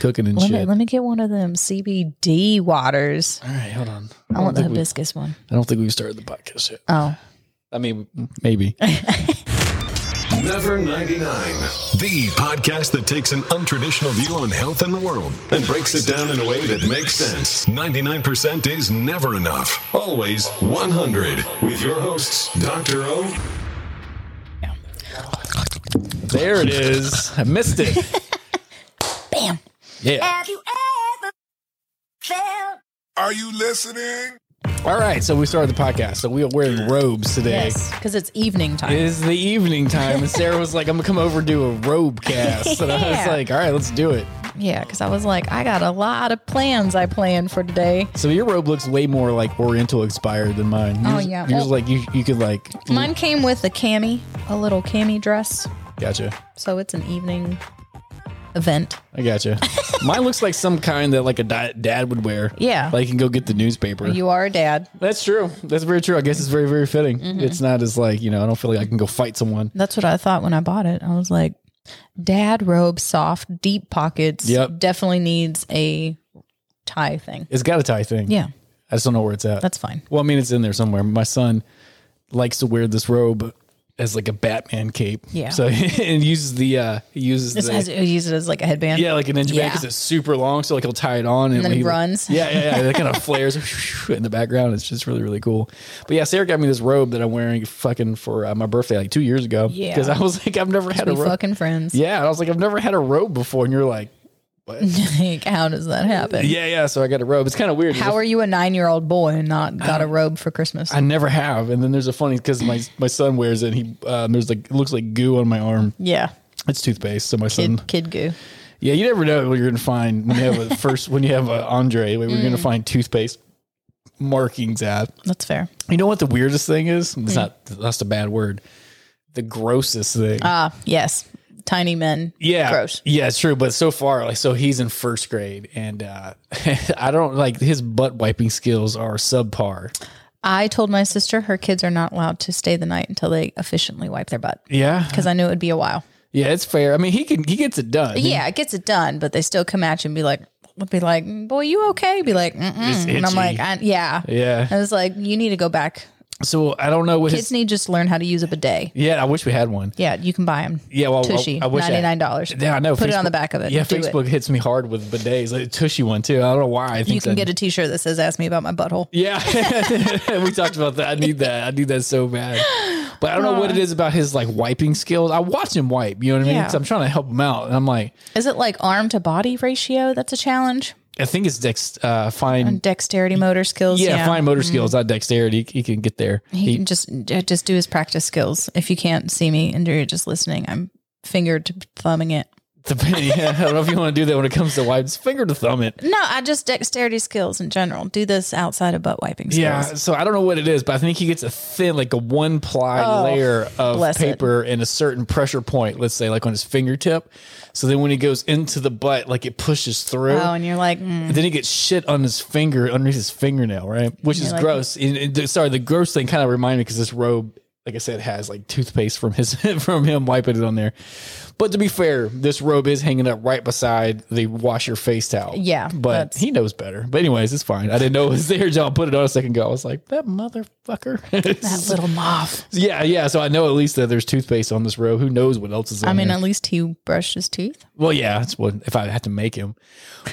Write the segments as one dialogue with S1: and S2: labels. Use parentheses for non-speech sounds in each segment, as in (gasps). S1: cooking and
S2: Let me,
S1: shit.
S2: let me get one of them CBD waters.
S1: All right, hold on.
S2: I want the
S1: don't think we-
S2: hibiscus one.
S1: I don't think we've started the podcast yet.
S2: Oh,
S1: I mean, maybe.
S3: Never 99, the podcast that takes an untraditional view on health and the world and breaks it down in a way that makes sense. 99% is never enough, always 100. With your hosts, Dr. O
S1: (laughs) there it is. I missed it.
S2: bam.
S1: Yeah.
S4: Have you ever felt? Are you listening?
S1: (laughs) All right. So we started the podcast. So we are wearing robes today.
S2: Yes, because it's evening time.
S1: It is the evening time, and Sarah was like, "I'm gonna come over and do a robe cast," and I was
S2: Yeah.
S1: like, "All right, let's do it."
S2: yeah, because I was like, I got a lot of plans I planned for today.
S1: So your robe looks way more like Oriental inspired than mine.
S2: Oh,
S1: Yours-
S2: yeah.
S1: yours like you you could like
S2: Mine came with a cami, a little cami dress.
S1: gotcha.
S2: So it's an evening event.
S1: I
S2: (laughs)
S1: gotcha. Mine looks like some kind that like a di- dad would wear.
S2: Yeah.
S1: like you can go get the newspaper.
S2: You are a dad.
S1: That's true. That's very true. I guess it's very very fitting.
S2: Mm-hmm.
S1: It's not as like you know. I don't feel like I can go fight someone.
S2: That's what I thought when I bought it. I was like, dad robe, soft, deep pockets.
S1: Yep.
S2: Definitely needs a tie thing.
S1: It's got a tie thing.
S2: Yeah,
S1: I just don't know where it's at.
S2: that's fine.
S1: Well, I mean, it's in there somewhere. My son likes to wear this robe as like a Batman cape.
S2: Yeah.
S1: So (laughs) and uses the uh he uses
S2: This
S1: the,
S2: has, you use it as like a headband.
S1: yeah like an ninja
S2: Yeah.
S1: because it's super long. So like he'll tie it on and,
S2: then
S1: he-
S2: runs.
S1: Yeah, yeah, yeah. That
S2: (laughs)
S1: kind of flares (laughs) in the background. It's just really really cool. But yeah, Sarah got me this robe that I'm wearing fucking for uh, my birthday like two years ago.
S2: Yeah.
S1: Because I was like I've never had a
S2: We
S1: robe.
S2: fucking friends.
S1: yeah, and I was like I've never had a robe before, and you're like
S2: like, how does that happen?
S1: yeah yeah. So I got a robe. It's kind of weird.
S2: How are you a nine year old boy and not got a robe for Christmas?
S1: I never have. And then there's a funny because my my son wears it. And he uh, there's like it looks like goo on my arm.
S2: yeah.
S1: It's toothpaste. So my son.
S2: Kid, kid goo.
S1: Yeah, you never know what you're gonna find when you
S2: (laughs)
S1: have a first when you have a Andre. We're
S2: Mm.
S1: gonna find toothpaste markings at.
S2: That's fair.
S1: You know what the weirdest thing is?
S2: Mm.
S1: It's not. That's a bad word. The grossest thing.
S2: Ah, yes. Tiny men.
S1: yeah.
S2: Gross.
S1: Yeah, it's true. But so far, like, so he's in first grade, and uh, (laughs) I don't like his butt wiping skills are subpar.
S2: I told my sister her kids are not allowed to stay the night until they efficiently wipe their butt
S1: Yeah.
S2: because I knew it would be a while.
S1: Yeah, it's fair. I mean, he can he gets it done.
S2: yeah, it gets it done, but they still come at you and be like, would be like, "Mm, boy, you okay? Be like,
S1: It's
S2: mm and I'm
S1: itchy.
S2: like, I, yeah.
S1: Yeah.
S2: I was like, you need to go back.
S1: So I don't know what his
S2: Kids need to just learn how to use a bidet.
S1: Yeah, I wish we had one.
S2: Yeah, you can buy them.
S1: Yeah, well, I-
S2: Tushy,
S1: I, wish I-
S2: $99.
S1: yeah, I know.
S2: Put it on
S1: Facebook-
S2: the back of it.
S1: Yeah,
S2: Do it.
S1: Facebook hits me hard with bidets. Like, tushy one too. I don't know why. I think
S2: You can
S1: that-
S2: get a t shirt that says, ask me about my butthole.
S1: (laughs) Yeah, (laughs) we talked about that. I need that. I need that so bad. But I don't know what it is about his like wiping skills. I watch him wipe. You know what I mean?
S2: Yeah.
S1: 'Cause I'm trying to help him out, and I'm like,
S2: Is it like arm to body ratio? That's a challenge.
S1: I think it's dex uh, fine.
S2: Dexterity, motor skills.
S1: Yeah, fine motor skills, not dexterity. He can get there.
S2: Mm-hmm. He
S1: He,
S2: can just uh, just do his practice skills. If you can't see me and you're just listening, I'm finger to thumbing it.
S1: (laughs) yeah, I don't know if you want to do that when it comes to wipes. Finger to thumb it.
S2: No, I just dexterity skills in general. Do this outside of butt wiping skills.
S1: Yeah, so I don't know what it is, but I think he gets a thin, like a one ply layer of
S2: Oh, bless it.
S1: paper and a certain pressure point, let's say, like on his fingertip. So then when he goes into the butt, like it pushes through.
S2: Oh, and you're like, mm,
S1: And then he gets shit on his finger, underneath his fingernail, right? Which is
S2: like-
S1: gross. And- and the- sorry, the gross thing kind of reminded me because this robe, like I said, has like toothpaste from his (laughs) from him wiping it on there. But to be fair, this robe is hanging up right beside the wash your face towel.
S2: Yeah,
S1: but
S2: that's-
S1: he knows better. But anyways, it's fine. I didn't know it was (laughs) there. John put it on a second ago. I was like, that motherfucker.
S2: (laughs) that little moth.
S1: (laughs) yeah, yeah. So I know at least that there's toothpaste on this robe. Who knows what else is? On
S2: I mean,
S1: there.
S2: at least he brushed his teeth.
S1: Well, yeah, that's what if I had to make him.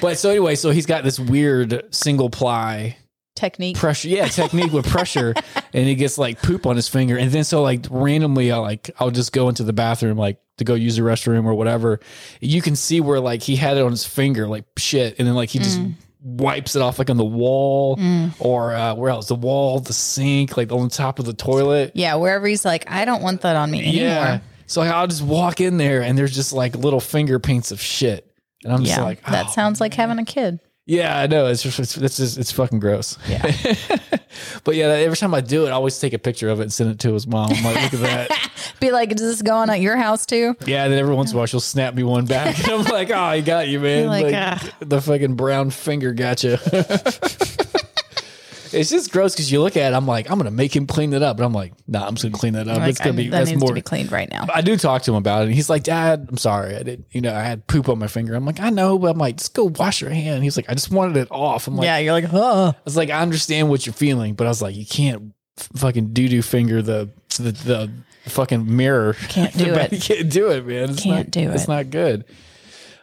S1: But so anyway, so he's got this weird single ply
S2: Technique.
S1: pressure, yeah, technique with pressure, and he gets like poop on his finger, and then so like randomly, I like I'll just go into the bathroom like to go use the restroom or whatever. You can see where like he had it on his finger, like shit, and then like he just. Wipes it off like on the wall or uh, where else? The wall, the sink, like on top of the toilet.
S2: yeah, wherever he's like, I don't want that on me anymore.
S1: So like, I'll just walk in there and there's just like little finger paints of shit. And I'm just
S2: Yeah,
S1: like,
S2: that
S1: "Oh,
S2: sounds like having a kid.
S1: Yeah, I know. It's just it's, it's just it's fucking gross. Yeah. (laughs) but yeah, every time I do it, I always take a picture of it and send it to his mom. I'm like, look at
S2: (laughs)
S1: that.
S2: Be like, is this going at your house too?
S1: Yeah, and then every once in a while she'll snap me one back. (laughs) And I'm like, oh, I got you, man.
S2: "Ah." You're
S1: Like,
S2: like, "Ah."
S1: the fucking brown finger gotcha. (laughs) It's just gross because you look at it. I'm like, I'm gonna make him clean it up, and I'm like, nah, I'm just gonna clean that up.
S2: Like,
S1: it's gonna
S2: I'm-
S1: be
S2: that
S1: that's
S2: needs
S1: more.
S2: to be cleaned right now.
S1: I do talk to him about it. And he's like, Dad, I'm sorry. I did, you know, I had poop on my finger. I'm like, I know, but I'm like, just go wash your hand. He's like, I just wanted it off. I'm like,
S2: yeah, you're like, huh.
S1: I was like, I understand what you're feeling, but I was like, you can't f- fucking doo doo finger the the the fucking mirror. (laughs)
S2: Can't do it.
S1: you can't do it, man. It's
S2: Can't
S1: not,
S2: do
S1: It's
S2: it.
S1: not good.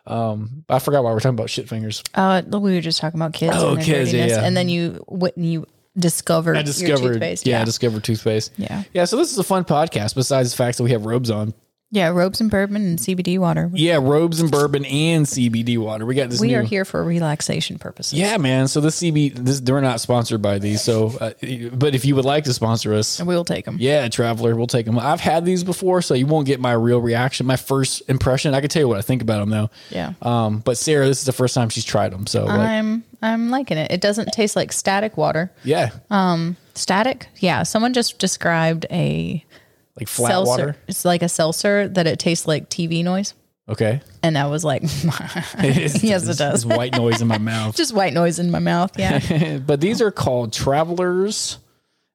S1: Um, I forgot why we're talking about shit fingers.
S2: Uh, we were just talking about kids.
S1: Oh,
S2: and their
S1: kids, yeah,
S2: dirtiness,
S1: yeah.
S2: And then you, when you discovered,
S1: I
S2: your
S1: discovered, yeah,
S2: toothpaste. yeah,
S1: I discovered toothpaste.
S2: yeah,
S1: Yeah, so this is a fun podcast. Besides the fact that we have robes on,
S2: yeah. Robes and bourbon and CBD water.
S1: yeah, robes and bourbon and CBD water. We got this.
S2: we
S1: new,
S2: are here for relaxation purposes.
S1: Yeah, man. So this CB, this we're not sponsored by these. So, uh, but if you would like to sponsor us,
S2: and we will take them.
S1: Yeah, traveler, we'll take them. I've had these before, so you won't get my real reaction, my first impression. I can tell you what I think about them though.
S2: Yeah.
S1: Um, but Sarah, this is the first time she's tried them, so like,
S2: I'm I'm liking it. It doesn't taste like static water.
S1: yeah,
S2: Uh, Static? Yeah. Someone just described a
S1: like flat
S2: seltzer.
S1: water.
S2: It's like a seltzer that it tastes like TV noise,
S1: Okay, (laughs)
S2: and I was like, (laughs) yes, it
S1: It's
S2: does.
S1: white noise in my mouth. (laughs)
S2: (laughs) Just white noise in my mouth. Yeah.
S1: but these are called travelers,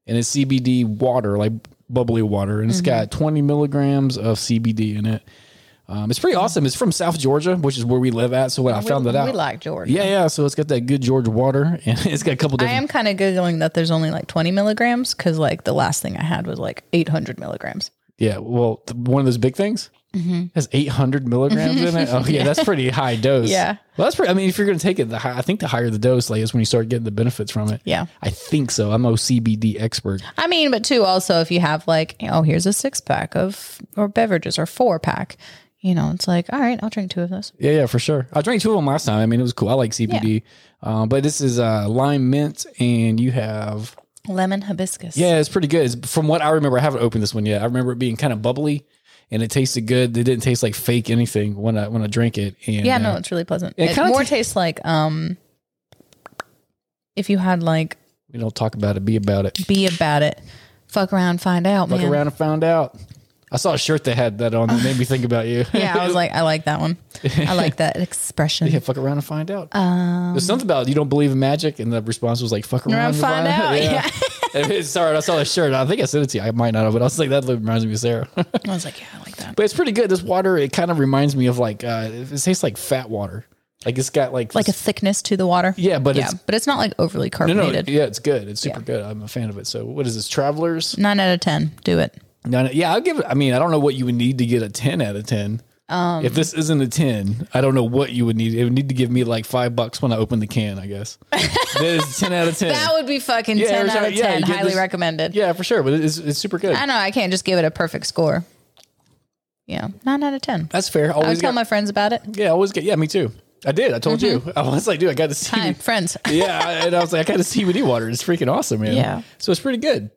S1: and it's CBD water, like bubbly water,
S2: Mm-hmm.
S1: and it's got 20 milligrams of CBD in it. Um, it's pretty awesome. It's from South Georgia, which is where we live at. So when (laughs) I found
S2: we,
S1: that out,
S2: We like Jordan.
S1: yeah, yeah. So it's got that good Georgia water, (laughs) and it's got a couple
S2: I
S1: different.
S2: am kind of googling that there's only like 20 milligrams because like the last thing I had was like 800 milligrams.
S1: Yeah, well, th- one of those big things
S2: Mm-hmm.
S1: has 800 milligrams in
S2: (laughs)
S1: it. Oh, yeah, that's pretty high dose.
S2: Yeah.
S1: well, that's pretty. I mean, if you're going to take it, the high, I think the higher the dose, like, is when you start getting the benefits from it.
S2: Yeah.
S1: I think so. I'm no CBD expert.
S2: I mean, but two, also if you have like, oh, here's a six pack of or beverages or four pack, you know, it's like, all right, I'll drink two of those.
S1: Yeah, yeah, for sure. I drank two of them last time. I mean, it was cool. I like CBD, um, but this is uh, lime mint, and you have
S2: Lemon hibiscus.
S1: yeah, it's pretty good. It's, from what I remember, I haven't opened this one yet. I remember it being kind of bubbly, and it tasted good. It didn't taste like fake anything when I when I drank it. And,
S2: Yeah,
S1: uh,
S2: no, it's really pleasant.
S1: It
S2: It,
S1: kinda
S2: more
S1: ta-
S2: tastes like um if you had like
S1: we don't talk about it. Be about it.
S2: be about it, fuck around, find out,
S1: Look
S2: man.
S1: around and found out. I saw a shirt that had that on that made me think about you.
S2: (laughs) Yeah,
S1: (laughs)
S2: I was like, I like that one. I like that expression.
S1: yeah, fuck around and find out. There's something about you don't believe in magic, and the response was like, fuck around
S2: um,
S1: and
S2: Around, find out.
S1: (laughs)
S2: Yeah.
S1: yeah. Sorry, I saw the shirt. I think I sent it to you. I might not have, but I was like, that reminds me of Sarah. (laughs) but
S2: I was like, yeah, I like that.
S1: it's pretty good. This water, it kind of reminds me of like, uh, it tastes like fat water. Like it's got like,
S2: Like a
S1: this-
S2: thickness to the water.
S1: Yeah, but
S2: yeah,
S1: it's-
S2: but it's not like overly
S1: no, no,
S2: carbonated.
S1: yeah, it's good. It's super good. I'm a fan of it. So what is this? Travelers?
S2: Nine out of ten. Do it.
S1: No, no, yeah, I'll give it. I mean, I don't know what you would need to get a ten out of ten.
S2: Um,
S1: if this isn't a ten, I don't know what you would need. It would need to give me like five bucks when I open the can. I guess
S2: (laughs)
S1: that is ten out of ten.
S2: That would be fucking
S1: Yeah,
S2: ten
S1: it's
S2: out
S1: right.
S2: of
S1: Yeah,
S2: ten.
S1: you get
S2: Highly
S1: this-
S2: recommended.
S1: yeah, for sure. But it's, it's super good.
S2: I know I can't just give it a perfect score. Yeah, nine out of ten.
S1: That's fair.
S2: I
S1: Always
S2: would tell
S1: Uh, got,
S2: my friends
S1: (laughs)
S2: about Mm-hmm. it.
S1: yeah, always get. Yeah, me too. I did. I told you. (laughs) I was like, dude, I got to see.
S2: Hi, friends.
S1: (laughs) yeah, I- and I was like, I got to CBD water. It's freaking awesome, man.
S2: Yeah.
S1: So it's pretty good.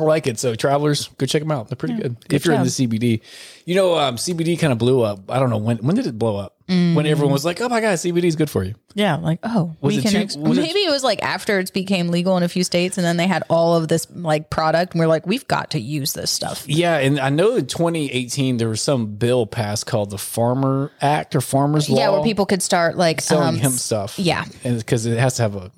S1: I like it. So travelers, go check them out. They're pretty good. if you're
S2: job.
S1: into CBD, you know, um, CBD kind of blew up. I don't know when. When did it blow up?
S2: Mm.
S1: When everyone was like, "Oh my god, CBD is good for you."
S2: (laughs) Yeah, like oh,
S1: Was
S2: we
S1: it
S2: can.
S1: too-
S2: ex-
S1: was it-
S2: maybe it, was like after it became legal in a few states, and then they had all of this like product, and we're like, we've got to use this stuff.
S1: Yeah, and I know in 2018 there was some bill passed called the Farmer Act or Farmers Law.
S2: Yeah, where people could start like
S1: selling
S2: um,
S1: hemp stuff.
S2: yeah.
S1: and because it has to have a.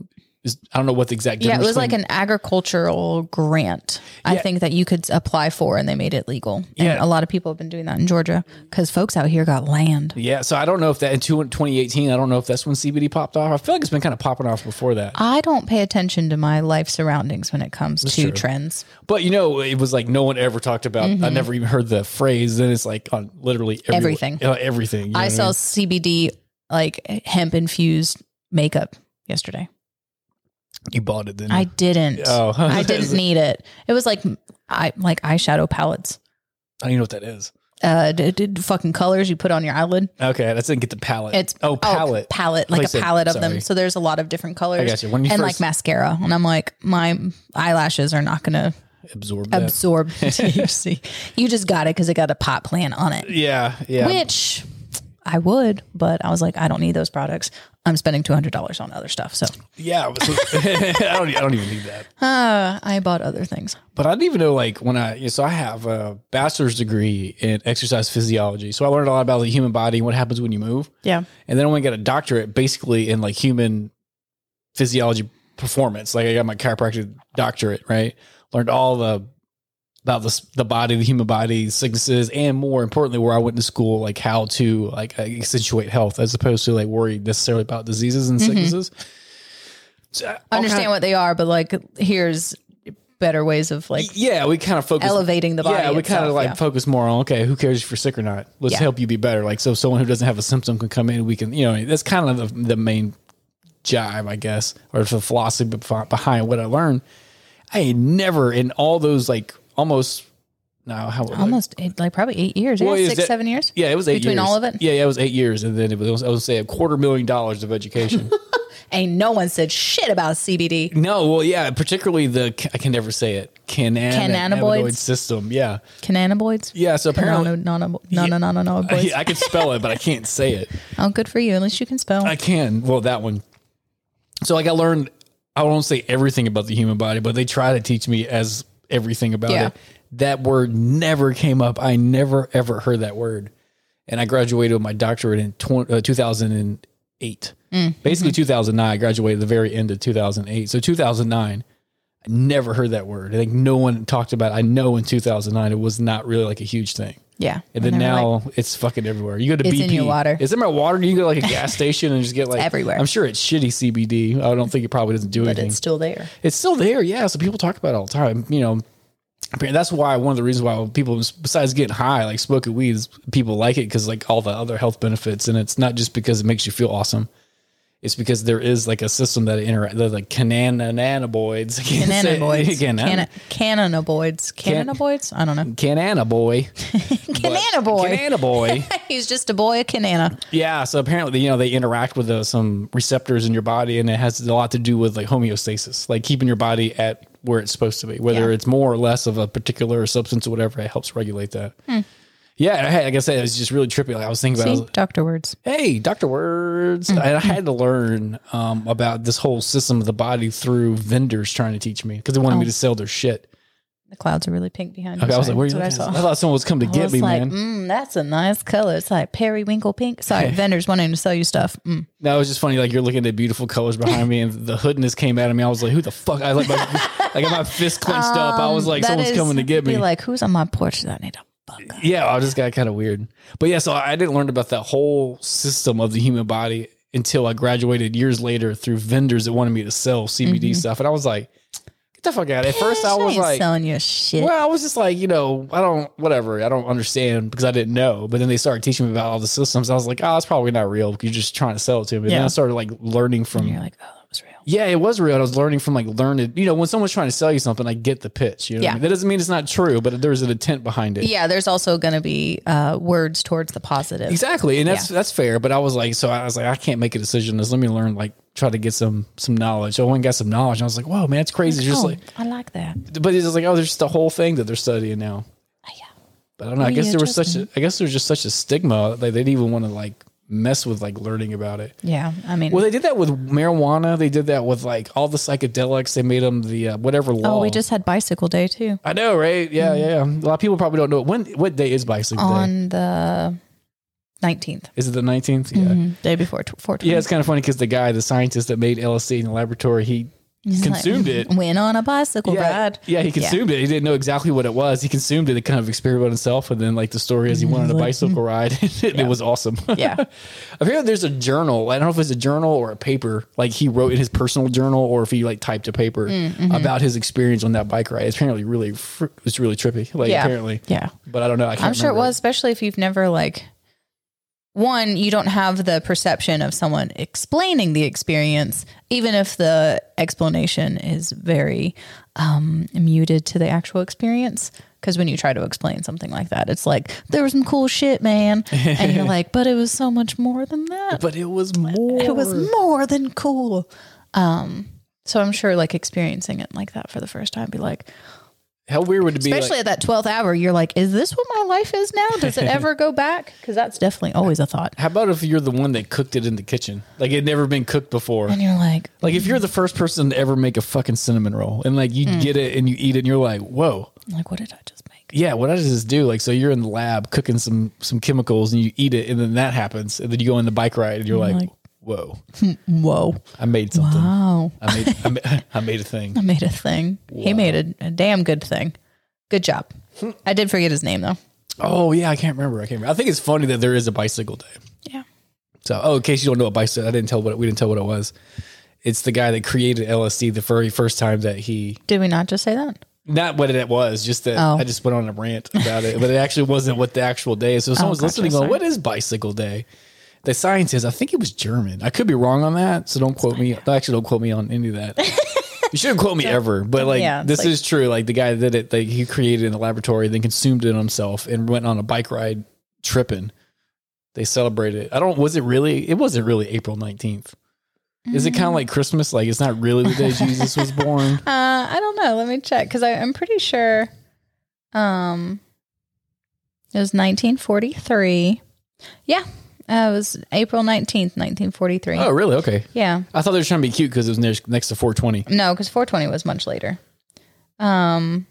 S1: is- I don't know what the exact.
S2: Yeah, it
S1: difference
S2: was like
S1: between-
S2: an agricultural grant. I
S1: Yeah.
S2: think that you could apply for, and they made it legal. and
S1: Yeah.
S2: a lot of people have been doing that in Georgia because folks out here got land.
S1: Yeah, so I don't know if that in two- 2018. I don't know if that's when CBD popped off. I feel like it's been kind of popping off before that.
S2: I don't pay attention to my life surroundings when it comes to
S1: true.
S2: trends.
S1: But you know, it was like no one ever talked about.
S2: Mm-hmm.
S1: I never even heard the phrase. Then it's like on literally every-
S2: Everything.
S1: uh, everything. you know
S2: I
S1: what
S2: saw
S1: mean?
S2: CBD like hemp infused makeup yesterday.
S1: you bought it. Then
S2: I didn't.
S1: Oh. (laughs)
S2: I didn't need it. It was like I like eyeshadow palettes.
S1: I don't even know what that is.
S2: Uh, d- d- fucking colors you put on your eyelid.
S1: Okay, I didn't get the palette.
S2: It's
S1: oh palette.
S2: palette, like
S1: Place it.
S2: a palette of
S1: Sorry.
S2: them. So there's a lot of different colors.
S1: I got you. When you
S2: and
S1: first-
S2: like mascara, and I'm like, my eyelashes are not gonna
S1: Absorb that. (laughs)
S2: absorb THC. You just got it because it got a pot plant on it,
S1: yeah, yeah.
S2: which I would, but I was like, I don't need those products. I'm spending two hundred dollars on other stuff, so
S1: Yeah, so- (laughs) I don't. I don't even need that.
S2: uh, I bought other things.
S1: But I didn't even know like when I so I have a bachelor's degree in exercise physiology, so I learned a lot about the human body and what happens when you move.
S2: Yeah,
S1: And then I went and got a doctorate basically in like human physiology performance. Like I got my chiropractic doctorate, right? Learned all the about the the body, the human body, sicknesses, and more importantly, where I went to school, like how to like uh, accentuate health, as opposed to like worry necessarily about diseases and sicknesses. So, all
S2: I Mm-hmm. understand
S1: kind
S2: what they are, but like, here's better ways of like
S1: of- yeah, we kind of focus
S2: elevating the body.
S1: Yeah, we kind
S2: itself,
S1: of like
S2: yeah.
S1: focus more on okay, who cares if you're sick or not? Let's
S2: Yeah.
S1: help you be better. Like so, someone who doesn't have a symptom can come in. We can you know that's kind of the, the main jive, I guess, or the philosophy bef- behind what I learned. I had never in all those like almost no how
S2: almost eight, like probably eight years,
S1: Well,
S2: yeah,
S1: is
S2: six,
S1: that-
S2: seven years.
S1: Yeah, it was eight
S2: between
S1: years.
S2: all of it.
S1: Yeah, yeah, it was eight years, and then it was I would say a quarter million dollars of
S2: (laughs)
S1: education.
S2: Ain't no one said shit about CBD.
S1: no, well, yeah, particularly the I can never say it. Cannabinoid
S2: Cannabinoids?
S1: system. Yeah,
S2: Cannabinoids.
S1: yeah. So
S2: No, no,
S1: apparently,
S2: no, no, no, no, no, no, no,
S1: (laughs)
S2: boys.
S1: Yeah, I can spell it, but I can't say it.
S2: Oh, good for you. At least you can spell.
S1: I can. Well, that one. So like I learned I won't say everything about the human body, but they try to teach me as everything about
S2: Yeah.
S1: it. That word never came up. I never ever heard that word. And I graduated with my doctorate in tw- uh, 2008. Basically 2009, I graduated the very end of 2008. So 2009 I never heard that word. I think no one talked about it. I know in 2009 it was not really like a huge thing.
S2: yeah.
S1: And then
S2: they're like,
S1: now it's fucking everywhere. You go to
S2: It's
S1: BP.
S2: in your water.
S1: It's in my water. You can go to like a
S2: (laughs)
S1: gas station and just get like
S2: everywhere.
S1: I'm sure it's shitty CBD. I don't think it probably doesn't do
S2: but
S1: anything.
S2: it's
S1: It's,
S2: still there.
S1: still there. Yeah. So people talk about it all the time. You know, apparently that's why one of the reasons why people, besides getting high, like smoking weed, is people like it because like all the other health benefits. And it's not just because it makes you feel awesome. It's because there is like a system that interact, they're like cannabinoids. (laughs) I can't (laughs) say it
S2: Cannabinoids.
S1: Again,
S2: Canna- cannabinoids.
S1: Can-
S2: Cannabinoids? I don't know.
S1: cannanaboy.
S2: Cannanaboy.
S1: Cannanaboy.
S2: (laughs) He's just a boy of Canana.
S1: Yeah, so apparently, you know, they interact with uh, some receptors in your body, and it has a lot to do with like homeostasis, like keeping your body at where it's supposed to be, whether
S2: Yeah.
S1: it's more or less of a particular substance or whatever. It helps regulate that. Yeah, and I had, like I said, it was just really trippy. Like I was thinking about, it, I
S2: Hmm. See, Hmm.
S1: was,
S2: doctor words.
S1: hey, Doctor Words, and I had to learn um, about this whole system of the body through vendors trying to teach me because they wanted me
S2: Oh.
S1: to sell their shit.
S2: The clouds are really pink behind you.
S1: Okay, I was like,
S2: Sorry,
S1: where are you?
S2: that's
S1: looking at?
S2: what I
S1: I
S2: saw.
S1: thought someone was coming to
S2: I
S1: get
S2: was
S1: me,
S2: like,
S1: man.
S2: Mm, that's a nice color. It's like periwinkle
S1: (laughs)
S2: pink. Sorry, vendors wanting to sell you stuff. Mm.
S1: No, it was just funny. Like you're looking at beautiful colors behind me, and the hoodness came out of me. I was like, "Who the fuck?" I like, my, (laughs) I got my fist clenched up. I was like,
S2: Um, That
S1: "Someone's
S2: is-
S1: coming to get
S2: be
S1: me."
S2: like, who's on my porch that I need to fuck up?
S1: yeah, I just got kind of weird. But yeah, so I didn't learn about that whole system of the human body until I graduated years later through vendors that wanted me to sell CBD stuff, and I was like, "Get the fuck out!" At first, I was
S2: Bitch, Mm-hmm. ain't
S1: like.
S2: selling you shit.
S1: Well, I was just like, you know, I don't, whatever, I don't understand because I didn't know. But then they started teaching me about all the systems. I was like, oh, it's probably not real. You're just trying to sell it to me. And then
S2: Yeah.
S1: I started like learning from
S2: And you're like, oh, that was real.
S1: yeah, it was real. I was learning from like learned. You know, when someone's trying to sell you something, I get the pitch. You know, what I
S2: Yeah.
S1: mean? that doesn't mean it's not true, but there's an intent behind it.
S2: Yeah, there's also going to be uh, words towards the positive.
S1: exactly, and that's that's fair. But I was like, so I was like, I can't make a decision. Just let me learn, like, try to get some some knowledge. So I went and got some knowledge. And I was like, whoa, man, it's crazy. It's just
S2: Oh,
S1: like,
S2: I like that.
S1: but it's just like, oh, there's just a whole thing that they're studying now.
S2: yeah.
S1: But I don't know. I guess there was such. A,
S2: Readjustment.
S1: I guess there was just such a stigma. Like they didn't even want to like mess with like learning about it.
S2: Yeah, I mean,
S1: Well, they did that with marijuana. They did that with like all the psychedelics. They made them the uh, whatever law.
S2: oh, we just had bicycle day too
S1: I know, right? Yeah, yeah. A lot of people probably don't know it. when. What day is Bicycle Day?
S2: Mm-hmm. on the 19th,
S1: Is it the nineteenth? Yeah.
S2: day before t- 420.
S1: Yeah, it's kind of funny because the guy, the scientist that made LSD in the laboratory, he
S2: It's like,
S1: consumed it.
S2: (laughs) Went on a bicycle
S1: Yeah,
S2: ride.
S1: yeah, he consumed it. He didn't know exactly what it was. He consumed it and kind of experimented with himself. And then, like, the story is he went on a bicycle ride (laughs) and it was awesome.
S2: Mm-hmm. Yeah.
S1: (laughs) Apparently, there's a journal. I don't know if it's a journal or a paper. Like, he wrote in his personal journal or if he, like, typed a paper
S2: Mm-hmm.
S1: about his experience on that bike ride. It's apparently really, fr- it's really trippy. Like,
S2: Yeah.
S1: apparently.
S2: Yeah.
S1: But I don't know. I can't
S2: I'm sure it
S1: remember.
S2: was, especially if you've never like one, you don't have the perception of someone explaining the experience, even if the explanation is very um, muted to the actual experience. Because when you try to explain something like that, it's like there was some cool shit, man,
S1: (laughs)
S2: and you're like, but it was so much more than that.
S1: But it was more.
S2: It was more than cool. Um, so I'm sure, like experiencing it like that for the first time, be like,
S1: How weird would it be?
S2: especially
S1: like,
S2: at that 12th hour you're like is this what my life is now does it ever go (laughs) back because that's definitely always a thought
S1: how about if you're the one that cooked it in the kitchen? Like it had never been cooked before.
S2: and you're like
S1: Like if you're the first person to ever make a fucking cinnamon roll and like you
S2: Mm.
S1: get it and you eat it and you're like, whoa,
S2: like what did i just make
S1: yeah, what did I just do? Like so you're in the lab cooking some some chemicals and you eat it and then that happens and then you go on the bike ride and you're like,
S2: Mm, like,
S1: Whoa.
S2: Whoa.
S1: I made something.
S2: Wow.
S1: I made, I made (laughs) I made a thing.
S2: (laughs) I made a thing. He made a, a damn good thing. Good job. I did forget his name though.
S1: Oh yeah, I can't remember. I can't remember. I think it's funny that there is a bicycle day.
S2: Yeah.
S1: So oh, in case you don't know what bicycle, I didn't tell what we didn't tell what it was. It's the guy that created LSD the very first time that he
S2: Did we not just say that?
S1: not what it was, just that
S2: Oh.
S1: I just went on a rant about it, but it actually wasn't what the actual day
S2: (laughs)
S1: is. So someone's
S2: Oh, gotcha,
S1: listening going,
S2: sorry.
S1: what is bicycle day? The scientist, I think it was German. I could be wrong on that. So don't quote me. Actually, don't quote me on any of
S2: (laughs)
S1: that. you shouldn't quote me ever, but like
S2: um, yeah, it's
S1: this
S2: like-
S1: is true. Like the guy that did it, like he created it in the laboratory, then consumed it himself and went on a bike ride tripping. They celebrated. it. I don't, was it really, it wasn't really April 19th. Is it kind
S2: Mm-hmm.
S1: of like Christmas? Like it's not really the
S2: (laughs)
S1: day Jesus was born.
S2: Uh, I don't know. Let me check because I'm pretty sure um, it was 1943. Yeah, uh, it was April 19th, 1943.
S1: Oh, really? Okay.
S2: Yeah,
S1: I thought they were trying to be cute because it was near, next to 420.
S2: no, because 420 was much later. Um,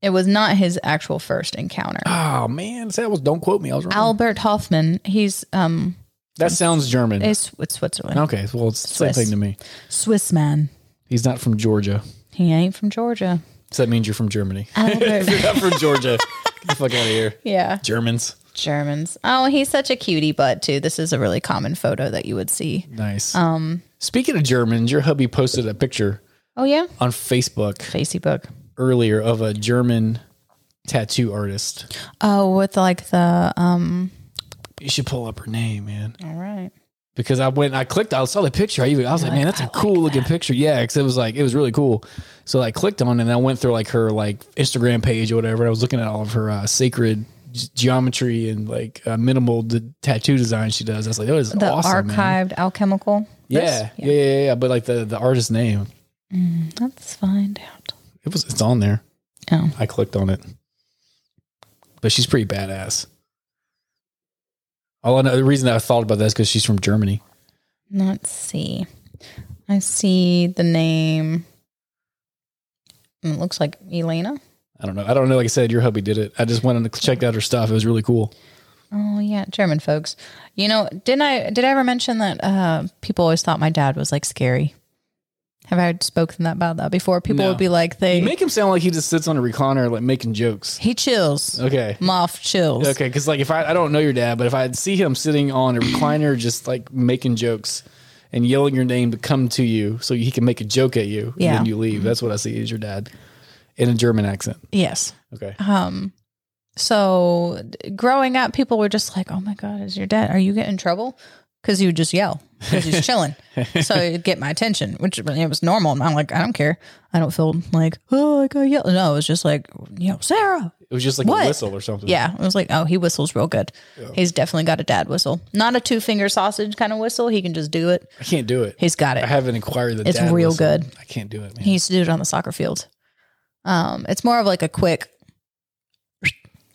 S2: it was not his actual first (gasps) encounter.
S1: Oh man, that was don't quote me. I was wrong.
S2: Albert Hoffman. He's um,
S1: that sounds German.
S2: it's, it's Switzerland,
S1: okay, well it's the same
S2: Swiss.
S1: thing to me.
S2: Swiss man.
S1: He's not from Georgia,
S2: He ain't from Georgia.
S1: so that means you're from
S2: (laughs)
S1: Germany. (laughs)
S2: Albert.
S1: You're not from Georgia. Get the fuck out of here,
S2: yeah.
S1: Germans.
S2: Germans. Oh, he's such a cutie butt too. This is a really common photo that you would see.
S1: Nice. Um, speaking of Germans, your hubby posted a picture
S2: Oh yeah,
S1: on Facebook
S2: Facebook.
S1: earlier of a German tattoo artist.
S2: Oh, with like the um.
S1: You should pull up her name, man.
S2: All right.
S1: because I went, I clicked, I saw the picture. I even, I was like, man, that's a cool looking picture. Yeah, because it was like, it was really cool. So I clicked on it and I went through like her like Instagram page or whatever. I was looking at all of her uh, sacred g- geometry and like uh, minimal d- tattoo design she does. I was like, that is
S2: The
S1: awesome. man.
S2: archived alchemical.
S1: Yeah, yeah, yeah, yeah, yeah. But like the the artist's name,
S2: Let's find out.
S1: it was it's on there.
S2: Oh,
S1: I clicked on it. But she's pretty badass. All I know, the reason that I thought about that is because she's from Germany.
S2: let's see. I see the name. It looks like Elena.
S1: I don't know. I don't know. Like I said, your hubby did it. I just went and checked out her stuff. It was really cool.
S2: Oh yeah, German folks. You know, didn't I? Did I ever mention that uh, people always thought my dad was like scary? Have I spoken that about that before? People
S1: No.
S2: would be like, they
S1: You make him sound like he just sits on a recliner, like making jokes.
S2: He chills.
S1: Okay.
S2: Moth chills.
S1: Okay. Cause like if I, I don't know your dad, but if I see him sitting on a recliner, just like making jokes and yelling your name to come to you so he can make a joke at you
S2: Yeah.
S1: and then you leave, that's what I see is your dad in a German accent.
S2: Yes.
S1: Okay.
S2: Um. So d- growing up, people were just like, "Oh my God, is your dad? Are you getting in trouble?" Because you would just yell because he's chilling. so it'd get my attention, which it was normal. And I'm like, I don't care. I don't feel like, oh, I gotta yell. No, it was just like, you know, Sarah.
S1: It was just like
S2: What?
S1: a whistle or something.
S2: Yeah, it was like, oh, he whistles real good. He's definitely got a dad whistle, not a two finger sausage kind of whistle. He can just do it.
S1: I can't do it.
S2: He's got it.
S1: I haven't inquired the
S2: It's
S1: dad
S2: real
S1: whistle.
S2: good.
S1: I can't do it, man.
S2: He used to do it on the soccer field. Um, it's more of like a quick,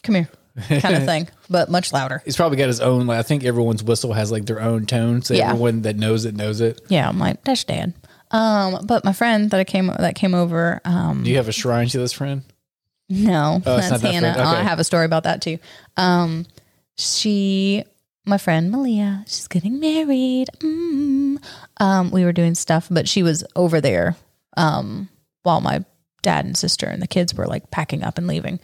S2: come here, (laughs) kind
S1: (laughs)
S2: of thing, but much louder.
S1: He's probably got his own. Like I think everyone's whistle has like their own tone, so
S2: Yeah.
S1: everyone that knows it knows it.
S2: Yeah, I'm like that's dad. Um, but my friend that I came that came over, um,
S1: Do you have a shrine to this friend?
S2: no,
S1: Oh, it's
S2: that's
S1: not that
S2: Hannah.
S1: friend.
S2: Oh, I
S1: Okay.
S2: have a story about that too. Um, she, my friend Malia, she's getting married. Mm. Um, we were doing stuff, but she was over there. Um, while my dad and sister and the kids were like packing up and leaving.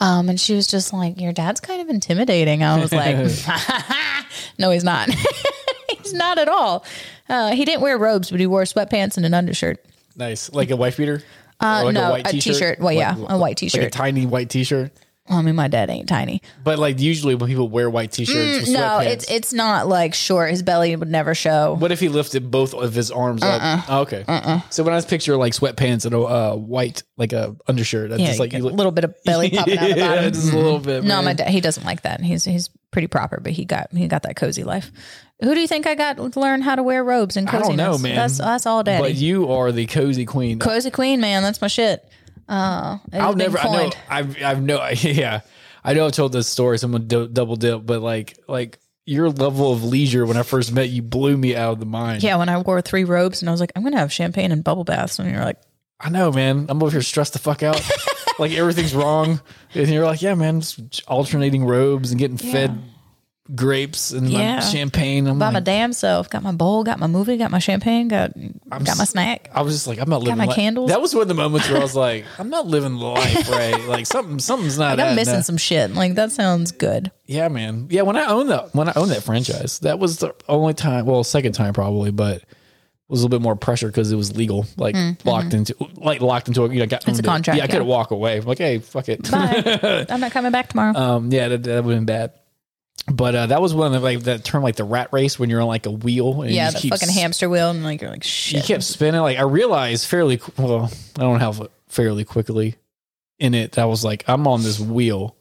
S2: Um, and she was just like, Your dad's kind of intimidating. I
S1: (laughs)
S2: was like, (laughs) No, he's not. (laughs) he's not at all. Uh, he didn't wear robes, but he wore sweatpants and an undershirt.
S1: Nice, like a wife beater.
S2: Uh,
S1: Or like
S2: no, a t-shirt. Well,
S1: Like-
S2: yeah, a white t-shirt.
S1: like a tiny white t-shirt.
S2: Well, I mean, my dad ain't tiny.
S1: But like usually when people wear white t-shirts, with
S2: Mm, No,
S1: sweatpants,
S2: it's it's not like short. His belly would never show.
S1: What if he lifted both of his arms
S2: Uh-uh.
S1: up? Oh, okay. So when I was picturing like sweatpants and a uh, white like a undershirt, I
S2: Yeah,
S1: just like
S2: a
S1: you look,
S2: little bit of belly popping out of
S1: (laughs)
S2: the
S1: yeah,
S2: bottom.
S1: just a little bit.
S2: No,
S1: man.
S2: my dad he doesn't like that. He's he's pretty proper, but he got he got that cozy life. Who do you think I got to learn how to wear robes and
S1: I
S2: coziness?
S1: don't know, man.
S2: That's that's all daddy.
S1: But you are the cozy queen.
S2: cozy queen, man. That's my shit. Uh,
S1: I'll never. I know. I've. I've no. (laughs) Yeah. I know. I've told this story. Someone do, double dip, but like, like your level of leisure when I first met you blew me out of the mind.
S2: Yeah, when I wore three robes and I was like, I'm gonna have champagne and bubble baths, and you're like,
S1: I know, man. I'm over here stressed the fuck
S2: (laughs)
S1: out. like everything's wrong, and you're like, yeah, man, just alternating robes and getting fed grapes and my
S2: Yeah.
S1: champagne. I'm
S2: by my
S1: like,
S2: damn self. Got my bowl, got my movie, got my champagne, got got my
S1: s-
S2: snack.
S1: I was just like, I'm not living.
S2: my
S1: li-
S2: candles.
S1: That was one of the moments where I was like, I'm not living the life right. Like something, something's not.
S2: (laughs) Like I'm
S1: adding
S2: missing
S1: up.
S2: some shit. Like that sounds good.
S1: Yeah, man. Yeah, when I owned that, when I owned that franchise, that was the only time. Well, second time probably, but it was a little bit more pressure because it was legal, like
S2: Hmm,
S1: locked into, like locked into. A, you know, got owned it.
S2: contract,
S1: Yeah, I
S2: yeah.
S1: couldn't walk away. I'm like, hey, fuck it.
S2: Bye. I'm not coming back
S1: (laughs)
S2: tomorrow.
S1: Um, yeah, that, that would have been bad. But uh, that was one of the, like that term, like the rat race, when you're on like a wheel and you
S2: yeah, the
S1: just keep
S2: fucking
S1: s-
S2: hamster wheel, and like you're like
S1: You
S2: shit.
S1: kept spinning. Like I realized fairly qu- well, I don't know how fairly quickly in it. I was like, I'm on this wheel,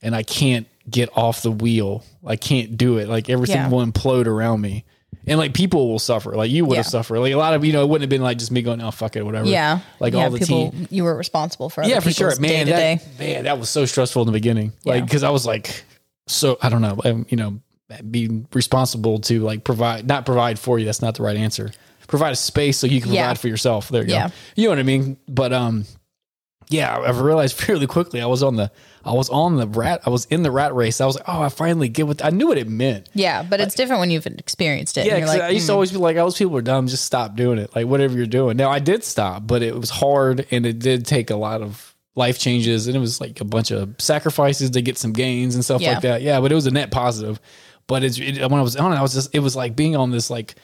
S1: and I can't get off the wheel. I can't do it. Like everything
S2: Yeah.
S1: will implode around me, and like people will suffer. Like you would have
S2: Yeah.
S1: suffered. Like a lot of you know, it wouldn't have been like just me going, oh fuck it, whatever.
S2: yeah,
S1: like
S2: yeah,
S1: all the
S2: people.
S1: team.
S2: You were responsible for other
S1: Yeah, for sure,
S2: people's
S1: man.
S2: day-to-day.
S1: That, man, that was so stressful in the beginning. Like,
S2: Yeah.
S1: because I was like, so I don't know, um, you know, being responsible to like provide, not provide for you. That's not the right answer. Provide a space so you can
S2: Yeah.
S1: provide for yourself. There you
S2: Yeah.
S1: go. You know what I mean? But um, yeah, I- I've realized (laughs) fairly quickly I was on the, I was on the rat, I was in the rat race. I was like, oh, I finally get what I knew what it meant.
S2: yeah, but it's different when you've experienced it.
S1: Yeah,
S2: and you're
S1: 'cause
S2: like, "Hmm."
S1: I used to always be like, "Oh, those people are dumb. Just stop doing it. Like whatever you're doing." Now I did stop, but it was hard, and it did take a lot of life changes, and it was like a bunch of sacrifices to get some gains and stuff
S2: Yeah.
S1: like that. Yeah, but it was a net positive. But it's it, when I was on it, I was just it was like being on this like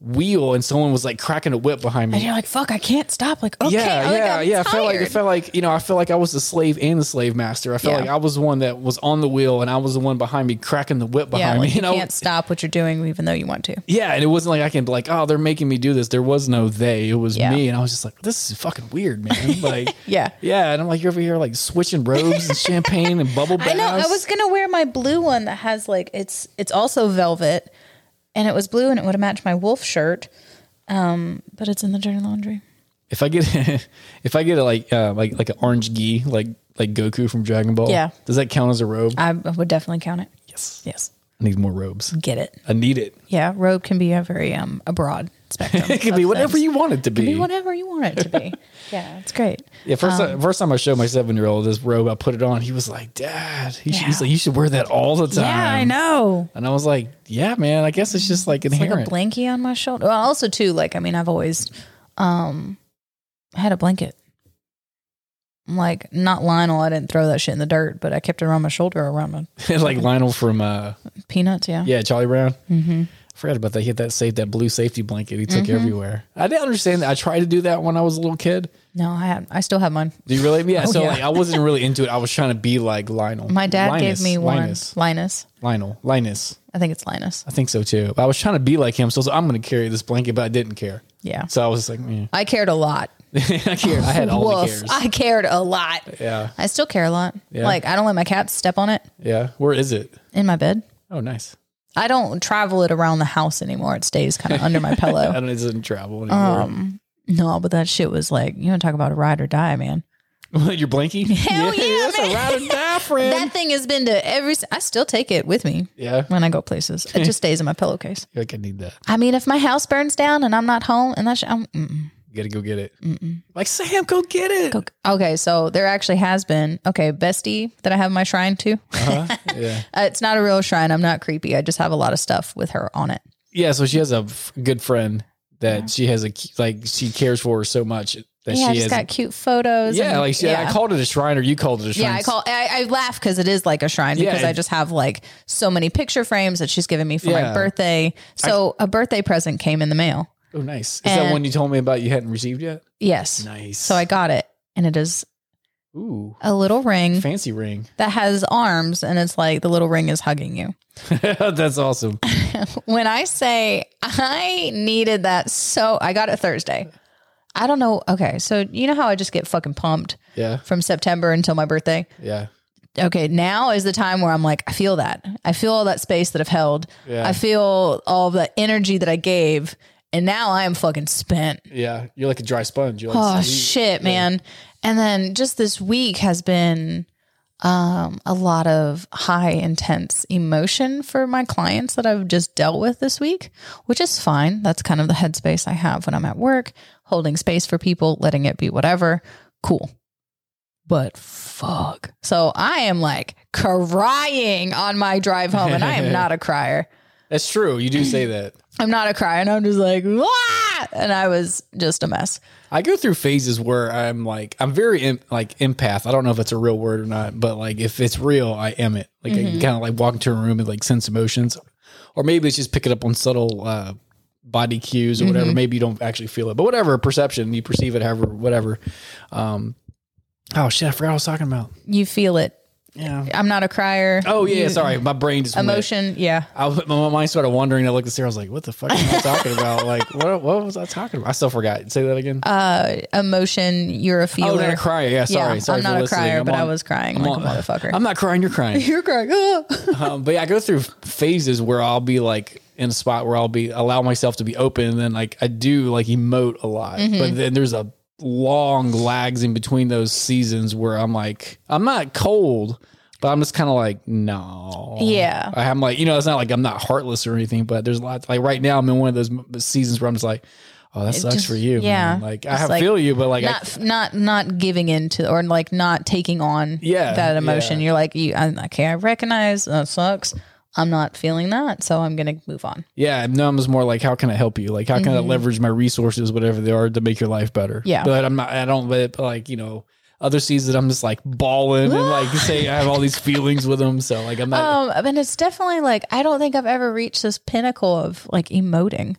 S1: wheel, and someone was like cracking a whip behind
S2: and
S1: me.
S2: you're like, fuck, I can't stop. Like, okay,
S1: Yeah,
S2: I'm like,
S1: yeah,
S2: I'm
S1: yeah. I felt like
S2: tired.
S1: it felt like you know I felt like I was the slave and the slave master. I felt
S2: Yeah.
S1: like I was the one that was on the wheel, and I was the one behind me cracking the whip behind
S2: yeah, like
S1: (laughs) me.
S2: you
S1: and I
S2: can't stop what you're doing, even though you want to.
S1: yeah, and it wasn't like I can be like, oh, they're making me do this. There was no they. It was
S2: Yeah.
S1: me, and I was just like, this is fucking weird,
S2: (laughs)
S1: man. Like,
S2: Yeah.
S1: yeah, and I'm like, you're over here like switching robes and champagne and bubble baths.
S2: I know. I was gonna wear my blue one that has like it's it's also velvet, and it was blue and it would have matched my wolf shirt, um, but it's in the dirty laundry.
S1: if I get (laughs) if I get a, like uh, like like an orange gi like like Goku from Dragon Ball.
S2: Yeah.
S1: does that count as a robe?
S2: I would definitely count it.
S1: yes,
S2: Yes,
S1: I need more robes.
S2: get it.
S1: I need it.
S2: Yeah, robe can be a very um
S1: (laughs)
S2: a broad spectrum.
S1: It can be whatever you want it to be.
S2: be whatever you want it um,
S1: (laughs)
S2: to be. yeah, it's great.
S1: yeah, first time, first time I showed my seven year old this robe, I put it on. He was like, Dad, he should, he's
S2: Yeah.
S1: like, you should wear that all the time.
S2: Yeah, I know.
S1: And I was like, Yeah, man. I guess it's just like
S2: It's like
S1: inherent.
S2: a blankie on my shoulder. Well, also too, like I mean, I've always um had a blanket. Like not Lionel, I didn't throw that shit in the dirt, but I kept it around my shoulder, around my
S1: (laughs) like Lionel from uh
S2: peanuts. Yeah,
S1: yeah Charlie Brown.
S2: Mm-hmm.
S1: Forgot about that. He had that safe that blue safety blanket he took everywhere. I didn't understand that. I tried to do that when I was a little kid.
S2: No, I had, I still have mine.
S1: Do you really? Yeah.
S2: (laughs) Oh,
S1: so
S2: yeah.
S1: like I wasn't really into it. I was trying to be like Lionel.
S2: My dad
S1: Linus,
S2: gave me one.
S1: Linus. Uh,
S2: Linus.
S1: Lionel. Linus.
S2: I think it's Linus.
S1: I think so too. But I was trying to be like him. So I was like, I'm going to carry this blanket, but I didn't care.
S2: Yeah,
S1: So I was like, eh.
S2: I cared a lot.
S1: (laughs)
S2: (laughs)
S1: I cared. I had all
S2: Woof.
S1: the cares.
S2: I cared a lot.
S1: yeah.
S2: I still care a lot.
S1: Yeah.
S2: Like I don't let my cats step on it
S1: Yeah. Where is it?
S2: in my bed.
S1: Oh, nice.
S2: I don't travel it around the house anymore. It stays
S1: (laughs)
S2: kind of under my
S1: I
S2: pillow.
S1: don't. It doesn't travel anymore.
S2: Oh. Um, no, but that shit was like you want to talk about a ride or die, man.
S1: (laughs) Your blankie.
S2: Hell yeah,
S1: that's a
S2: man. (laughs)
S1: ride or die, friend.
S2: That thing has been to every. s- I still take it with me
S1: yeah.
S2: when I go places. It just stays in my pillowcase.
S1: You're like I need that.
S2: I mean, if my house burns down and I'm not home, and that's I'm. Mm-mm.
S1: You gotta go get it. Like Sam, go get it.
S2: Coke. Okay, so there actually has been okay bestie that I have my shrine to.
S1: (laughs) Uh-huh. yeah,
S2: Uh, it's not a real shrine. I'm not creepy. I just have a lot of stuff with her on it.
S1: yeah. So she has a f- good friend that she has a like she cares for her so much that
S2: yeah, I
S1: she
S2: just
S1: has.
S2: got cute photos.
S1: yeah,
S2: and-
S1: like she, I called it a shrine, or you called it a shrine.
S2: Yeah, I call. I, I laugh because it is like a shrine
S1: Yeah,
S2: because I
S1: it-
S2: just have like so many picture frames that she's given me for
S1: Yeah.
S2: my birthday. So a birthday present came in the mail.
S1: Oh, nice. Is that
S2: And-
S1: one you told me about you hadn't received yet?
S2: Yes,
S1: Nice.
S2: so I got it, and it is
S1: ooh
S2: a little ring
S1: fancy ring. (laughs)
S2: that has arms, and it's like the little ring is hugging you.
S1: That's
S2: (laughs)
S1: awesome.
S2: when I say I needed that so I got it Thursday. I don't know. Okay, so you know how I just get fucking pumped
S1: Yeah,
S2: from September until my birthday?
S1: yeah,
S2: Okay, now is the time where I'm like, I feel that. I feel all that space that I've held.
S1: Yeah.
S2: I feel all the energy that I gave. And now I am fucking spent.
S1: yeah. You're like a dry sponge. You're like
S2: Oh
S1: sweet.
S2: shit, man. And then just this week has been um a lot of high intense emotion for my clients that I've just dealt with this week, which is fine. That's kind of the headspace I have when I'm at work, holding space for people, letting it be whatever. Cool. but fuck. So I am like crying on my drive home, and I am not a crier.
S1: That's true. You do
S2: (clears throat)
S1: say that.
S2: I'm not a crier, and I'm just like, "Wah!" and I was just a mess.
S1: I go through phases where I'm like, I'm very em- like empath. I don't know if it's a real word or not, but like if it's real, I am it. Like I
S2: Mm-hmm.
S1: can kind of like walk into a room and like sense emotions, or maybe it's just picking up on subtle uh, body cues or whatever.
S2: Mm-hmm.
S1: Maybe you don't actually feel it, but whatever perception you perceive it, however, whatever. Um, oh shit, I forgot what I was talking about.
S2: You feel it.
S1: Yeah.
S2: I'm not a crier.
S1: Oh yeah, sorry, my brain just went.
S2: Emotion, yeah.
S1: I, my- my mind started wandering. I looked at Sarah. I was like, "What the fuck am I talking about?
S2: (laughs)
S1: Like, what, what was I talking about? I still forgot. Say that again.
S2: Emotion, you're a feeler.
S1: Oh, not a crier. Yeah, sorry.
S2: Uh, Yeah,
S1: sorry
S2: I'm
S1: for
S2: not a
S1: listening.
S2: crier,
S1: I'm
S2: but I
S1: on-
S2: was crying
S1: I'm
S2: like
S1: on-
S2: a motherfucker.
S1: I'm not crying. You're
S2: (laughs)
S1: crying. (laughs)
S2: you're crying. ah.
S1: um, but yeah, I go through phases where I'll be like in a spot where I'll be allow myself to be open, and then like I do like emote a lot.
S2: Mm-hmm.
S1: But then there's a long lags in between those seasons where I'm like I'm not cold. But I'm just kind of like, no.
S2: Yeah.
S1: I- I'm like, you know, it's not like I'm not heartless or anything, but there's lots. Like right now, I'm in one of those m- seasons where I'm just like, oh, that sucks
S2: just-
S1: for you.
S2: yeah.
S1: man. Like, I
S2: It's
S1: have,
S2: like
S1: feel you, but like, I-
S2: not not not giving in to or like not taking on
S1: Yeah,
S2: that emotion.
S1: yeah.
S2: You're like, you, I'm, okay, I recognize that sucks. I'm not feeling that, so I'm gonna move on.
S1: Yeah, numb is more like how can I help you? Like how can I leverage my resources, whatever they are, to make your life better?
S2: Mm-hmm. Yeah.
S1: but I'm not. I don't but, like you know other seasons. I'm just like balling and
S2: (laughs)
S1: like say I have all these feelings with them. So like I'm not.
S2: Um, and it's definitely like I don't think I've ever reached this pinnacle of like emoting.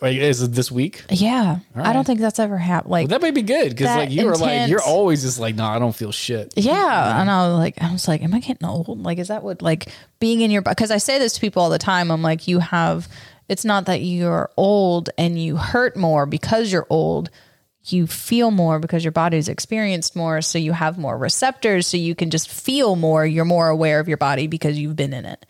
S1: like is it this week?
S2: Yeah, I don't
S1: right.
S2: think that's ever happened. Like,
S1: Well, that may be good because
S2: that
S1: like you were like
S2: intense-
S1: you're always just like no, I don't feel shit.
S2: yeah, and I was like, I was like, am I getting old? Like, is that what like being in your? Because I say this to people all the time. I'm like, you have. It's not that you're old and you hurt more because you're old. You feel more because your body's experienced more, so you have more receptors, so you can just feel more. You're more aware of your body because you've been in it.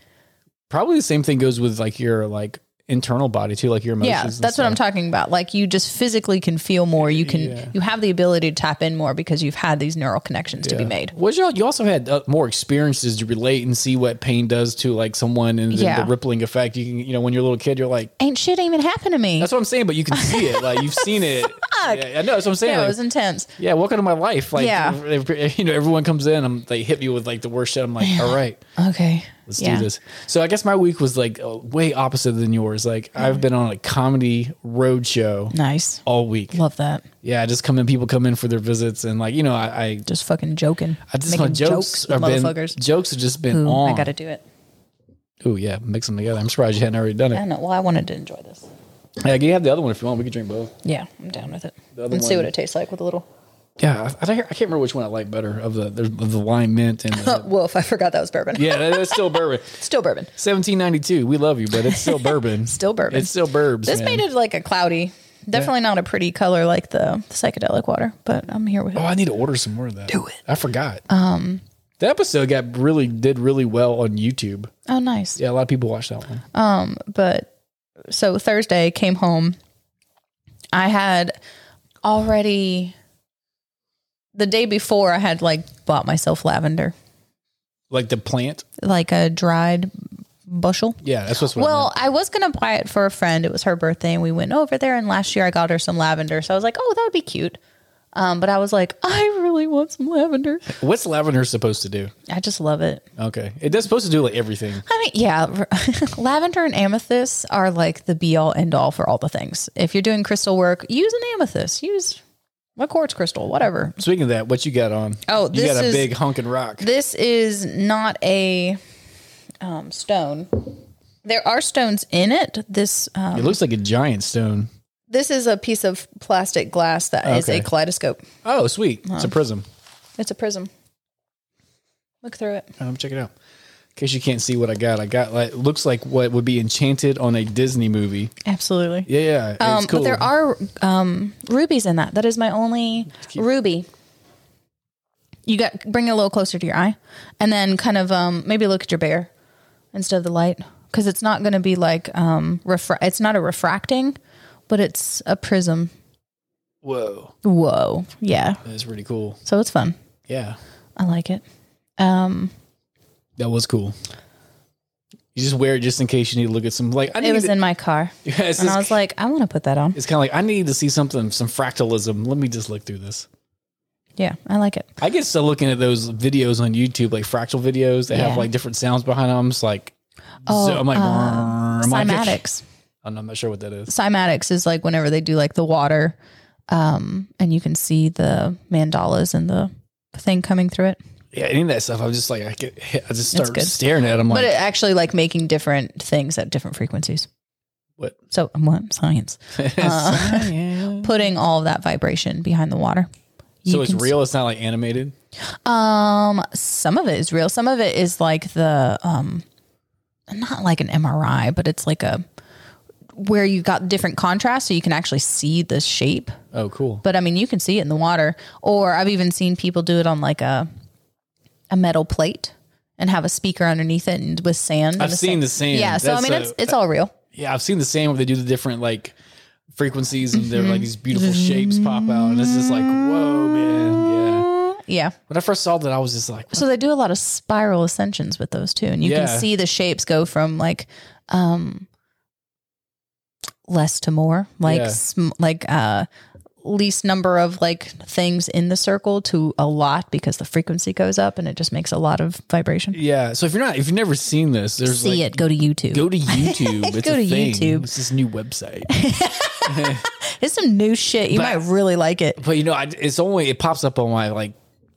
S1: Probably the same thing goes with like your like internal body too, like your emotions.
S2: Yeah,
S1: and
S2: that's what I'm
S1: stuff.
S2: talking about. Like you just physically can feel more. You can you have the ability to tap in more because you've had these neural connections to be made.
S1: Was you you also had uh, more experiences to relate and see what pain does to like someone and the,
S2: Yeah.
S1: the rippling effect. You can you know when you're a little kid, you're like.
S2: Ain't shit even happened to me.
S1: That's what I'm saying, but you can see it. Like you've seen
S2: (laughs)
S1: it. Yeah, I know. That's what I'm saying.
S2: yeah,
S1: like,
S2: it was intense.
S1: yeah, welcome to my life. Like,
S2: Yeah.
S1: (laughs) if- if- you know, everyone comes in. I'm, they hit me with like the worst shit. I'm like, all right,
S2: Okay.
S1: let's
S2: Yeah.
S1: do this. So I guess my week was like uh, way opposite than yours. Like I've been on a comedy road show
S2: Nice.
S1: all week.
S2: Love that.
S1: Yeah, I just come in. People come in for their visits, and like you know, I, I,
S2: Just fucking joking.
S1: I just my
S2: Making
S1: jokes, have
S2: with
S1: been
S2: motherfuckers.
S1: jokes have just been
S2: Ooh,
S1: on.
S2: I got to do it.
S1: Oh yeah, mix them together. I'm surprised you hadn't already done
S2: I
S1: it.
S2: know. Well, I wanted to enjoy this.
S1: Yeah, you have the other one if you want. We could drink both.
S2: Yeah, I'm down with it.
S1: other
S2: Let's see
S1: one-
S2: what it tastes like with a little.
S1: Yeah, I, I can't remember which one I like better of the there's of the lime mint and
S2: (laughs)
S1: the,
S2: Well, if I forgot that was bourbon.
S1: Yeah, that, that's still bourbon.
S2: Still bourbon.
S1: 1792. We love you, but it's still bourbon.
S2: Still bourbon.
S1: It's still burbs.
S2: This
S1: man.
S2: made it like a cloudy. Definitely not a pretty color like the psychedelic water, but I'm here with it.
S1: Oh, I need to order some more of that. Do it. I forgot. Um, the episode got really did really well on YouTube.
S2: Oh, nice.
S1: Yeah, a lot of people watched that one.
S2: Um, But so Thursday came home. I had already the day before I had like bought myself lavender,
S1: Like the plant.
S2: like a dried bushel.
S1: Yeah, that's what's what
S2: Well, I was gonna buy it for a friend. It was her birthday, and we went over there. And last year, I got her some lavender, so I was like, "Oh, that would be cute." Um, but I was like, "I really want some lavender.
S1: I meant. What's lavender supposed to do?
S2: I just love it."
S1: Okay, it does supposed to do like everything.
S2: I mean, yeah, (laughs) lavender and amethyst are like the be all end all for all the things. If you're doing crystal work, use an amethyst. Use a quartz crystal, whatever.
S1: Speaking of that, what you got on?
S2: Oh,
S1: you
S2: this
S1: got a
S2: is-
S1: big honking rock.
S2: This is not a um, stone. There are stones in it. This
S1: it
S2: um,
S1: looks like a giant stone.
S2: this is a piece of plastic glass that is
S1: Okay.
S2: a kaleidoscope.
S1: Oh, sweet. It's a prism.
S2: It's a prism. Look through it.
S1: Um, check it out. In case you can't see what I got, I got like looks like what would be enchanted on a Disney movie.
S2: Absolutely.
S1: Yeah, yeah. It's
S2: Um,
S1: cool.
S2: But there are um, rubies in that. That is my only ruby. You got bring it a little closer to your eye, and then kind of um, maybe look at your bear instead of the light because it's not going to be like um, refra- It's not a refracting, but it's a prism.
S1: Whoa,
S2: Whoa, yeah.
S1: that's pretty cool.
S2: So it's fun.
S1: Yeah,
S2: I like it. Um,
S1: that was cool. You just wear it just in case you need to look at some like I
S2: it
S1: need.
S2: was
S1: to,
S2: in my car,
S1: Yeah, (laughs) it's
S2: and
S1: just-
S2: I was like, I want to put that on.
S1: it's kind of like I need to see something, some fractalism. Let me just look through this.
S2: Yeah, I like it.
S1: I get still looking at those videos on YouTube, like fractal videos. They
S2: Yeah.
S1: have like different sounds behind them. It's like,
S2: Oh,
S1: so I'm like,
S2: uh,
S1: I'm like,
S2: cymatics.
S1: I'm not sure what that is.
S2: Cymatics is like whenever they do like the water, um, and you can see the mandalas and the thing coming through it.
S1: Yeah, any of that stuff. I'm just like, I get, I just
S2: That's
S1: start
S2: good.
S1: staring at. it. I'm
S2: but
S1: like,
S2: it actually like making different things at different frequencies.
S1: What?
S2: So um, what science?
S1: (laughs)
S2: uh, Putting all of that vibration behind the water.
S1: so
S2: You
S1: it's
S2: can s-
S1: real. It's not like animated.
S2: Um, some of it is real. Some of it is like the um, not like an MRI, but it's like a where you got different contrast, so you can actually see the shape.
S1: Oh, cool.
S2: But I mean, you can see it in the water. Or I've even seen people do it on like a a metal plate and have a speaker underneath it and with sand. and
S1: I've seen the sand.
S2: Yeah, so I
S1: That's
S2: mean,
S1: a-
S2: it's it's all real.
S1: Yeah, I've seen the same where they do the different like frequencies and they're like these
S2: Mm-hmm.
S1: beautiful shapes pop out, and it's just like, whoa, man. Yeah.
S2: Yeah.
S1: When I first saw that, I was just like,
S2: So they do a lot of spiral ascensions with those too, and you
S1: Yeah.
S2: can see the shapes go from like um less to more, like
S1: Yeah.
S2: sm- like uh least number of like things in the circle to a lot because the frequency goes up and it just makes a lot of vibration.
S1: yeah. So if you're not, if you've never seen this, there's
S2: see
S1: like,
S2: it, go to YouTube.
S1: Go to
S2: (laughs)
S1: YouTube. It's
S2: Go
S1: a
S2: to
S1: thing.
S2: YouTube.
S1: It's this new website.
S2: it's some new shit. You
S1: But-
S2: might really like it.
S1: but you know, I, it's only it pops up on my like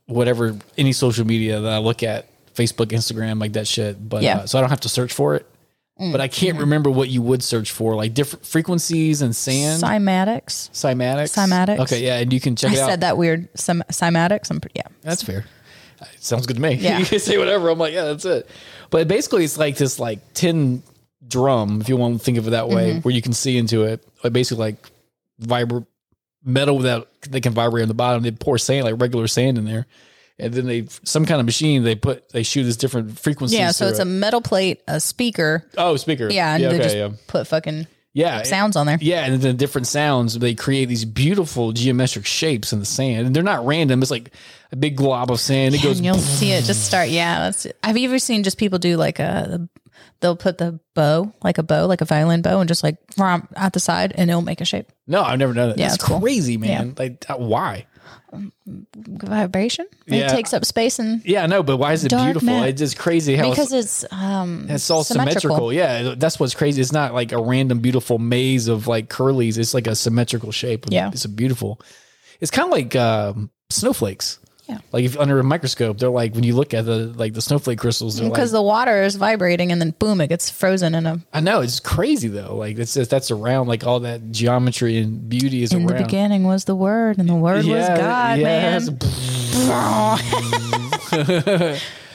S1: whatever any social media that I look at, Facebook, Instagram, like that shit. But
S2: Yeah. Mm, mm-hmm.
S1: uh, so I don't have to search for it. But I can't remember what you would search for, like different frequencies and sand.
S2: Cymatics.
S1: Cymatics.
S2: Cymatics.
S1: Okay, yeah, and you can check
S2: I
S1: it out.
S2: said that weird. Some cymatics. I'm pretty, yeah.
S1: That's fair. It sounds good to me. (laughs)
S2: Yeah.
S1: you can say whatever. I'm like, yeah, that's it. But basically, it's like this like tin drum, if you want to think of it that
S2: Mm-hmm.
S1: way, where you can see into it. Like basically, like vibra metal that they can vibrate on the bottom. They pour sand like regular sand in there, and then they some kind of machine they put they shoot this different frequencies.
S2: Yeah. So
S1: through
S2: it's a
S1: it.
S2: metal plate, a speaker.
S1: oh speaker.
S2: Yeah. And
S1: yeah,
S2: they
S1: okay,
S2: just
S1: yeah,
S2: put fucking
S1: yeah. it-
S2: sounds on there.
S1: yeah, and the different sounds they create these beautiful geometric shapes in the sand, and they're not random. It's like a big glob of sand. It
S2: Yeah,
S1: goes
S2: and you'll see it just start. Yeah, that's. Have you ever seen just people do like a? the- They'll put the bow, like a bow, like a violin bow, and just like romp out the side, and it'll make a shape.
S1: No, I've never done it.
S2: Yeah,
S1: That's
S2: it's cool.
S1: crazy, man. Like, uh, why?
S2: Vibration.
S1: Yeah.
S2: It takes up space and
S1: Yeah, I know, but why is it
S2: Dark
S1: beautiful?
S2: matter.
S1: It's just crazy how
S2: because
S1: it's,
S2: it's um
S1: it's all symmetrical. Yeah, that's what's crazy. It's not like a random beautiful maze of like curlies. It's like a symmetrical shape.
S2: Yeah.
S1: it's a beautiful. It's kind of like um, snowflakes.
S2: Yeah.
S1: like if under a microscope, they're like when you look at the like the snowflake crystals. They're like,
S2: Because the water is vibrating, and then boom, it gets frozen in a.
S1: I know it's crazy though. Like it's just that's around like all that geometry and beauty is
S2: In the
S1: around.
S2: beginning was the word, and the word was God,
S1: yes. Mm.
S2: man.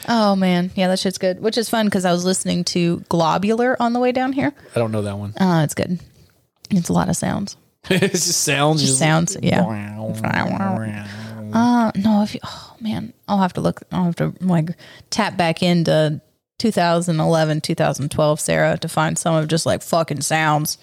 S2: Oh man, yeah, that shit's good. Which is fun because I was listening to Globular on the way down here.
S1: (laughs) I don't know that one.
S2: Oh, it's good. It's a lot of sounds.
S1: (laughs) it just sounds. Just
S2: sounds. Yeah.
S1: Mm.
S2: Uh, no, if you, oh man, I'll have to look. I'll have to like tap back into 2011, 2012, Sarah, to find some of just like fucking sounds.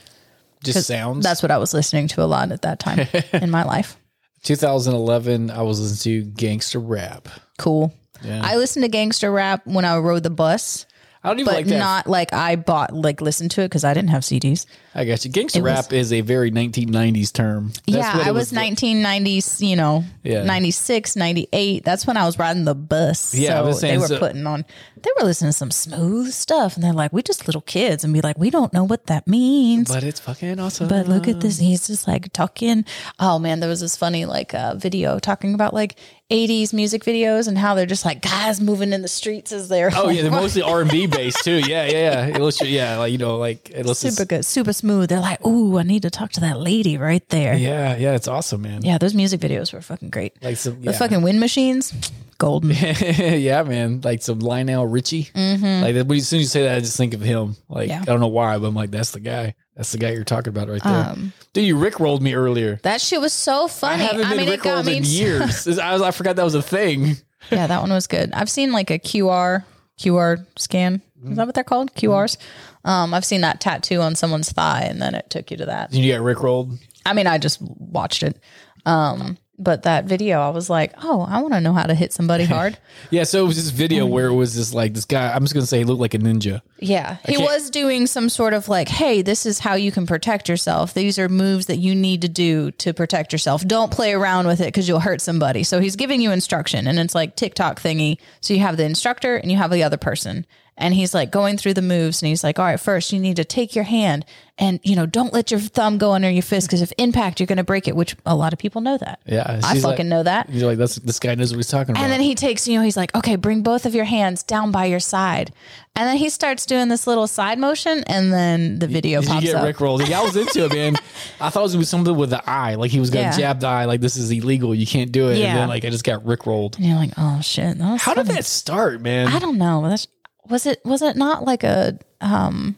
S1: just
S2: 'Cause
S1: sounds.
S2: That's what I was listening to a lot at
S1: (laughs)
S2: that time in my life.
S1: 2011, I was listening to gangster rap.
S2: Cool.
S1: Yeah.
S2: I listened to gangster rap when I rode the bus,
S1: I don't even
S2: but
S1: like that.
S2: not like I bought like listened to it because I didn't have CDs.
S1: I got you. Gangster
S2: It was-
S1: rap is a very 1990s term. That's
S2: yeah,
S1: what it
S2: I was 1990s, you know,
S1: Yeah.
S2: 96, 98. That's when I was riding the bus.
S1: Yeah, I
S2: so
S1: was
S2: they
S1: saying,
S2: were
S1: so-
S2: putting on, they were listening to some smooth stuff. And they're like, we just little kids and be like, we don't know what that means. But,
S1: But uh, it's fucking awesome.
S2: look at this. He's just like talking. Oh man, there was this funny like uh, video talking about like 80s music videos and how they're just like guys moving in the streets as they're
S1: oh
S2: like, (laughs)
S1: yeah, they're mostly R and B based too. Yeah, yeah, yeah. Illustrate, yeah, like you know, like
S2: super
S1: illustrate.
S2: good, super smooth. They're like, ooh, I need to talk to that lady right there. Yeah,
S1: Yeah, yeah, it's awesome, man.
S2: those music videos were fucking great.
S1: Like some,
S2: The
S1: yeah.
S2: fucking wind machines, golden.
S1: (laughs) yeah, man. Like some Lionel Richie. Mm-hmm. Like that- when you- as soon as you say that, I just think of him. Like
S2: Yeah.
S1: I don't know why, but I'm like, that's the guy. That's the guy you're talking about right there. Dude, you Rick rolled me earlier.
S2: That shit was so
S1: I
S2: funny. Um, I,
S1: haven't been
S2: mean, it
S1: Rick
S2: got
S1: rolled
S2: me.
S1: in
S2: (laughs)
S1: years. I was, I forgot that was a thing.
S2: yeah, that one was good. I've seen like a QR QR scan.
S1: Mm-hmm.
S2: Is that what they're called? QRs. Um, I've seen that tattoo on someone's thigh, and then it took you to that.
S1: You got Rick rolled.
S2: I mean, I just watched it. Um, But that video, I was like, oh, I want to know how to
S1: (laughs)
S2: hit somebody hard.
S1: Yeah, so it was this
S2: Mm.
S1: video where it was this like this guy. I'm just gonna say he looked like a ninja.
S2: Yeah. He
S1: can't-
S2: was doing some sort of like, hey, this is how you can protect yourself. These are moves that you need to do to protect yourself. Don't play around with it because you'll hurt somebody. So he's giving you instruction and it's like TikTok thingy. So you have the instructor and you have the other person. And he's like going through the moves and he's like, all right, first you need to take your hand and, you know, don't let your thumb go under your fist because if impact, you're going to break it, which a lot of people know that.
S1: Yeah,
S2: I
S1: she's like-
S2: fucking know that.
S1: You're like, that's this guy knows what he's talking about.
S2: And then he takes, you know, he's like, okay, bring both of your hands down by your side. And then he starts doing this little side motion, and then the video
S1: Did you
S2: pops
S1: get
S2: up.
S1: rickrolled? Yeah, I was into it,
S2: (laughs)
S1: man. I thought it was gonna be something with the eye, like he was gonna
S2: Yeah.
S1: jab the eye, like this is illegal, you can't do it.
S2: Yeah.
S1: And then like I just got rickrolled.
S2: and you're like, oh shit. That was
S1: How did
S2: some-
S1: that start, man?
S2: I don't know. That's, was it was it not like a um,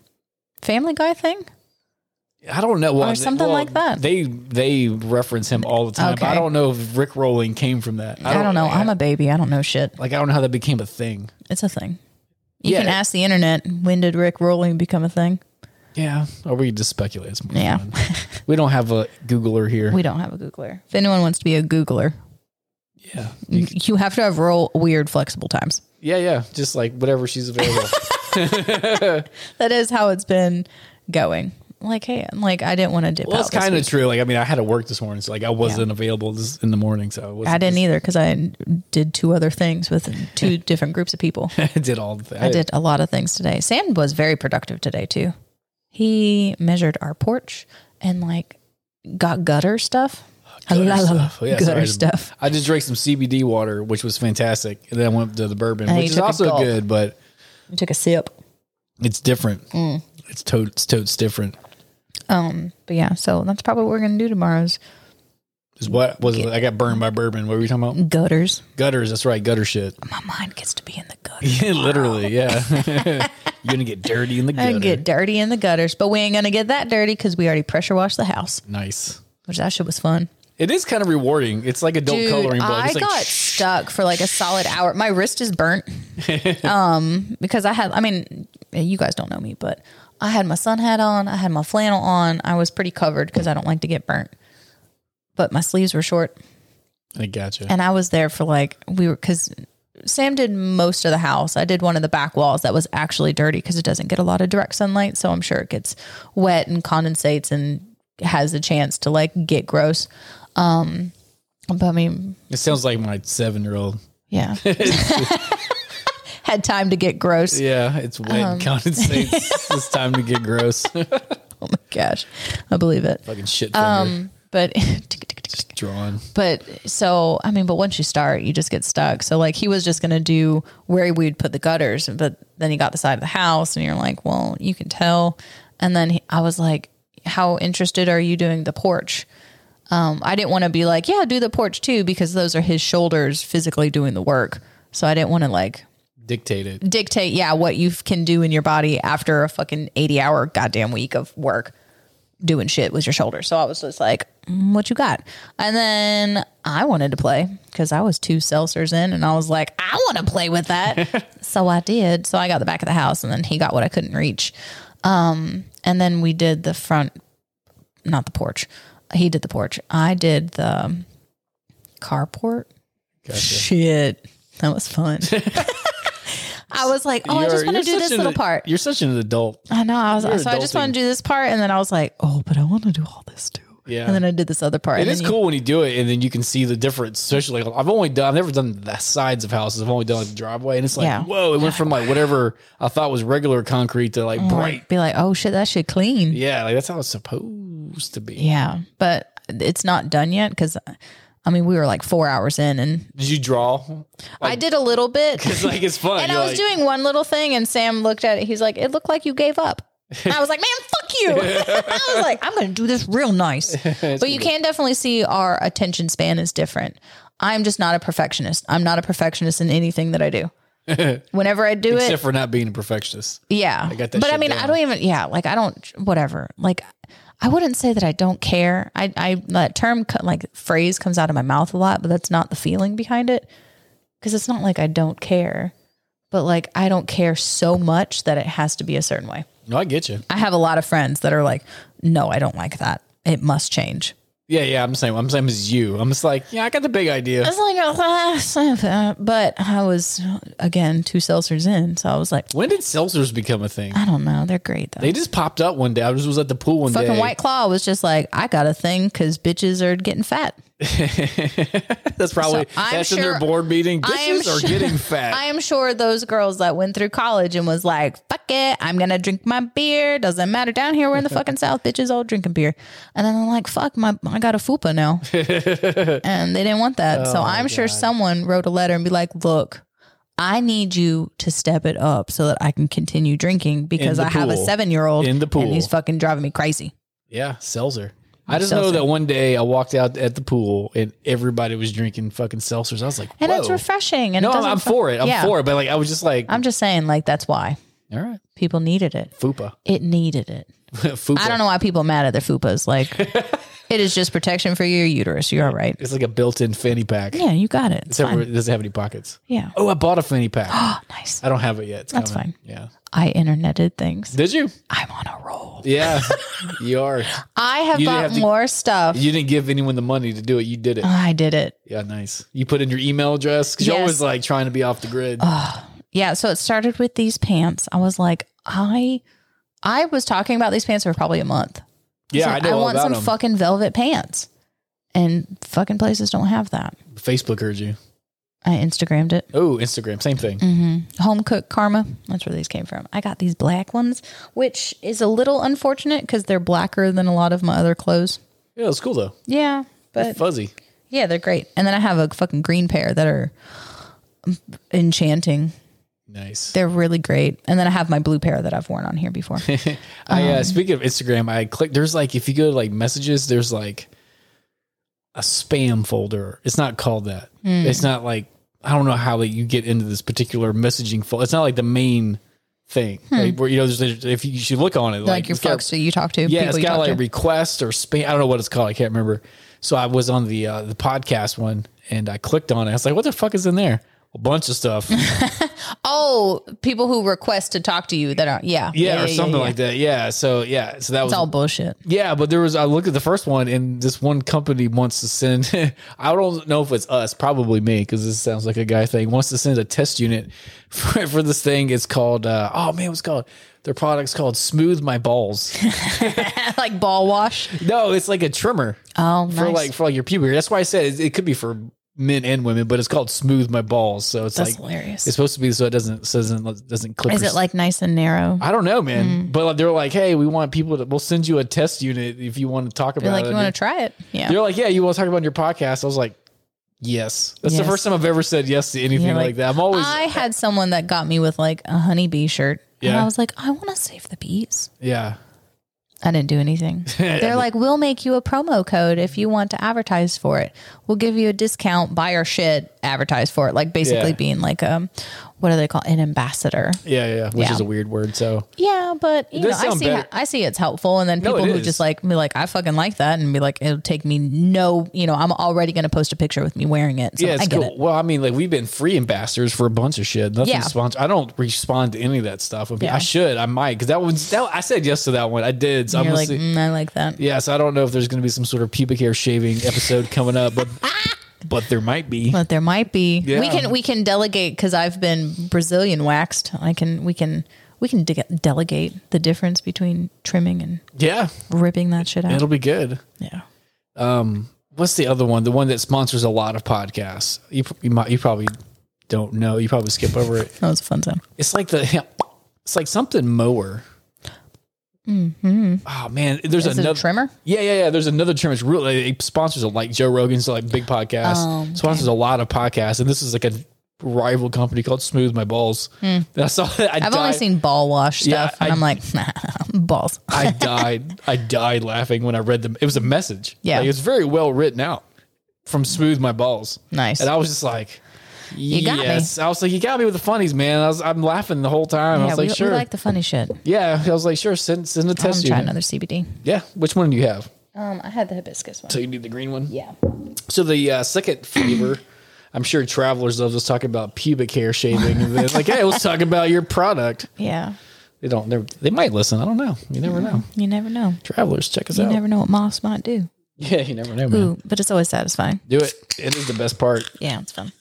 S2: Family Guy thing?
S1: I don't know. Well,
S2: Or
S1: they-
S2: something
S1: well,
S2: like that.
S1: They they reference him all the time. But I
S2: Okay.
S1: don't know if rickrolling came from that.
S2: I don't, know. I'm a baby. I don't know shit.
S1: like I don't know how that became a thing.
S2: It's a thing. You
S1: Yeah.
S2: can ask the internet. When did Rick Rolling become a thing?
S1: Yeah, or we just speculate. It's more
S2: Yeah.
S1: fun. we don't have a Googler here.
S2: (laughs) We don't have a Googler. If anyone wants to be a Googler,
S1: yeah,
S2: you, you have to have real weird flexible times.
S1: yeah, yeah. Just like whatever she's
S2: (laughs)
S1: available.
S2: that is how it's been going. Like, hey, I'm like I didn't want to dip
S1: well,
S2: out.
S1: that's
S2: this
S1: kind of
S2: week.
S1: true. Like I mean, I had to work this morning, so like I wasn't available this, in the morning. So I, wasn't,
S2: I didn't either because I did two other
S1: (laughs)
S2: things with two different groups of people.
S1: I did all the things.
S2: I did a lot of things today. Sam was very productive today too. He measured our porch and like got gutter stuff.
S1: gutter
S2: I love
S1: stuff. Oh, Yeah,
S2: gutter
S1: sorry, I just-
S2: stuff.
S1: I just drank some CBD water, which was fantastic, and then I went up to the bourbon,
S2: And you
S1: which is
S2: took a
S1: also
S2: gulp.
S1: good, but
S2: I took a sip.
S1: it's different. It's totes totes different.
S2: Mm. Um, but yeah, so that's probably what we're gonna do tomorrow is
S1: Is what was it? I got burned by bourbon. What were we talking about?
S2: gutters.
S1: Gutters. That's right, gutter
S2: (laughs)
S1: shit.
S2: My mind gets to be in the
S1: (laughs)
S2: gutter.
S1: Yeah, Literally, (laughs) yeah. You're gonna get dirty in the gutter.
S2: And get dirty in the gutters, but we ain't gonna get that dirty because we already pressure washed the house,
S1: nice.
S2: which that shit was fun.
S1: It is kind of rewarding. It's like adult
S2: Dude,
S1: Oh, coloring book.
S2: I
S1: It's like,
S2: got
S1: shh,
S2: stuck for like a solid hour. My wrist is
S1: (laughs)
S2: burnt. um, because I had I mean, you guys don't know me, but I had my sun hat on, I had my flannel on, I was pretty covered because I don't like to get burnt. But my sleeves were short.
S1: I gotcha.
S2: And I was there for like we were cause Sam did most of the house. I did one of the back walls that was actually dirty because it doesn't get a lot of direct sunlight. So I'm sure it gets wet and condensates and has a chance to like get gross. Um but I mean
S1: It sounds like my seven year old.
S2: yeah. (laughs) Had time to get gross.
S1: Yeah, it's wet
S2: Um.
S1: and
S2: (laughs)
S1: condensates. it's time to get gross.
S2: Oh my gosh. I believe it.
S1: Fucking shit finger.
S2: Um, but (laughs)
S1: drawn.
S2: but so I mean, but once you start, you just get stuck. So like he was just gonna do where we'd put the gutters, but then he got the side of the house, and you're like, well, you can tell. And then he, I was like, how interested are you doing the porch? Um, I didn't want to be like, yeah, do the porch too, because those are his shoulders physically doing the work. So I didn't want to like
S1: Dictate it.
S2: dictate, yeah, what you f- can do in your body after a fucking 80 hour goddamn week of work doing shit with your shoulder. So I was just like, "Mm, what you got? And then I wanted to play because I was two seltzers in and I was like, I want to play
S1: (laughs)
S2: with that. so I did. So I got the back of the house and then he got what I couldn't reach. Um, and then we did the front, not the porch. He did the porch. I did the carport. Shit. That
S1: (laughs)
S2: was fun. (laughs) I was like, oh, I just
S1: You're-
S2: want to
S1: you're
S2: do
S1: such
S2: this
S1: an-
S2: little part.
S1: You're such an adult.
S2: I know. I was
S1: you're
S2: so I just want
S1: adulting.
S2: to do this part, and then I was like, oh, but I want to do all this too.
S1: Yeah.
S2: And then I did this other part.
S1: It
S2: and
S1: is
S2: then you-
S1: cool when you do it and then you can see the difference, especially like, I've only done, I've never done the sides of houses. I've only done like the driveway and it's like,
S2: Yeah.
S1: whoa, it went from like whatever I thought was regular concrete to like bright.
S2: Like, be like, oh shit, that shit clean. Yeah.
S1: Yeah, like that's how it's supposed to be.
S2: but it's not done yet because, I mean, we were like four hours in, and
S1: Did you draw? (laughs)
S2: I did a little bit.
S1: It's like it's fun.
S2: And
S1: You're
S2: I was
S1: like-
S2: doing one little thing, and Sam looked at it. He's like, "It looked like you gave up." And I was like, "Man, fuck
S1: (laughs)
S2: you!" (laughs) I was like, "I'm going to do this real nice." but you can definitely see our attention span is different. I'm just not a perfectionist. I'm not a perfectionist in anything that
S1: (laughs)
S2: I do. Whenever I do it,
S1: except for not being a perfectionist.
S2: yeah.
S1: got that
S2: but I
S1: shit
S2: mean, I
S1: down.
S2: don't even, yeah, like I don't, whatever. Like, I wouldn't say that I don't care. I, I, that term, co- like phrase comes out of my mouth a lot, but that's not the feeling behind it. Cause it's not like I don't care, but like I don't care so much that it has to be a certain way.
S1: No, I get you.
S2: I have a lot of friends that are like, no, I don't like that. It must change.
S1: Yeah, yeah. I'm saying, I'm saying it's you. I'm just like, yeah, I got the big
S2: I
S1: idea.
S2: was like, "Ah, something," but I was again two seltzers in, so I was like,
S1: When did seltzers become a thing?
S2: I don't know, they're great though.
S1: They just popped up one day. I just was at the pool one
S2: Fucking
S1: day.
S2: White Claw was just like, I got a thing because bitches are getting fat.
S1: (laughs) that's probably
S2: So I'm
S1: that's in
S2: sure-
S1: their board meeting.
S2: I am
S1: Bitches are
S2: sure-
S1: getting fat.
S2: I am sure those girls that went through college and was like, fuck it, I'm gonna drink my beer. Doesn't matter. Down here, we're in
S1: (laughs)
S2: the fucking South, bitches all drinking beer. And then I'm like, fuck, my I got a
S1: (laughs)
S2: fupa now. and they didn't want that.
S1: Oh
S2: so I'm sure someone wrote a letter and be like, look, I need you to step it up so that I can continue drinking because
S1: the
S2: I have a
S1: pool.
S2: seven year old
S1: In the pool.
S2: and he's fucking driving me crazy.
S1: yeah, seltzer. I just know
S2: Seltzer.
S1: that one day I walked out at the pool and everybody was drinking fucking seltzers. I was like,
S2: And
S1: Whoa.
S2: it's refreshing. And
S1: no,
S2: it
S1: I'm,
S2: doesn't
S1: I'm
S2: fu-
S1: for it. I'm
S2: Yeah.
S1: for it. But like, I was just like,
S2: I'm just saying, like, that's why
S1: all right,
S2: people needed it.
S1: fupa, (laughs)
S2: It needed it.
S1: fupa.
S2: I don't know why people are mad at their
S1: (laughs)
S2: fupas. Like, it is just protection for your uterus. You're all right.
S1: It's like a built-in fanny pack.
S2: Yeah, you got it. It's
S1: Except
S2: fine.
S1: for it doesn't have any pockets.
S2: Yeah.
S1: Oh, I bought a fanny
S2: (gasps)
S1: pack.
S2: Oh, nice.
S1: I don't have it yet. It's
S2: That's
S1: coming.
S2: fine.
S1: Yeah.
S2: I interneted things.
S1: Did you?
S2: I'm on a roll.
S1: Yeah. (laughs) you are.
S2: I have
S1: You didn't
S2: bought
S1: have to-
S2: more stuff. Oh,
S1: You didn't give anyone the money to do it. You did it.
S2: I did it.
S1: Yeah, nice. You put in your email address because you're
S2: Yes. Oh,
S1: always like trying to be off the grid.
S2: Yeah. So it started with these pants. I was like, I, I was talking about these pants for probably a month. was
S1: yeah,
S2: like,
S1: I know all
S2: want
S1: about
S2: some
S1: them.
S2: fucking velvet pants, and fucking places don't have that.
S1: Facebook heard you.
S2: I Instagrammed it.
S1: Oh, Instagram, same thing.
S2: Mm. Home Cook Karma. That's where these came from. I got these black ones, which is a little unfortunate because they're blacker than a lot of my other clothes.
S1: Yeah, it's cool though.
S2: Yeah, but
S1: Fuzzy.
S2: yeah, they're great. And then I have a fucking green pair that are enchanting.
S1: Nice.
S2: They're really great. And then I have my blue pair that I've worn on here (laughs) before.
S1: I
S2: um,
S1: uh, speaking of Instagram, I click. There's like if you go to like messages, there's like a spam folder. It's not called that.
S2: Hmm.
S1: It's not like I don't know how that you get into this particular messaging folder. It's not like the main thing like, where you know there's if you, you should look on it
S2: Hmm. like, your
S1: it's got-
S2: folks that you talk to.
S1: Yeah, it's
S2: you
S1: got
S2: talk
S1: like
S2: to.
S1: request or spam. I don't know what it's called. I can't remember. So I was on the uh, the podcast one and I clicked on it. I was like, what the fuck is in there? A bunch of
S2: (laughs)
S1: stuff.
S2: oh, people who request to talk to you that are yeah
S1: Yeah, or something
S2: yeah.
S1: like that. Yeah. So yeah. So that was
S2: It's all (laughs) bullshit.
S1: Yeah, but there was. I looked at the first one, and this one company wants to send. (laughs) I don't know if it's us, probably me, because this sounds like a guy thing. Wants to send a test unit (laughs) for, for this thing. It's called. Uh, oh man, what's it called? Their product's called Smooth My Balls. (laughs)
S2: like ball wash.
S1: no, it's like a trimmer
S2: Oh, nice.
S1: for like for like your pubic. That's why I said it, it could be for men and women, but it's called Smooth My Balls. So it's
S2: That's
S1: like
S2: hilarious.
S1: it's supposed to be so it doesn't so it doesn't doesn't clip.
S2: Is
S1: or
S2: it like Mm. nice and narrow?
S1: I don't know, man. But like, they're like, hey, we want people to. We'll send you a test unit if you want to talk about
S2: You're like,
S1: it.
S2: you
S1: on your-
S2: want to try it? Yeah.
S1: They're like, yeah, you want to talk about your podcast? I was like, yes. That's
S2: Yes.
S1: the first time I've ever said yes to anything
S2: You're
S1: like,
S2: like,
S1: that. I'm always,
S2: I had someone that got me with like a honeybee shirt. And
S1: Yeah.
S2: I was like, I want to save the bees.
S1: yeah,
S2: I didn't
S1: (laughs)
S2: do anything. They're like, we'll make you a promo code if you want to advertise for it. We'll give you a discount, buy our shit, advertise for it. Like basically
S1: Yeah.
S2: being like um what do they call an ambassador?
S1: yeah, yeah, which
S2: Yeah.
S1: is a weird word. So
S2: Yeah, but you know,
S1: does
S2: I
S1: sound
S2: see
S1: better.
S2: I see it's helpful and then
S1: No,
S2: people
S1: it
S2: who
S1: is.
S2: just like be like, I fucking like that and be like, it'll take me no, you know, I'm already gonna post a picture with me wearing it. So
S1: yeah,
S2: I
S1: it's
S2: get
S1: cool.
S2: it.
S1: Well, I mean, like we've been free ambassadors for a bunch of shit. Nothing
S2: Yeah.
S1: sponsored. I don't respond to any of that stuff. I, mean,
S2: Yeah.
S1: I should, I might, because that one's. That, I said yes to that one. I did. So I'm
S2: You're
S1: gonna
S2: like,
S1: see.
S2: mm, I like that.
S1: Yeah, so I don't know if there's going to be some sort of pubic hair shaving episode coming up,
S2: (laughs)
S1: but but there might be.
S2: but there might be.
S1: Yeah.
S2: We can we can delegate because I've been Brazilian waxed. I can we can we can de- delegate the difference between trimming and
S1: Yeah,
S2: ripping that shit out.
S1: it'll be good.
S2: yeah,
S1: what's the other one? The one that sponsors a lot of podcasts. You pr- you might you probably don't know. You probably skip over it.
S2: that was a fun time.
S1: It's like the it's like something mower. Oh man, there's
S2: Mm-hmm. Is it a
S1: another
S2: trimmer?
S1: Yeah, yeah, yeah. There's another trim. It's really it sponsors a, like Joe Rogan's like big podcast
S2: Oh,
S1: sponsors a lot of podcasts, and this is like a rival company called Smooth My Balls. And I saw (laughs) that. I
S2: Hmm. I've only
S1: died-
S2: seen ball wash stuff,
S1: Yeah,
S2: and
S1: I-
S2: I'm like (laughs) balls. (laughs)
S1: I died. I died laughing when I read them. It was a message.
S2: Yeah.
S1: Like, it was very well written out from Smooth My Balls.
S2: Nice.
S1: And I was just like, you
S2: got me.
S1: yes. I was like, you got me with the funnies, man. I was, I'm laughing the whole time. I
S2: Yeah,
S1: was like,
S2: we,
S1: sure.
S2: we like the funny shit.
S1: yeah. I was like, sure. Send, send a
S2: I'm
S1: test
S2: trying
S1: unit.
S2: another CBD.
S1: Yeah. Which one do you have?
S2: Um, I had the hibiscus one.
S1: So you need the green one?
S2: Yeah,
S1: So the uh, second (clears throat) flavor, I'm sure travelers love us talking about pubic hair shaving. and then like, hey, let's talk about your product.
S2: yeah.
S1: They don't, they're- they might listen. I don't know. You never know.
S2: You never know.
S1: Travelers, check us
S2: You
S1: out.
S2: never know what moss might do.
S1: (laughs) Yeah, you never know, man.
S2: Ooh, but it's always satisfying.
S1: Do it. It is the best part.
S2: Yeah, it's fun.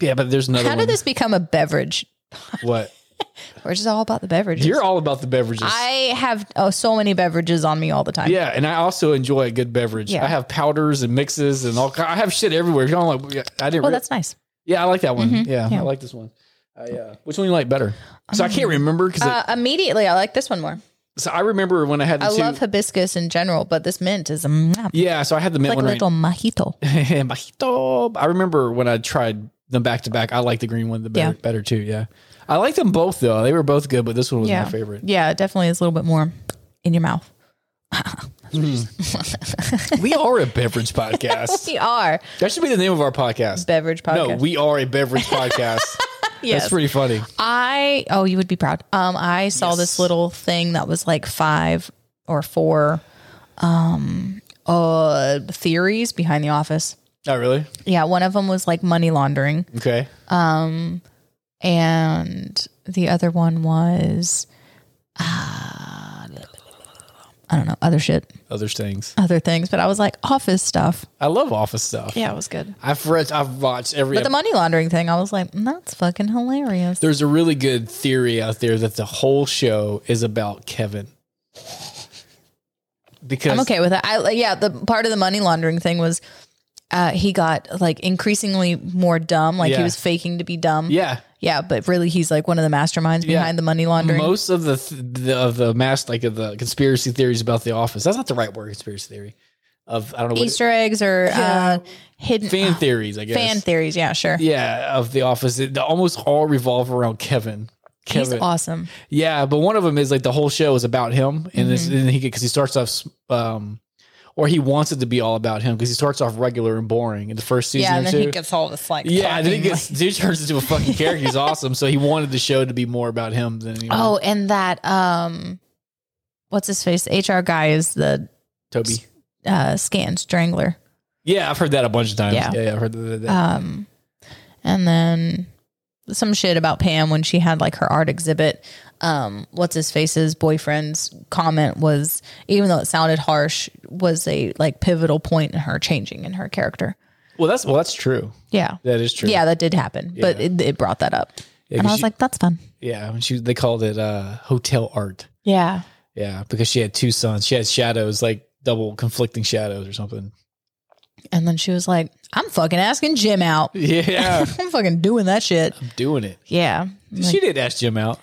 S1: Yeah, but there's another
S2: How
S1: one.
S2: did this become a beverage?
S1: what?
S2: We're just all about the beverages.
S1: You're all about the beverages.
S2: I have oh, so many beverages on me all the time.
S1: yeah, and I also enjoy a good beverage.
S2: Yeah.
S1: I have powders and mixes and all. ki- I have shit everywhere. If you don't like, I didn't. re-
S2: Well, Oh, that's nice.
S1: yeah, I like that one. Yeah,
S2: yeah.
S1: I like this one. I, uh, which one you like better? So I can't remember because
S2: Uh, immediately, I like this one more.
S1: so I remember when I had the
S2: I
S1: two.
S2: love hibiscus in general, but this mint is mwah,
S1: yeah, so I had the mint
S2: like a
S1: one right. (laughs)
S2: little mojito.
S1: Mojito. I remember when I tried them back to back. I liked the green one the better,
S2: Yeah.
S1: better too. Yeah, I liked them both though. They were both good, but this one was
S2: yeah,
S1: my
S2: (laughs)
S1: favorite.
S2: Yeah, it definitely is a little bit more in your mouth.
S1: we are a beverage podcast.
S2: (laughs) We are
S1: that should be the name of our podcast.
S2: beverage podcast.
S1: No, we are a beverage podcast. That's
S2: (laughs) yes.
S1: pretty funny.
S2: I oh, you would be proud. Um, I saw this little thing that was like five or four, um, uh, theories behind the office.
S1: Oh, really?
S2: Yeah, one of them was like money laundering.
S1: Okay.
S2: Um, and the other one was uh, I don't know other shit,
S1: Other things.
S2: other things. But I was like office stuff.
S1: I love office stuff.
S2: Yeah, it was good.
S1: I've read, I've watched every.
S2: But the
S1: ep-
S2: money laundering thing, I was like, mm, that's fucking hilarious.
S1: There's a really good theory out there that the whole show is about Kevin. Because
S2: I'm okay with that. I yeah, the part of the money laundering thing was. Uh, he got like increasingly more dumb, like he
S1: Yeah.
S2: was faking to be dumb.
S1: Yeah.
S2: yeah, but really he's like one of the masterminds
S1: Yeah.
S2: behind the money laundering.
S1: Most of the, th- the of the mass like of the conspiracy theories about the office. That's not the right word. Conspiracy theory of I don't know what
S2: Easter eggs or uh, hidden
S1: fan theories. I guess
S2: fan theories. Yeah, sure.
S1: yeah of the office. It, they almost all revolve around Kevin.
S2: He's
S1: Kevin,
S2: awesome.
S1: yeah, but one of them is like the whole show is about him, and
S2: Mm-hmm.
S1: it's and he because he starts off. Um, or he wants it to be all about him because he starts off regular and boring in the first season.
S2: Yeah,
S1: or
S2: and then
S1: two.
S2: he gets all this like
S1: yeah, and then he
S2: talking,
S1: gets
S2: like-
S1: dude turns into a fucking character. He's awesome, so he wanted the show to be more about him than anyone.
S2: oh, and that um, what's his face? HR guy is the
S1: Toby.
S2: uh, scan strangler.
S1: Yeah, I've heard that a bunch of times.
S2: Yeah.
S1: Yeah, yeah, I've heard that. that- that.
S2: Um, and then some shit about Pam when she had like her art exhibit. Um, what's his face's boyfriend's comment was even though it sounded harsh, was a like pivotal point in her changing in her character.
S1: well, that's well, that's true.
S2: Yeah.
S1: That is true.
S2: Yeah, that did happen, but it, it brought that up,
S1: Yeah,
S2: and I
S1: 'cause
S2: was
S1: she-
S2: like, "That's fun."
S1: yeah. and She they called it uh, hotel art.
S2: Yeah,
S1: Yeah, because she had two sons. She had shadows, like double conflicting shadows or
S2: (laughs)
S1: something.
S2: and then she was like, "I'm fucking asking Jim out."
S1: Yeah,
S2: (laughs) I'm fucking doing that shit.
S1: (laughs) doing it.
S2: Yeah.
S1: she did ask Jim out.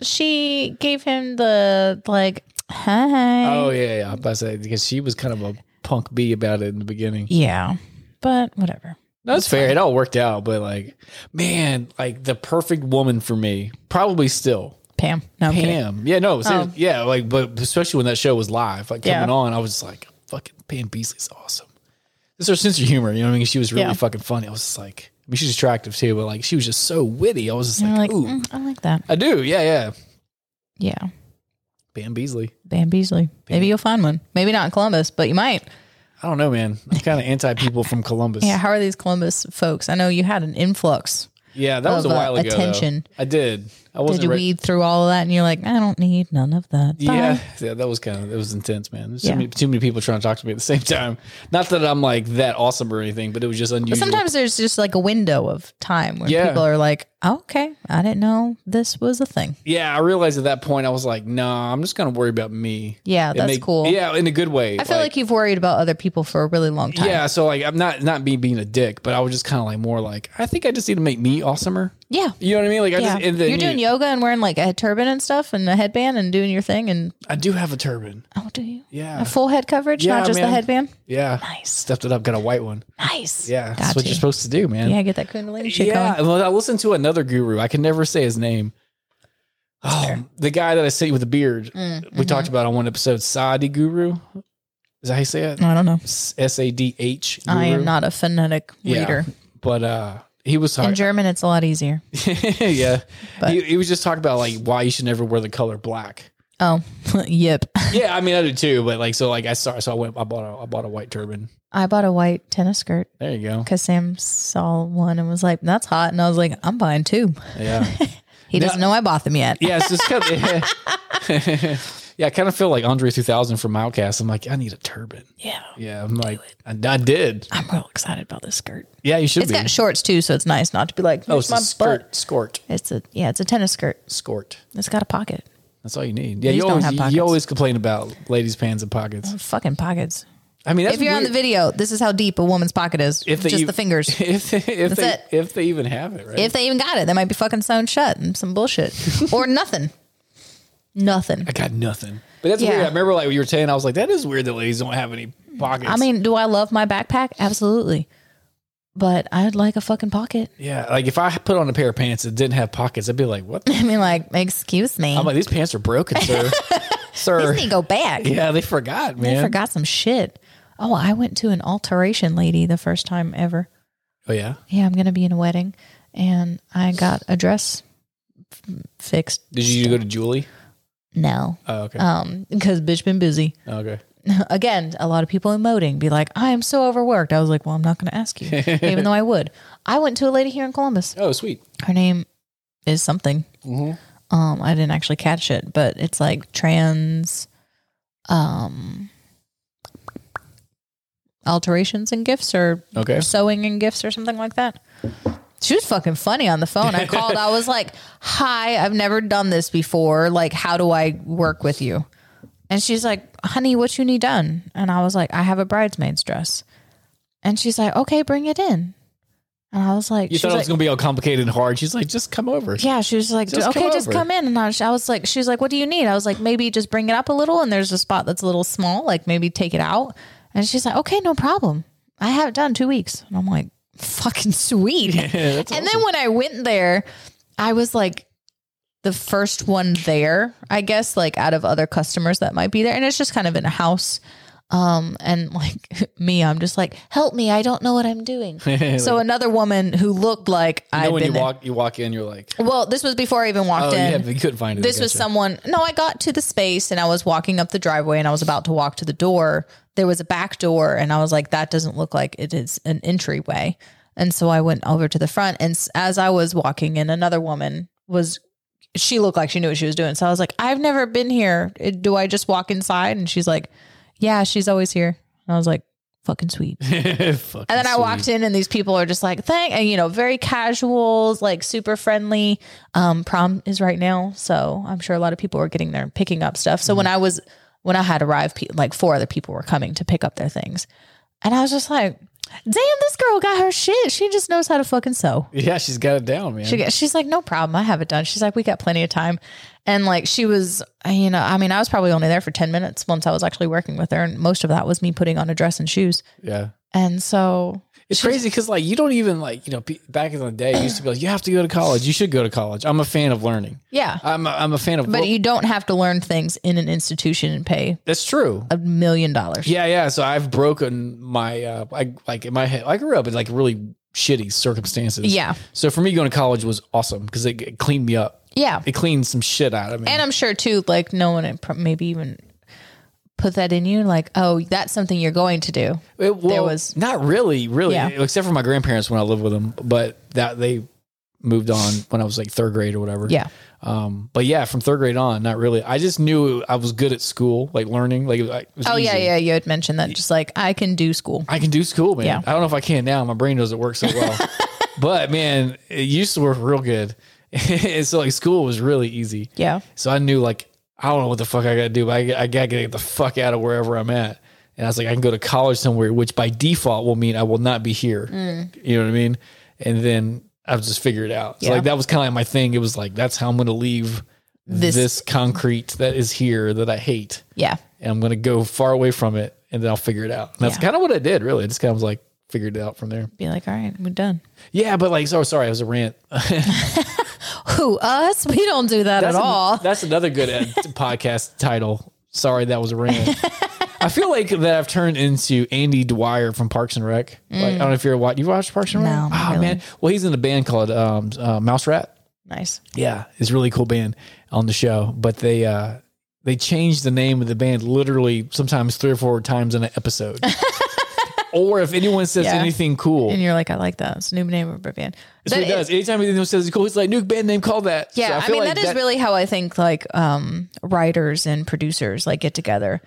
S2: She gave him the like, hi.
S1: Oh yeah, yeah. I was about to say because she was kind of a punk bee about it in the beginning.
S2: yeah. But whatever.
S1: No, it's fair. It all worked out, but like, man, like the perfect woman for me, probably still
S2: Pam. No, I'm kidding.
S1: Pam. Yeah, no, seriously. yeah, like, but especially when that show was live, like coming
S2: Oh. Yeah.
S1: on, I was just like, fucking Pam Beasley's awesome. It's her sense of humor. You know what I mean? She was really
S2: Yeah.
S1: fucking funny. I was just like, I mean, she's attractive too, but like, she was just so witty. I was just
S2: And I'm
S1: like,
S2: like,
S1: ooh,
S2: mm, I like that.
S1: I do. Yeah, yeah.
S2: Yeah.
S1: Pam Beasley.
S2: Bam Beasley. Maybe you'll find one. Maybe not in Columbus, but you might.
S1: I don't know, man. I'm kind of anti people from Columbus.
S2: Yeah. How are these Columbus folks? I know you had an influx.
S1: Yeah, that was a
S2: Of, uh,
S1: while ago. though.
S2: attention.
S1: I did. I wasn't.
S2: Did you
S1: re-
S2: weed through all of that? And you're like, I don't need none of that. Bye.
S1: Yeah, yeah, that was kind of it was intense, man. There's
S2: Yeah.
S1: too, many, too many people trying to talk to me at the same time. Not that I'm like that awesome or anything, but it was just unusual.
S2: But sometimes there's just like a window of time where
S1: Yeah.
S2: people are like, okay, I didn't know this was a thing.
S1: yeah, I realized at that point I was like, nah, I'm just gonna worry about me.
S2: Yeah,
S1: And
S2: that's
S1: they-
S2: cool.
S1: Yeah, in a good way.
S2: I feel like, you've worried about other people for a really long time.
S1: yeah, so like I'm not not me being a dick, but I was just kind of like more like I think I just need to make me awesomer.
S2: Yeah.
S1: You know what I mean? Like I
S2: Yeah.
S1: just and then
S2: You're doing yoga and wearing like a turban and stuff and a headband and doing your thing. And
S1: I do have a turban.
S2: oh, do you?
S1: Yeah.
S2: A full head coverage,
S1: Yeah,
S2: not just
S1: man.
S2: the headband?
S1: Yeah,
S2: Nice.
S1: stepped it up, got a white one.
S2: Nice.
S1: Yeah, that's
S2: Got
S1: what
S2: you.
S1: you're supposed to do, man.
S2: Yeah, get that Kundalini shit
S1: yeah,
S2: going.
S1: well, I listened to another guru. I can never say his name. Oh, the guy that I sent you with the beard. we
S2: Mm-hmm.
S1: talked about on one episode, Sadi Guru. Is that how you say it?
S2: I don't know.
S1: S A D H.
S2: Mm. I am
S1: Guru.
S2: not a phonetic
S1: Yeah.
S2: reader.
S1: But uh, he was
S2: In
S1: talking.
S2: German, it's a lot easier.
S1: (laughs) yeah,
S2: But-
S1: he, he was just talking about like why you should never wear the color black.
S2: Oh, (laughs) yep.
S1: Yeah, I mean I do too, but like so like I saw so I went I bought a I bought a white turban.
S2: I bought a white tennis skirt
S1: There you go.
S2: because Sam saw one and was like, that's hot. And I was like, I'm buying two.
S1: Yeah.
S2: He doesn't know I bought them yet.
S1: Yeah, it's just kind of (laughs) Yeah, I kind of feel like Andre 3000 from Outcast. I'm like, I need a turban.
S2: Yeah.
S1: Yeah, I'm like, I, I did.
S2: I'm real excited about this skirt.
S1: Yeah, you should
S2: It's
S1: be.
S2: got shorts too, so it's nice not to be like,
S1: oh, it's
S2: my
S1: a skirt,
S2: butt.
S1: skort,
S2: It's a yeah, it's a tennis skirt.
S1: skort.
S2: It's got a pocket.
S1: That's all you need. Yeah,
S2: These
S1: you
S2: don't
S1: always,
S2: have pockets.
S1: you always complain about ladies' pants and pockets.
S2: Fucking pockets.
S1: I mean, that's
S2: if you're on the
S1: weird. (laughs)
S2: video, this is how deep a woman's pocket is.
S1: If they e-
S2: just
S1: ev- (laughs)
S2: the fingers.
S1: If they, if they,
S2: it.
S1: if they even have it, right?
S2: if they even got it, they might be fucking sewn shut and
S1: (laughs)
S2: some bullshit or nothing. Nothing.
S1: I got nothing. But that's
S2: Yeah.
S1: weird. I remember like you were saying, I was like, that is weird that ladies don't have any pockets.
S2: I mean, do I love my backpack? Absolutely. But I'd like a fucking pocket.
S1: yeah, like if I put on a pair of pants that didn't have pockets, I'd be like,
S2: (laughs)
S1: what? The?
S2: (laughs) I mean, like, excuse me.
S1: I'm like, these pants are broken,
S2: (laughs)
S1: sir.
S2: These
S1: sir.
S2: need to go
S1: (laughs)
S2: back.
S1: Yeah, they forgot, man.
S2: I forgot some shit. Oh, I went to an alteration lady the first time ever.
S1: Oh yeah,
S2: Yeah, I'm going to be in a wedding. And I got a dress f- fixed.
S1: did you go to Julie?
S2: No.
S1: Oh okay,
S2: Um, because bitch been busy. (laughs)
S1: Oh, okay.
S2: again, a lot of people emoting be like, I am so overworked. I was like, well, I'm not going to
S1: (laughs)
S2: ask you, even though I would. I went to a lady here in Columbus.
S1: Oh sweet.
S2: Her name is something.
S1: Mhm.
S2: Um, I didn't actually catch it, but it's like trans um, alterations and gifts or
S1: Okay.
S2: sewing and gifts or something like that. She was fucking funny on the phone. I called. I was like, "Hi, I've never done this before. Like, how do I work with you?" And she's like, "Honey, what you need done?" And I was like, "I have a bridesmaid's dress." And she's like, "Okay, bring it in." And I was like,
S1: You
S2: she
S1: thought it
S2: was
S1: was
S2: like,
S1: gonna be all complicated and hard. She's like, just come over. (laughs)
S2: yeah, she was like,
S1: Just
S2: okay,
S1: come
S2: just
S1: over.
S2: come in. And I was, I was like, she's like, what do you need? I was like, maybe just bring it up a little. And there's a spot that's a little small, like maybe take it out. And she's like, okay, no problem. I have it done two weeks. And I'm like,
S1: (laughs)
S2: fucking sweet. and then when I went there, I was like, the first one there, I guess, like out of other customers that might be there. And it's just kind of in a house. Um, and like (laughs) me, I'm just like, help me. I don't know what I'm
S1: (laughs)
S2: doing. so another woman who looked like
S1: You
S2: I'd
S1: know when you
S2: been there-
S1: walk, you walk in, you're like,
S2: well, this was before I even walked
S1: oh yeah,
S2: in.
S1: but you couldn't find it.
S2: this
S1: I
S2: was
S1: gotcha.
S2: someone. No, I got to the space and I was walking up the driveway and I was about to walk to the door. There was a back door and I was like, that doesn't look like it is an entryway. And so I went over to the front. And s- as I was walking in, another woman was, she looked like she knew what she was doing. So I was like, I've never been here. It- Do I just walk inside? And she's like, yeah, she's always here. And I was like, fucking sweet.
S1: (laughs) Fucking
S2: And then I
S1: sweet.
S2: walked in, and these people are just like, thank, and, you know, very casuals, like super friendly. Um, prom is right now, so I'm sure a lot of people are getting there and picking up stuff. So when I was, when I had arrived, pe- like four other people were coming to pick up their things, and I was just like, damn, this girl got her shit. She just knows how to fucking sew.
S1: Yeah, she's got it down, man.
S2: She got, she's like, no problem. I have it done. She's like, we got plenty of time. And like, she was, uh, you know, I mean, I was probably only there for 10 minutes once I was actually working with her. And most of that was me putting on a dress and shoes.
S1: yeah.
S2: And so
S1: It's crazy because like you don't even like you know pe- back in the day it used to be like you have to go to college you should go to college I'm a fan of learning
S2: Yeah.
S1: I'm a, I'm a fan of
S2: But
S1: well,
S2: you don't have to learn things in an institution and pay
S1: that's true
S2: a million dollars.
S1: Yeah, yeah. So I've broken my uh, I like in my head. I grew up in like really shitty circumstances.
S2: Yeah.
S1: So for me, going to college was awesome because it, it cleaned me up.
S2: Yeah.
S1: It cleaned some shit out of me.
S2: And I'm sure too, like no one had pro- maybe even put that in you, like, oh, that's something you're going to do.
S1: It- well,
S2: there was-
S1: not really, really,
S2: Yeah.
S1: except for my grandparents when I lived with them. But that they moved on when I was like third grade or whatever.
S2: Yeah.
S1: Um. But yeah, from third grade on, not really. I just knew I was good at school, like learning. Like it was- it was
S2: Oh yeah,
S1: easy.
S2: yeah. You had mentioned that, just like I can do school.
S1: I can do school, man.
S2: Yeah.
S1: I don't know if I can now. My brain doesn't work so
S2: (laughs)
S1: well. but man, it used to work real good. (laughs) and so like school was really easy.
S2: Yeah.
S1: So I knew like I don't know what the fuck I gotta do, but I, I gotta get the fuck out of wherever I'm at. And I was like, I can go to college somewhere, which by default will mean I will not be here. You know what I mean? And then I would just figure it out. So
S2: Mm. Yeah.
S1: like that was kind of like my thing. It was like that's how I'm gonna leave
S2: This-
S1: this concrete that is here that I hate
S2: Yeah.
S1: and I'm going to go far away from it and then I'll figure it out. And that's
S2: Yeah.
S1: kind of what I did, really. I just kind of was like, figured it out from there.
S2: Be like, all right, we're done.
S1: Yeah, but like, so sorry, I was a
S2: (laughs)
S1: rant.
S2: Who us? (laughs) We don't do that
S1: That's
S2: at
S1: an-
S2: all.
S1: that's another
S2: (laughs)
S1: good uh, podcast title. Sorry, that was a rant. I feel like that I've turned into Andy Dwyer from Parks and Rec. Like, I don't know if you're watch you watched Parks and Rec.
S2: Mm. No,
S1: oh
S2: not really.
S1: man, well he's in a band called um, uh, Mouse Rat.
S2: Nice.
S1: Yeah, it's a really cool band on the show, but they uh
S2: (laughs)
S1: they changed the name of the band literally sometimes three or four times in an episode. or if anyone says
S2: Yeah.
S1: anything cool.
S2: And you're like, I like that. It's a new name of a band.
S1: That's what
S2: That
S1: it does.
S2: is-
S1: Anytime anyone says it's cool, it's like new band name. Call that. So
S2: Yeah, I,
S1: feel
S2: mean
S1: like
S2: that is really how I think like um writers and producers like get together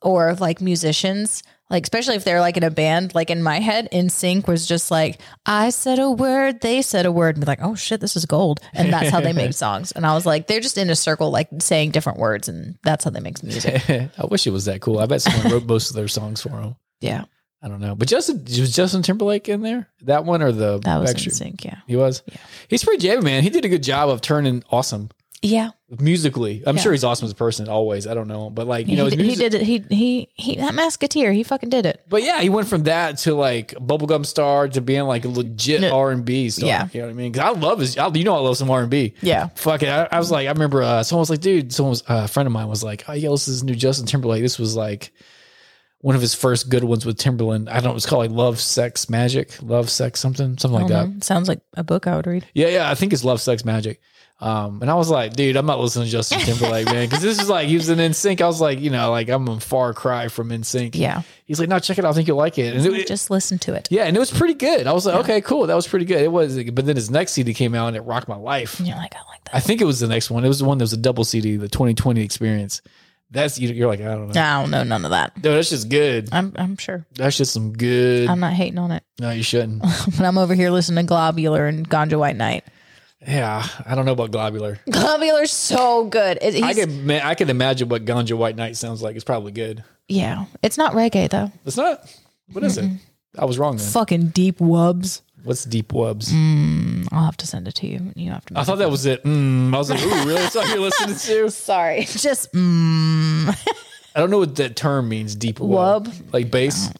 S2: or like musicians like especially if they're like in a band like in my head in sync was just like i said a word they said a word and be like oh shit this is gold and that's how
S1: (laughs)
S2: they make songs and i was like they're just in a circle like saying different words and that's how they
S1: (laughs)
S2: make music
S1: I wish it was that cool. I bet someone wrote most of their songs for him.
S2: yeah
S1: I don't know, but Justin was Justin Timberlake in there. That one or the
S2: that was in
S1: Backstreet-
S2: sync yeah
S1: He was.
S2: Yeah.
S1: He's pretty jamming, man. He did a good job of turning awesome
S2: yeah
S1: musically. I'm
S2: Yeah.
S1: sure he's awesome as a person always. I don't know, but like you know, his
S2: he, did, he
S1: music-
S2: did it he he he that masketeer he fucking did it
S1: But yeah, he went from that to like bubblegum star to being like a legit
S2: No.
S1: R and B star.
S2: Yeah.
S1: you know what I mean. 'Cause I love his. I, you know, I love some R and B.
S2: Yeah.
S1: fuck it. I, I was like, I remember uh, someone was like, dude, someone was uh, a friend of mine was like, oh yeah, this is new Justin Timberlake. This was like one of his first good ones with Timberland. I don't. know, It was called like Love, Sex, Magic, Love, Sex, something, something like
S2: I don't
S1: that.
S2: know. sounds like a book i would read
S1: Yeah, yeah. I think it's Love, Sex, Magic. Um, and I was like, dude, I'm not listening to
S2: (laughs)
S1: Justin Timberlake, man, because this is like he was in NSYNC. I was like, you know, like I'm a far cry from NSYNC.
S2: yeah
S1: He's like, no, check it out. I think you'll like it. And it,
S2: just listen to it
S1: yeah, and it was pretty good. I was like, okay, cool. That was pretty good. It was, but then his next CD came out and it rocked my life.
S2: and you're like i like that
S1: I think it was the next one. It was the one that was a double CD, the 2020 experience. That's you- you're like, I don't know.
S2: I don't know none of that.
S1: No, that's just good.
S2: I'm I'm sure.
S1: That's just some good.
S2: I'm not hating on it. (laughs)
S1: no, you shouldn't.
S2: But I'm over here listening to Globular and Ganja White Knight.
S1: yeah, I don't know about Globular.
S2: Globular's so good. It,
S1: I
S2: he's-
S1: can ma- I can imagine what Ganja White Knight sounds like. It's probably good.
S2: yeah. It's not reggae though.
S1: It's not. What is it? I was wrong then.
S2: Fucking deep wubs.
S1: What's Deep Webs?
S2: I'll have to send it to you. You have to
S1: I thought that was it. Mm. I was like, ooh, really? That's all you're listening to?
S2: sorry. (laughs) Just mm,
S1: I don't know what that term means. Deep wub, like bass,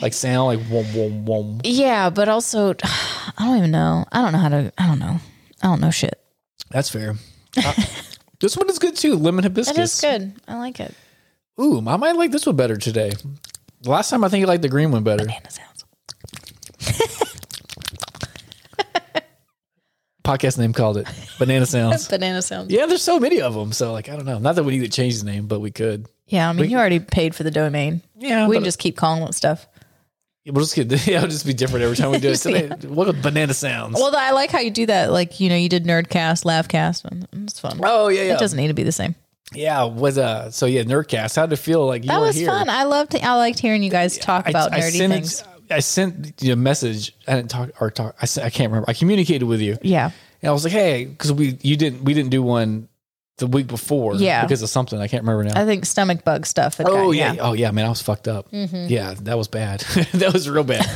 S1: like sound, like wom wom wom.
S2: Yeah, but also (sighs) I don't even know. I don't know how to I don't know. I don't know shit.
S1: That's
S2: (laughs)
S1: fair. Uh, this one is good too. Lemon
S2: It
S1: hibiscus.
S2: is good. I like it.
S1: Ooh, I might like this one better today. The Last time I think I liked the green one better.
S2: And it sounds
S1: Podcast name called it Banana
S2: (laughs)
S1: Sounds.
S2: banana sounds.
S1: yeah, there's so many of them. So like, I don't know. Not that we need to change the name, but we could.
S2: Yeah, I mean you already paid for the domain.
S1: Yeah,
S2: we
S1: but-
S2: can just keep calling it stuff.
S1: We'll just get. (laughs) Yeah, it'll just be different every time we
S2: (laughs)
S1: do it. So they- What with Banana Sounds?
S2: Well, I like how you do that. Like, you know, you did Nerdcast, Laughcast, and it's fun.
S1: oh yeah, yeah,
S2: It doesn't need to be the same.
S1: yeah. Was uh. So yeah, Nerdcast. How'd it feel? Like you
S2: That
S1: were
S2: was
S1: here.
S2: fun. I loved. I liked hearing you guys talk about nerdy
S1: sent it-
S2: things.
S1: I sent you a message. I didn't talk or talk. I, sent, I can't remember. I communicated with you,
S2: yeah,
S1: and I was like, "Hey, because we you didn't we didn't do one the week before,
S2: Yeah.
S1: because of something I can't remember now."
S2: I think stomach bug stuff. had
S1: oh
S2: gotten-
S1: yeah. oh yeah, man, I was fucked up.
S2: Mm-hmm.
S1: Yeah, that was bad. (laughs) that was real
S2: (laughs)
S1: bad.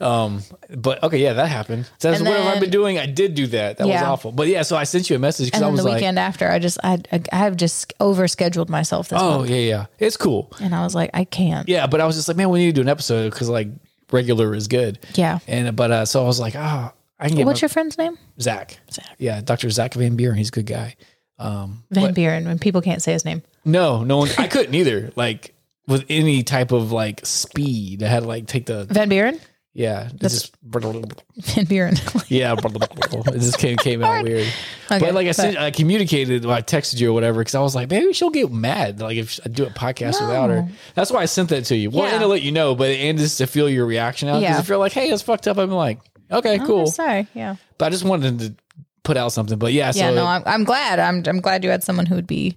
S1: um, but okay, yeah, that happened. So that's
S2: And
S1: what I've
S2: then-
S1: been doing. I did do that. That was
S2: Yeah.
S1: awful. But yeah, so I sent you a message because
S2: And
S1: I
S2: then
S1: was
S2: the
S1: like,
S2: weekend after, I just I I I have just overscheduled myself this
S1: "Oh
S2: month,
S1: yeah, yeah, it's cool."
S2: and I was like, I can't.
S1: Yeah, but I was just like, "Man, we need to do an episode because like regular is good."
S2: Yeah.
S1: And but uh, so I was like, "Ah." I can get my-
S2: What's your friend's name?
S1: Zach. Yeah, Dr. Zach Van Buren. He's a good guy. Um,
S2: Van Buren. When people can't say his name,
S1: no, no one. I couldn't either. Like with any type of like speed, I had to like take the (laughs)
S2: Van Buren.
S1: yeah. It's just
S2: Van (laughs) Buren.
S1: yeah. It just came came out weird. but like I said, I communicated. Well, I texted you or whatever because I was like, maybe she'll get mad. Like if I do a podcast without her,
S2: No.
S1: that's why I sent that to you. Well,
S2: Yeah.
S1: and to let you know, but and just to feel your reaction out. Because
S2: Yeah.
S1: if you're like, hey, that's fucked up, I'm like, okay,
S2: Oh,
S1: cool.
S2: Sorry. Yeah.
S1: But I just wanted to put out something. But yeah,
S2: yeah.
S1: so
S2: No, I'm I'm glad. I'm I'm glad you had someone who would be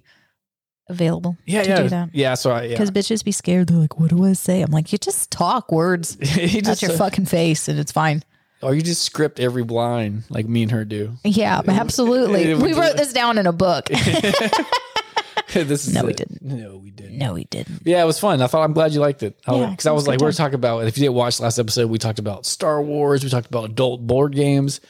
S2: available.
S1: yeah,
S2: to
S1: yeah,
S2: do that.
S1: yeah. So I, yeah.
S2: Because bitches be scared. They're like, what do I say? I'm like, you just talk
S1: (laughs)
S2: words.
S1: he
S2: That's
S1: just,
S2: your fucking face, and it's fine.
S1: or you just script every line like me and her do. (laughs)
S2: (laughs) Yeah, absolutely.
S1: it would
S2: We
S1: be
S2: wrote this down in a
S1: (laughs)
S2: book.
S1: this is
S2: No, we
S1: it.
S2: didn't.
S1: No, we didn't.
S2: no, we didn't.
S1: Yeah, it was fun. I thought I'm glad you liked it because
S2: Yeah,
S1: I
S2: it
S1: was
S2: was
S1: like,
S2: good
S1: we are
S2: time.
S1: talking about. If you didn't watch last episode, we talked about Star Wars. We talked about adult board games.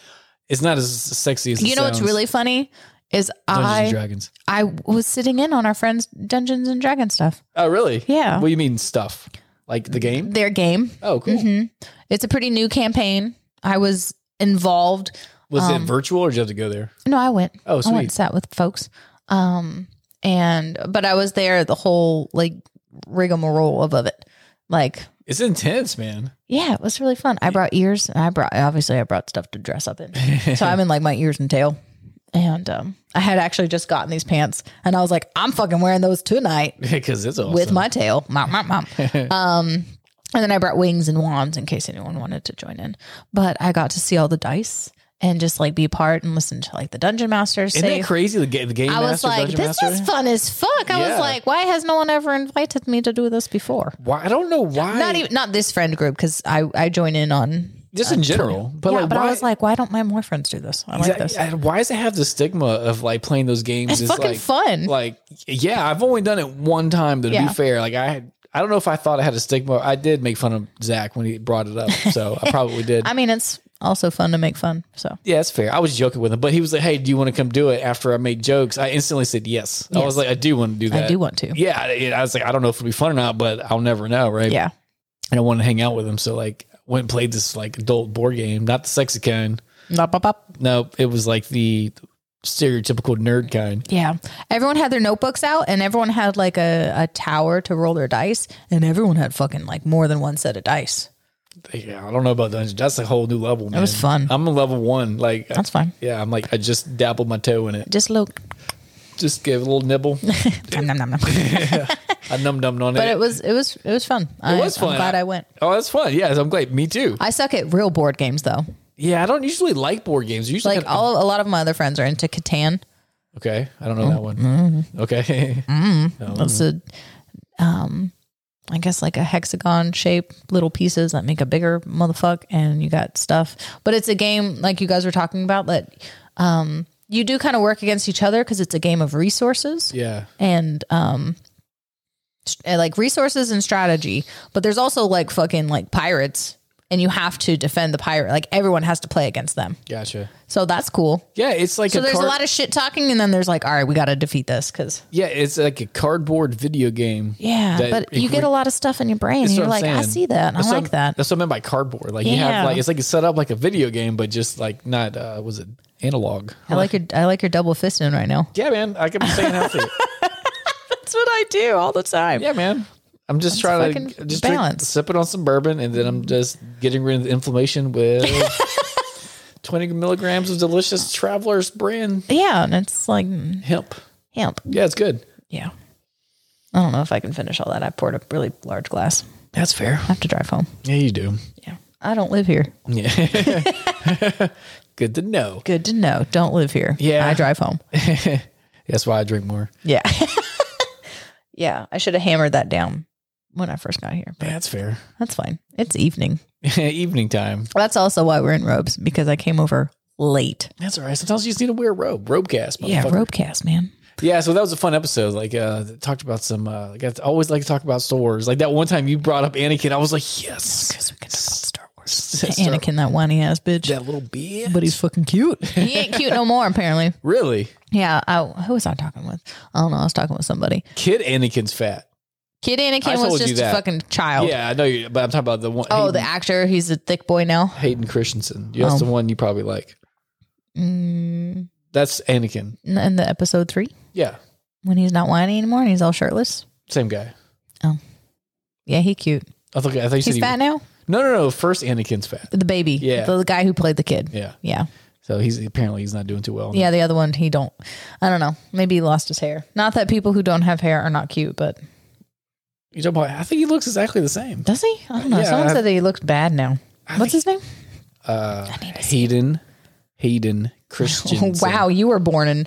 S1: It's not as sexy as it
S2: You know what's
S1: sounds.
S2: really funny is
S1: Dungeons and
S2: I
S1: Dragons.
S2: I was sitting in on our friends Dungeons and Dragon stuff.
S1: Oh, really?
S2: Yeah. Mm-hmm.
S1: What do you mean stuff? Like the game?
S2: Their game.
S1: Oh, cool.
S2: Mm-hmm. It's a pretty new campaign. I was involved.
S1: Was it
S2: Um,
S1: virtual or did you have to go there?
S2: No, I went.
S1: Oh,
S2: I went
S1: sweet.
S2: and sat with folks. Um, and but I was there the whole like rigmarole of, of it. Like
S1: It's intense, man. (laughs)
S2: Yeah, it was really fun. I brought ears. And I brought obviously I brought stuff to dress up in. so I'm in like my ears and tail. And um, I had actually just gotten these pants, and I was like, I'm fucking wearing those tonight
S1: Because it's awesome. (laughs)
S2: with my tail. Mop, mop, mop. um, And then I brought wings and wands in case anyone wanted to join in. But I got to see all the dice and just like be a part and listen to like the dungeon masters
S1: Isn't
S2: say.
S1: that crazy? The, ga- the game
S2: I was
S1: master,
S2: like,
S1: dungeon
S2: this
S1: master.
S2: is fun as fuck. I
S1: Yeah.
S2: was like, why has no one ever invited me to do this before?
S1: Why? I don't know why.
S2: not even not this friend group because I I join in on
S1: just in
S2: (laughs)
S1: general, but
S2: yeah,
S1: like,
S2: but
S1: why,
S2: I was like, why don't my more friends do this? I like
S1: Exactly.
S2: this.
S1: And why does it have the stigma of like playing those games?
S2: (laughs) It's
S1: is,
S2: fucking
S1: like,
S2: fun.
S1: Like, yeah, I've only done it one time. To
S2: Yeah.
S1: be fair, like I had, I don't know if I thought I had a stigma. I did make fun of Zach when he brought it up, so I probably
S2: (laughs)
S1: did.
S2: I mean, it's also fun to make fun. So
S1: yeah, that's fair. I was joking with him, but he was like, "Hey, do you want to come do it?" After I made jokes, I instantly said yes. I was
S2: Yes.
S1: like, "I do want to do that.
S2: I do want to.
S1: Yeah, I I was like, I don't know if it'll be fun or not, but I'll never know, right?
S2: Yeah.
S1: And I wanted to hang out with him, so like went and played this like adult board game, not the sexy kind.
S2: Bop, bop, bop.
S1: No, it was like the stereotypical nerd kind.
S2: Yeah. Everyone had their notebooks out and everyone had like a, a tower to roll their dice. And everyone had fucking like more than one set of dice.
S1: Yeah, I don't know about dungeon. That's a whole new level. Man.
S2: was fun.
S1: I'm a level one. Like
S2: That's fine.
S1: Yeah, I'm like I just dabbled my toe in it.
S2: Just look.
S1: Just gave it a little nibble.
S2: Nom, nom,
S1: (laughs)
S2: nom, nom. but (laughs)
S1: I num nummed on it.
S2: it was, it was, it was fun. It I,
S1: It was fun.
S2: I'm glad I went.
S1: Oh, that's fun. Yeah, I'm glad. Me too.
S2: I suck at real board games though.
S1: Yeah, I don't usually like board games. I Usually,
S2: Like
S1: kinda-
S2: all, a lot of my other friends are into Catan.
S1: okay. I don't know that one.
S2: Mm-hmm.
S1: Okay. (laughs)
S2: Mm.
S1: Mm.
S2: It's a, um, I guess like a hexagon shape, little pieces that make a bigger motherfucker, and you got stuff. But it's a game like you guys were talking about that um, you do kind of work against each other because it's a game of resources
S1: yeah.
S2: and um, st- and, like resources and strategy. But there's also like fucking like pirates, and you have to defend the pirate. Like everyone has to play against them,
S1: Gotcha.
S2: so that's cool.
S1: Yeah, it's like
S2: So
S1: a
S2: there's
S1: card-
S2: a lot of shit talking, and then there's like, all right, we got to defeat this because
S1: yeah, it's like a cardboard video game.
S2: Yeah,
S1: that
S2: but
S1: it
S2: you get a lot of stuff in your brain.
S1: That's
S2: You're
S1: what I'm
S2: like, I
S1: saying.
S2: see that. and
S1: That's
S2: I
S1: what
S2: like
S1: I'm-
S2: that.
S1: That's what I meant by cardboard. Like you
S2: Yeah.
S1: have like it's like it's set up like a video game, but just like not uh was it analog?
S2: I like your I like your double fisting right now.
S1: Yeah, man. I can be saying (laughs) after it.
S2: That's what I do all the time.
S1: Yeah, man. I'm just trying to
S2: fucking
S1: just drink,
S2: balance.
S1: sip it on some bourbon, and then I'm just getting rid of the inflammation (laughs) with twenty milligrams of delicious Traveler's Brand
S2: Yeah, and it's like mm,
S1: hemp.
S2: hemp.
S1: Yeah, it's good.
S2: Yeah. I don't know if I can finish all that. I poured a really large glass.
S1: That's fair.
S2: I have to drive home.
S1: Yeah, you do.
S2: Yeah. I don't live here.
S1: Yeah. good to know.
S2: Good to know. Don't live here.
S1: Yeah.
S2: I
S1: (laughs)
S2: drive home.
S1: That's why I drink more.
S2: Yeah. (laughs) yeah. I should have hammered that down when I first got here. But
S1: That's fair.
S2: that's fine. It's evening.
S1: (laughs) Evening time.
S2: That's also why we're in robes because I came over late.
S1: That's all right. Sometimes you just need to wear a robe. Robe cast.
S2: Yeah,
S1: motherfucker.
S2: Robecast, man.
S1: Yeah, so that was a fun episode. Like, uh, talked about some. Uh, like, I always like to talk about stores. Like that one time you brought up Anakin, I was like, yes,
S2: Because we can talk about (laughs) Star Wars.
S1: Star-
S2: Anakin, that whiny ass bitch.
S1: that little bitch.
S2: But he's fucking cute. (laughs) he ain't cute no more, apparently.
S1: really,
S2: Yeah. I, who was I talking with? I don't know. I was talking with somebody.
S1: kid Anakin's fat.
S2: Kid
S1: I
S2: Anakin
S1: told
S2: was
S1: you
S2: just a
S1: that.
S2: fucking child.
S1: Yeah, I know you, but I'm talking about the one.
S2: Oh,
S1: Hayden,
S2: the actor. He's a thick boy now.
S1: Hayden Christensen. Yeah, That's
S2: Oh.
S1: the one you probably like.
S2: Mm,
S1: That's Anakin.
S2: in in the episode three,
S1: Yeah,
S2: when he's not whiny anymore and he's all shirtless.
S1: same guy.
S2: Yeah, he cute.
S1: I thought I thought you said
S2: He's
S1: he,
S2: fat now.
S1: No, no, no. First Anakin's fat.
S2: The baby.
S1: Yeah.
S2: The, guy who played the kid.
S1: Yeah.
S2: Yeah.
S1: So he's apparently he's not doing too well.
S2: Yeah, the other one he don't. I don't know. Maybe he lost his hair. Not that people who don't have hair are not cute, but
S1: you talking about? I think he looks exactly the same.
S2: Does he? I don't know.
S1: Yeah,
S2: Someone
S1: I-
S2: said that he looked bad now. What's his name?
S1: Hayden, Hayden Christensen.
S2: (laughs) wow, you were born in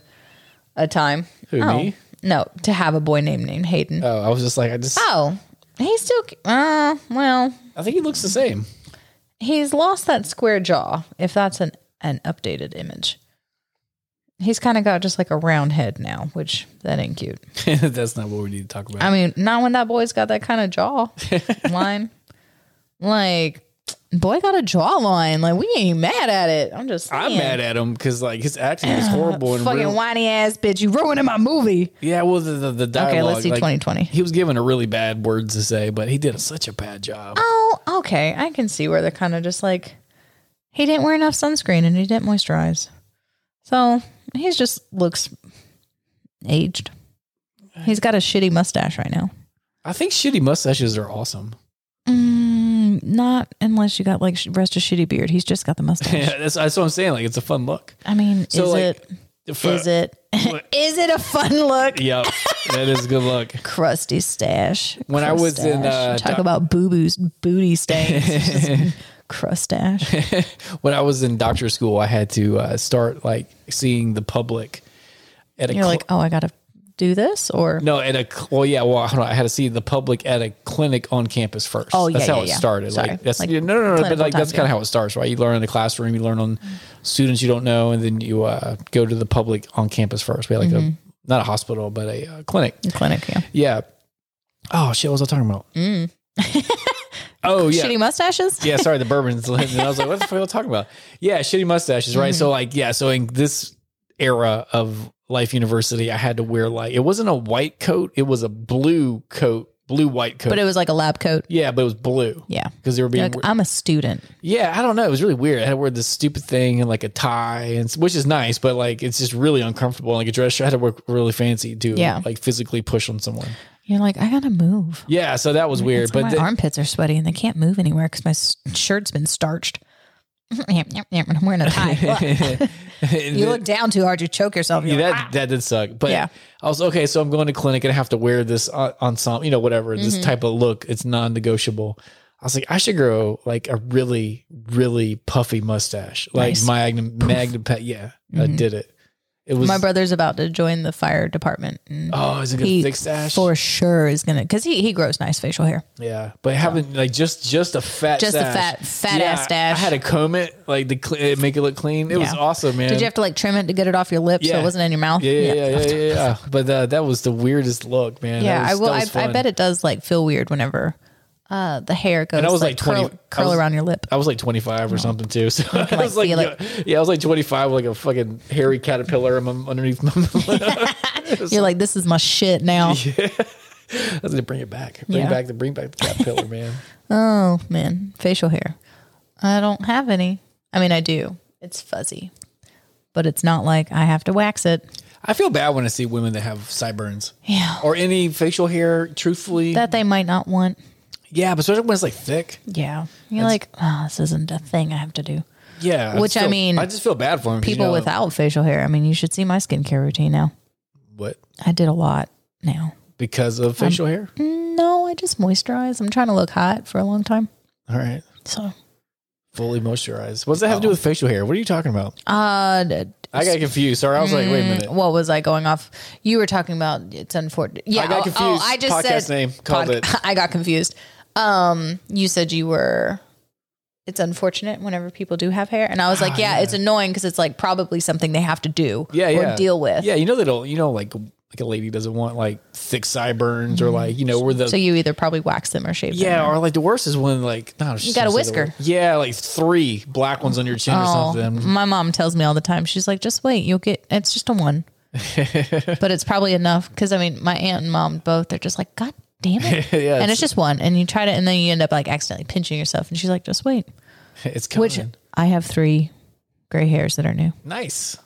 S2: a time.
S1: Who,
S2: oh,
S1: me?
S2: No, to have a boy named named Hayden.
S1: Oh, I was just like, I just.
S2: oh, he's still. cu- Uh, well,
S1: I think he looks the same. (laughs)
S2: he's lost that square jaw. If that's an an updated image, he's kind of got just like a round head now, which that ain't cute.
S1: That's not what we need to talk about.
S2: I mean, not when that boy's got that kind
S1: (laughs)
S2: of jaw line. Like, boy got a jawline. Like, we ain't mad at it. I'm just.
S1: I'm
S2: saying.
S1: mad at him because like his acting
S2: (sighs)
S1: is horrible and
S2: fucking
S1: real-
S2: whiny ass bitch. You ruining my movie.
S1: yeah. Well, the the, the dialogue.
S2: Okay, let's see
S1: like,
S2: 2020.
S1: He was given a really bad words to say, but he did such a bad job.
S2: Oh, okay. I can see where they're kind of just like, he didn't wear enough sunscreen and he didn't moisturize. So he's just looks aged. He's got a shitty mustache right now.
S1: I think shitty mustaches are awesome. (laughs)
S2: Mm, not unless you got like sh- rest of shitty beard. He's just got the
S1: (laughs)
S2: mustache.
S1: Yeah, that's, that's what I'm saying. Like it's a fun look.
S2: I mean,
S1: So
S2: is
S1: like,
S2: (laughs) it? Is it? Is it a fun look?
S1: Yep. That is good luck.
S2: crusty stash.
S1: When I was in,
S2: Crustache.
S1: uh,
S2: talk
S1: doc-
S2: about boo boos,
S1: (laughs)
S2: booty stains, crustache.
S1: when I was in doctor school, I had to uh, start like seeing the public at a
S2: You're
S1: cl-
S2: like, oh, I gotta do this, or
S1: no at a cl- well yeah well hold on, I had to see the public at a clinic on campus first.
S2: Oh,
S1: that's
S2: yeah,
S1: how
S2: yeah,
S1: it
S2: yeah.
S1: started.
S2: Sorry.
S1: Like that's
S2: Like,
S1: yeah, no no no, but
S2: clinical
S1: like that's
S2: time,
S1: kind of
S2: yeah.
S1: how it starts, right? You learn in the classroom, you learn on students you don't know, and then you uh, go to the public on campus first. We had like
S2: Mm-hmm.
S1: a not a hospital but a uh, clinic.
S2: clinic. Yeah.
S1: Yeah. Oh shit, what was I talking about?
S2: Mm. (laughs)
S1: oh yeah.
S2: Shitty mustaches.
S1: yeah, sorry, the bourbon's lit. And I was like, what the fuck are you talking about? Yeah, shitty mustaches, right?
S2: Mm-hmm.
S1: So like, yeah, so in this era of Life University, I had to wear like it wasn't a white coat, it was a blue coat, blue white coat.
S2: But it was like a lab coat.
S1: yeah, but it was blue.
S2: Yeah.
S1: Because they were
S2: You're
S1: being
S2: like, I'm a student.
S1: yeah, I don't know. It was really weird. I had to wear this stupid thing and like a tie, and which is nice, but like it's just really uncomfortable. Like a dress shirt, I had to work really fancy to
S2: Yeah.
S1: like physically push on someone.
S2: You're like, I gotta move.
S1: Yeah, so that was weird.
S2: That's why
S1: But
S2: my
S1: (laughs) the-
S2: armpits are sweaty and they can't move anywhere because my s- shirt's been starched. (laughs) I'm wearing a tie.
S1: (laughs)
S2: you look down too hard, you choke yourself. You're
S1: Yeah,
S2: like,
S1: that that did suck. But
S2: Yeah.
S1: I was okay. So I'm going to clinic and I have to wear this uh, ensemble, you know, whatever this
S2: Mm-hmm.
S1: type of look. It's non-negotiable. I was like, I should grow like a really, really puffy mustache, like
S2: Nice. Mm-hmm.
S1: Magnum, Magnum Pet. Yeah, I did it. It was
S2: My brother's about to join the fire department. and
S1: Oh, is it a
S2: he
S1: thick stash?
S2: for sure is gonna because he he grows nice facial hair.
S1: yeah, but having like just just a fat,
S2: Just a
S1: stash.
S2: fat- fat ass
S1: I-
S2: stash.
S1: I had to comb it like to cle make it look clean. It was
S2: Yeah.
S1: awesome, man.
S2: Did you have to like trim it to get it off your lips so
S1: Yeah.
S2: it wasn't in your mouth?
S1: yeah, yeah, yeah, yeah, yeah, yeah. But uh, that was the weirdest look, man.
S2: Yeah,
S1: That
S2: I
S1: was-
S2: will.
S1: that
S2: I,
S1: was
S2: I
S1: fun.
S2: bet it does like feel weird whenever uh, the hair goes.
S1: I was, like,
S2: like,
S1: 20
S2: curl, curl
S1: I was-
S2: around your lip.
S1: I was like 25 or something too. So (laughs) I
S2: like,
S1: was Oh. like,
S2: feel
S1: yeah, yeah, I was like 25 with like a fucking hairy caterpillar in my, underneath my.
S2: You're like, this is my shit now.
S1: (laughs) I was gonna bring it back, bring
S2: Yeah.
S1: back the bring back the caterpillar, man.
S2: Oh man, facial hair. I don't have any. I mean, I do. It's fuzzy, but it's not like I have to wax it.
S1: (laughs) I feel bad when I see women that have sideburns
S2: Yeah,
S1: or any facial hair. Truthfully,
S2: that they might not want.
S1: yeah, but especially when it's like thick.
S2: Yeah, you're like, oh, this isn't a thing I have to do.
S1: Yeah,
S2: Which, I
S1: feel-
S2: mean,
S1: I just feel bad for them.
S2: People without facial hair. I mean, you should see my skincare routine now.
S1: what
S2: I did a lot now.
S1: because
S2: Um,
S1: of facial hair.
S2: No, I just moisturize. I'm trying to look hot for a long time.
S1: All right,
S2: So,
S1: fully moisturized. What does that have to do
S2: Oh.
S1: with facial hair? What are you talking about?
S2: uh, d-
S1: I got confused. Sorry, I was like, wait a minute.
S2: what was I going off? You were talking about it's unfortunate. Yeah,
S1: I got
S2: oh,
S1: confused.
S2: Oh, I just
S1: Podcast
S2: said
S1: name. Called it.
S2: (laughs) I got confused. Um, you said you were. It's unfortunate whenever people do have hair, and I was like, yeah, it's annoying because it's like probably something they have to do,
S1: Ah, yeah,
S2: or
S1: yeah.
S2: deal with.
S1: Yeah, you know they don't. You know, like like a lady doesn't want like thick sideburns or like you know where the
S2: Mm-hmm. So you either probably wax them or shave
S1: yeah
S2: them.
S1: or like the worst is when like no,
S2: You got a whisker.
S1: Yeah, like three black ones on your chin
S2: Oh.
S1: or something.
S2: my mom tells me all the time. She's like, just wait, you'll get. It's just
S1: (laughs)
S2: a one, but it's probably enough because I mean, my aunt and mom both. They're just like, God damn
S1: (laughs)
S2: it,
S1: (laughs) Yeah,
S2: and
S1: it's-
S2: it's just one, and you try to, and then you end up like accidentally pinching yourself. And she's like, just wait.
S1: It's coming.
S2: Which I have three gray hairs that are new.
S1: nice.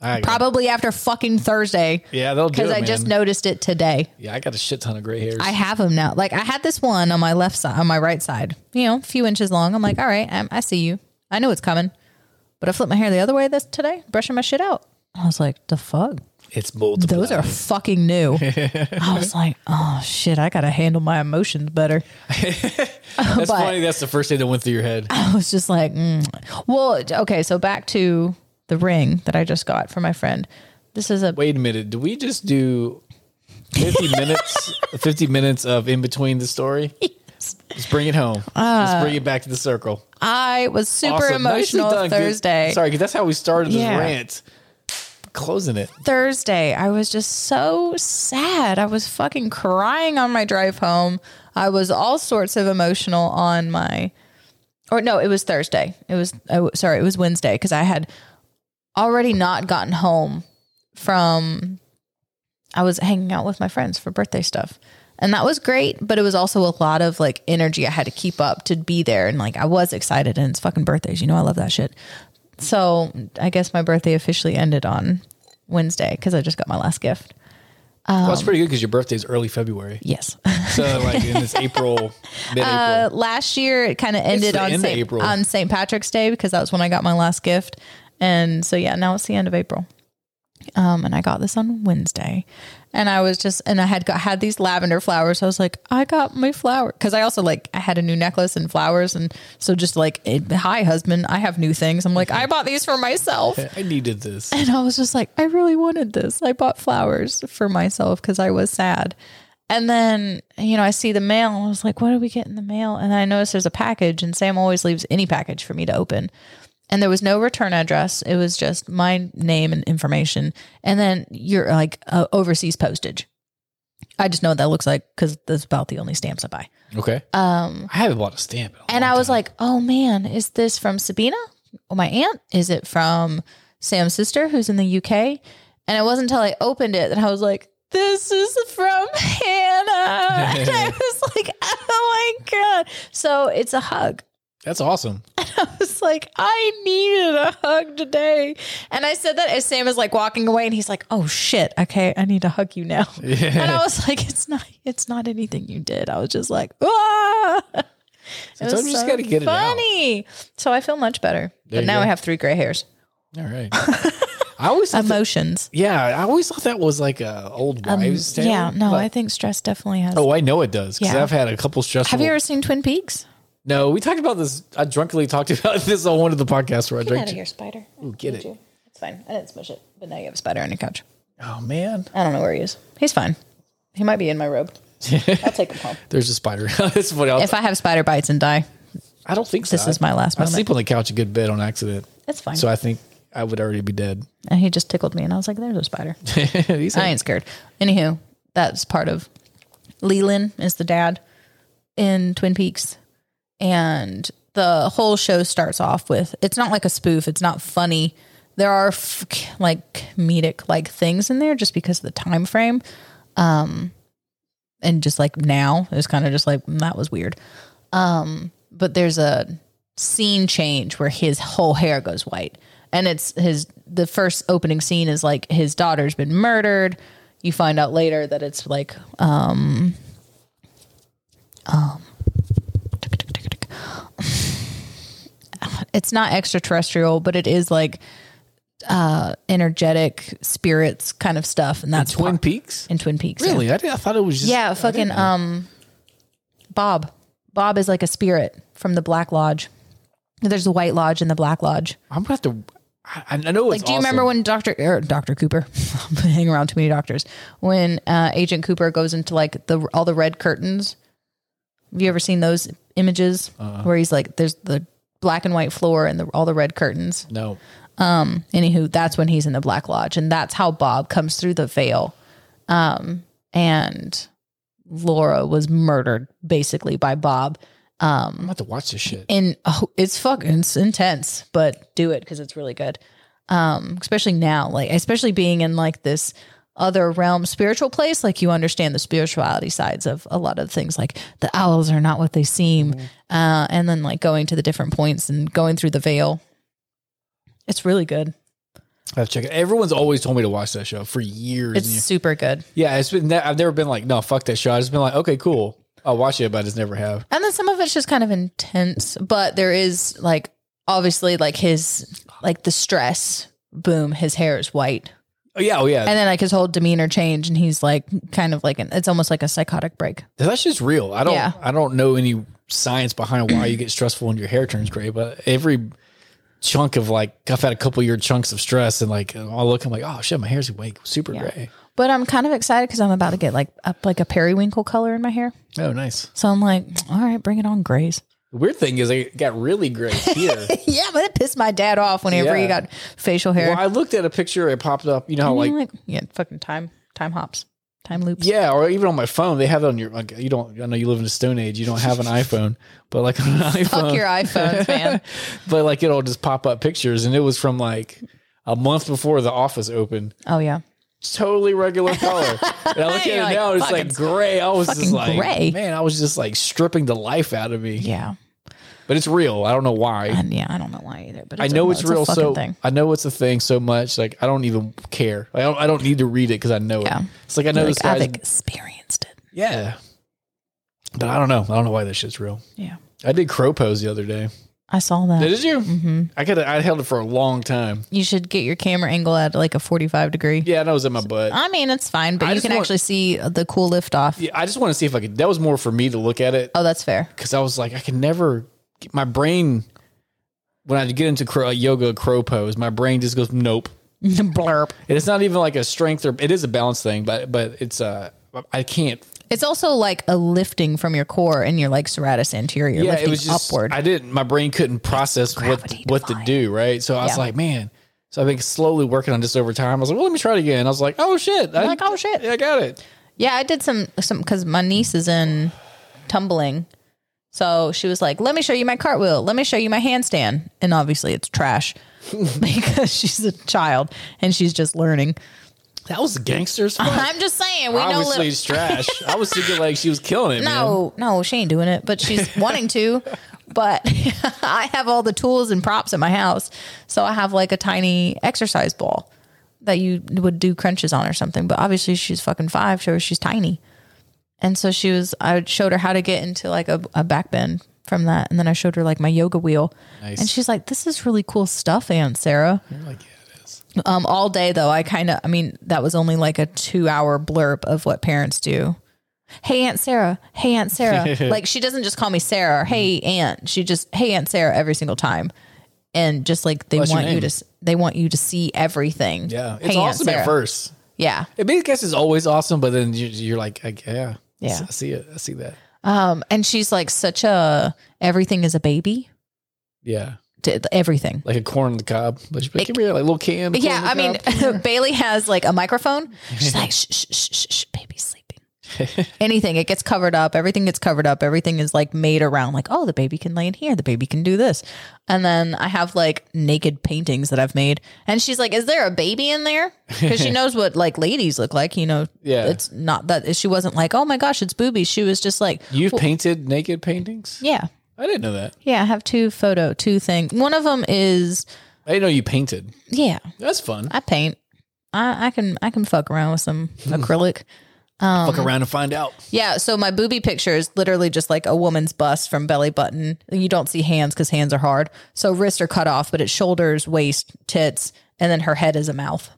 S1: I got-
S2: Probably after fucking Thursday
S1: yeah, they'll do
S2: because
S1: it.
S2: I
S1: man.
S2: just noticed it today.
S1: Yeah, I got a shit ton of gray hairs.
S2: I have them now. Like I had this one on my left side, on my right side, you know, a few inches long. I'm like, all right, I'm, I see you. I know it's coming. But I flipped my hair the other way this today, brushing my shit out. I was like, the fuck?
S1: it's multiple.
S2: Those are fucking
S1: (laughs)
S2: new. I was like, oh shit, I gotta handle my emotions better.
S1: (laughs) That's
S2: but-
S1: funny. That's the first thing that went through your
S2: (laughs)
S1: head.
S2: I was just like, mm. well, okay, so back to the ring that I just got for my friend. This is a
S1: Wait a minute. Do we just do fifty minutes? Fifty minutes of in between the
S2: (laughs)
S1: story. Let's bring it home.
S2: Uh,
S1: Let's bring it back to the circle.
S2: I was super
S1: Awesome. Nicely
S2: emotional
S1: done, kid.
S2: Thursday.
S1: Sorry, because that's how we started this
S2: Yeah.
S1: rant. Closing it.
S2: Thursday, I was just so sad. I was fucking crying on my drive home. I was all sorts of emotional on my, or no, it was Thursday. It was, oh, sorry, it was Wednesday because I had already not gotten home from, I was hanging out with my friends for birthday stuff. And that was great, but it was also a lot of like energy I had to keep up to be there. And like I was excited, and it's fucking birthdays. You know, I love that shit. So I guess my birthday officially ended on Wednesday because I just got my last gift.
S1: well,
S2: Um,
S1: it's pretty good because your birthday is early February.
S2: (laughs) Yes.
S1: So like in this April, mid April.
S2: Uh, last year it kind of ended
S1: the
S2: on
S1: end of
S2: Saint,
S1: April.
S2: on St. Patrick's Day because that was when I got my last gift, and so yeah, now it's the end of April. um, and I got this on Wednesday. And I was just, and I had got, had these lavender flowers. So I was like, I got my flower because I also like I had a new necklace and flowers, and so just like, eh, hi husband, I have new things. I'm
S1: (laughs)
S2: like, I bought these for myself,
S1: I needed this.
S2: and I was just like, I really wanted this. I bought flowers for myself because I was sad. And then you know, I see the mail. And I was like, what do we get in the mail? And I notice there's a package, and Sam always leaves any package for me to open and there was no return address. It was just my name and information, and then you're like uh, overseas postage. I just know what that looks like because that's about the only stamps I buy.
S1: Okay.
S2: Um,
S1: I haven't bought a stamp. in a
S2: and
S1: long
S2: I was
S1: time.
S2: like, oh man, is this from Sabina, oh, my aunt? Is it from Sam's sister who's in the UK? And it wasn't until I opened it that I was like, this is from Hannah. (laughs) and I was like, oh my God. So it's a hug. (laughs)
S1: that's awesome.
S2: I was like, I needed a hug today. And I said that as Sam is like walking away and he's like, Oh shit, okay, I need to hug you now. And I was like, It's not it's not anything you did. I was just like, ah It
S1: Sometimes you just gotta get it out.
S2: funny. So I feel much better.
S1: There
S2: but
S1: you
S2: now
S1: go.
S2: I have three gray hairs.
S1: All
S2: (laughs)
S1: right. I always thought that-
S2: Emotions.
S1: yeah, I always thought that was like a old
S2: Um,
S1: wives' tale.
S2: yeah, no, I
S1: Like-
S2: think stress definitely has.
S1: Oh, I know it does because
S2: Yeah.
S1: I've had a couple stressful.
S2: have you ever seen Twin Peaks?
S1: No, we talked about this. I drunkenly talked (laughs) about this on one of the podcasts where I
S2: Get out
S1: drank.
S2: of here, spider.
S1: get it.
S2: It's fine. I didn't smush it. But now you have a spider on your couch.
S1: Oh man,
S2: I don't know where he is. He's fine. He might be in
S1: (laughs)
S2: my robe. I'll take him home.
S1: there's a spider. (laughs) it's funny. I'll-
S2: If I have spider bites and die,
S1: I don't think so.
S2: this is my last
S1: I
S2: moment.
S1: sleep on the couch a good bit on accident,
S2: it's fine.
S1: so I think I would already be dead.
S2: and he just tickled me, and I was like, "There's a spider."
S1: He's
S2: I
S1: like,
S2: ain't scared. Anywho, that's part of Leland is the dad in Twin Peaks, and the whole show starts off with it's not like a spoof. It's not funny. There are f- like comedic like things in there just because of the time frame, um, and just like now it's kind of just like "Mm, that was weird. Um, but there's a scene change where his whole hair goes white and it's his the first opening scene is like his daughter's been murdered you find out later that it's like um um tick, tick, tick, tick. (sighs) it's not extraterrestrial but it is like uh energetic spirits kind of stuff and that's
S1: Twin
S2: part-
S1: Peaks.
S2: in twin peaks yeah.
S1: Really, I, did, I thought it was just
S2: Yeah, fucking um Bob. Bob is like a spirit from the Black Lodge. There's the White Lodge and the Black Lodge.
S1: I'm gonna have to. I, I know it's.
S2: Like, do you remember
S1: awesome.
S2: when Doctor er, Doctor Cooper, (laughs) hang around too many doctors, when uh, Agent Cooper goes into like the all the red curtains? Have you ever seen those images
S1: Uh-uh.
S2: where he's like, there's the black and white floor and the, all the red curtains?
S1: No,
S2: anywho, that's when he's in the Black Lodge, and that's how Bob comes through the veil. Um, and Laura was murdered basically by Bob.
S1: I'm about to watch this shit.
S2: And oh, it's fucking it's intense, but do it because it's really good. Um, especially now, like especially being in like this other realm spiritual place, like you understand the spirituality sides of a lot of things. Like the owls are not what they seem, uh, and then like going to the different points and going through the veil. It's really good.
S1: I have to check it. Everyone's always told me to watch that show for years.
S2: It's
S1: and years.
S2: super good.
S1: yeah, it's been. I've never been like, no, fuck that show. I've just been like, okay, cool. I'll watch it, but I just never have.
S2: And then some of it's just kind of intense, but there is like obviously like his like the stress. Boom, his hair is white.
S1: Oh yeah, oh yeah.
S2: And then like his whole demeanor change and he's like kind of like an it's almost like a psychotic break.
S1: That's just real. I don't
S2: Yeah.
S1: I don't know any science behind why you get stressful and your hair turns gray, but every chunk of like I've had a couple year chunks of stress and like I'll look I'm like, oh shit, my hair's way super gray.
S2: But I'm kind of excited because I'm about to get like up like a periwinkle color in my hair.
S1: Oh nice.
S2: So I'm like, all right, bring it on, Grays.
S1: The weird thing is I got really gray here.
S2: (laughs) yeah, but it pissed my dad off whenever he
S1: Yeah.
S2: got facial hair.
S1: well, I looked at a picture, it popped up, you know how
S2: And
S1: like
S2: you're yeah, fucking time time hops, time loops.
S1: yeah, or even on my phone, they have it on your like you don't I know you live in the stone age, you don't have an iPhone, but like on an iPhone
S2: (laughs) Fuck your
S1: (laughs)
S2: iPhones, man.
S1: but like it'll just pop up pictures and it was from like a month before the office opened.
S2: Oh yeah. totally (laughs)
S1: regular color. And I look at
S2: You're
S1: it
S2: like,
S1: now, it's
S2: "Fuck,
S1: like
S2: it's
S1: gray. I was just
S2: fucking
S1: like,
S2: gray."
S1: man, I was just like stripping the life out of me.
S2: Yeah.
S1: But it's real. I don't know why.
S2: And yeah, I don't know why either, but
S1: I
S2: it's
S1: know
S2: a,
S1: it's, real.
S2: a fucking
S1: So
S2: thing.
S1: I know it's a thing so much. Like I don't even care. I don't. I don't need to read it because I know
S2: Yeah.
S1: it. It's like I know
S2: Like,
S1: this guy's.
S2: I've experienced it.
S1: yeah. But I don't know. I don't know why this shit's real.
S2: Yeah.
S1: I did crow pose the other day.
S2: I saw that.
S1: Did you? Mm-hmm. I could. I held it for a long time.
S2: you should get your camera angle at like a 45 degree.
S1: Yeah, and I was in my butt.
S2: I mean, it's fine, but
S1: I
S2: you
S1: just
S2: can
S1: want-
S2: actually see the cool lift off.
S1: Yeah, I just want to see if I could. That was more for me to look at it
S2: Oh, that's fair.
S1: because I was like, I can never. My brain, when I get into crow, yoga crow pose, my brain just goes
S2: (laughs)
S1: nope.
S2: Blurb.
S1: And it's not even like a strength or it is a balance thing, but but it's uh I can't.
S2: It's also like a lifting from your core and your like serratus anterior
S1: Yeah,
S2: lifting
S1: it was just
S2: upward.
S1: I didn't. My brain couldn't process what
S2: gravity
S1: what to
S2: defying.
S1: do. Right, so I was
S2: Yeah.
S1: like, man. So I've been slowly working on this over time. I was like, well, let me try it again. I was like, oh shit! I,
S2: like, oh, shit.
S1: I got it.
S2: yeah, I did some some because my niece is in tumbling, so she was like, "Let me show you my cartwheel. Let me show you my handstand." And obviously, it's trash (laughs) because she's a child and she's just learning.
S1: That was (laughs) gangsters.
S2: I'm just saying we know. (laughs)
S1: Obviously,
S2: Little,
S1: it's trash. I was thinking like she was killing it. man.
S2: no, no, she ain't doing it, but
S1: (laughs)
S2: she's wanting to. But (laughs) I have all the tools and props at my house, so I have like a tiny exercise ball that you would do crunches on or something. But obviously, she's fucking five, so she's tiny. And so she was. I showed her how to get into like a, a back bend from that, and then I showed her like my yoga wheel,
S1: Nice.
S2: and she's like, "This is really cool stuff, Aunt Sarah."
S1: Like, yeah, it is.
S2: Um, all day though, I kind of, I mean, that was only like a two hour blurb of what parents do. Hey, Aunt Sarah. Hey,
S1: (laughs)
S2: Aunt Sarah. like she doesn't just call me Sarah. Or, hey,
S1: Mm.
S2: Aunt. She just, hey, Aunt Sarah every single time. And just like they
S1: What's your
S2: want you
S1: name?
S2: to, s- they want you to see everything.
S1: Yeah, it's
S2: Hey, Aunt
S1: awesome at
S2: Sarah.
S1: first.
S2: Yeah.
S1: I mean, I guess it's always awesome, but then you, you're like, I, yeah,
S2: Yeah.
S1: I see it. I see that.
S2: Um, and she's like such a, everything is a baby.
S1: Yeah,
S2: D- Everything.
S1: like a corn on the cob. But she'd be like, come here, like a little can. of
S2: yeah.
S1: corn
S2: I
S1: on the
S2: mean,
S1: cob.
S2: (laughs) Bailey has like a microphone. She's like, shh, shh, shh, shh, shh, baby's sleeping.
S1: (laughs)
S2: anything it gets covered up everything gets covered up everything is like made around like oh the baby can lay in here the baby can do this and then i have like naked paintings that i've made and she's like is there a baby in there because
S1: (laughs)
S2: she knows what like ladies look like you know
S1: Yeah.
S2: it's not that she wasn't like oh my gosh it's boobies she was just like
S1: you've painted naked paintings.
S2: yeah
S1: I didn't know that.
S2: yeah i have two photo two things one of them is
S1: I didn't know you painted.
S2: yeah
S1: That's fun.
S2: i paint I, I can i can fuck around with some acrylic
S1: Fuck
S2: Um,
S1: around and find out.
S2: Yeah, so my booby picture is literally just like a woman's bust from belly button. You don't see hands because hands are hard. So wrists are cut off, but it's shoulders, waist, tits, and then her head is a mouth,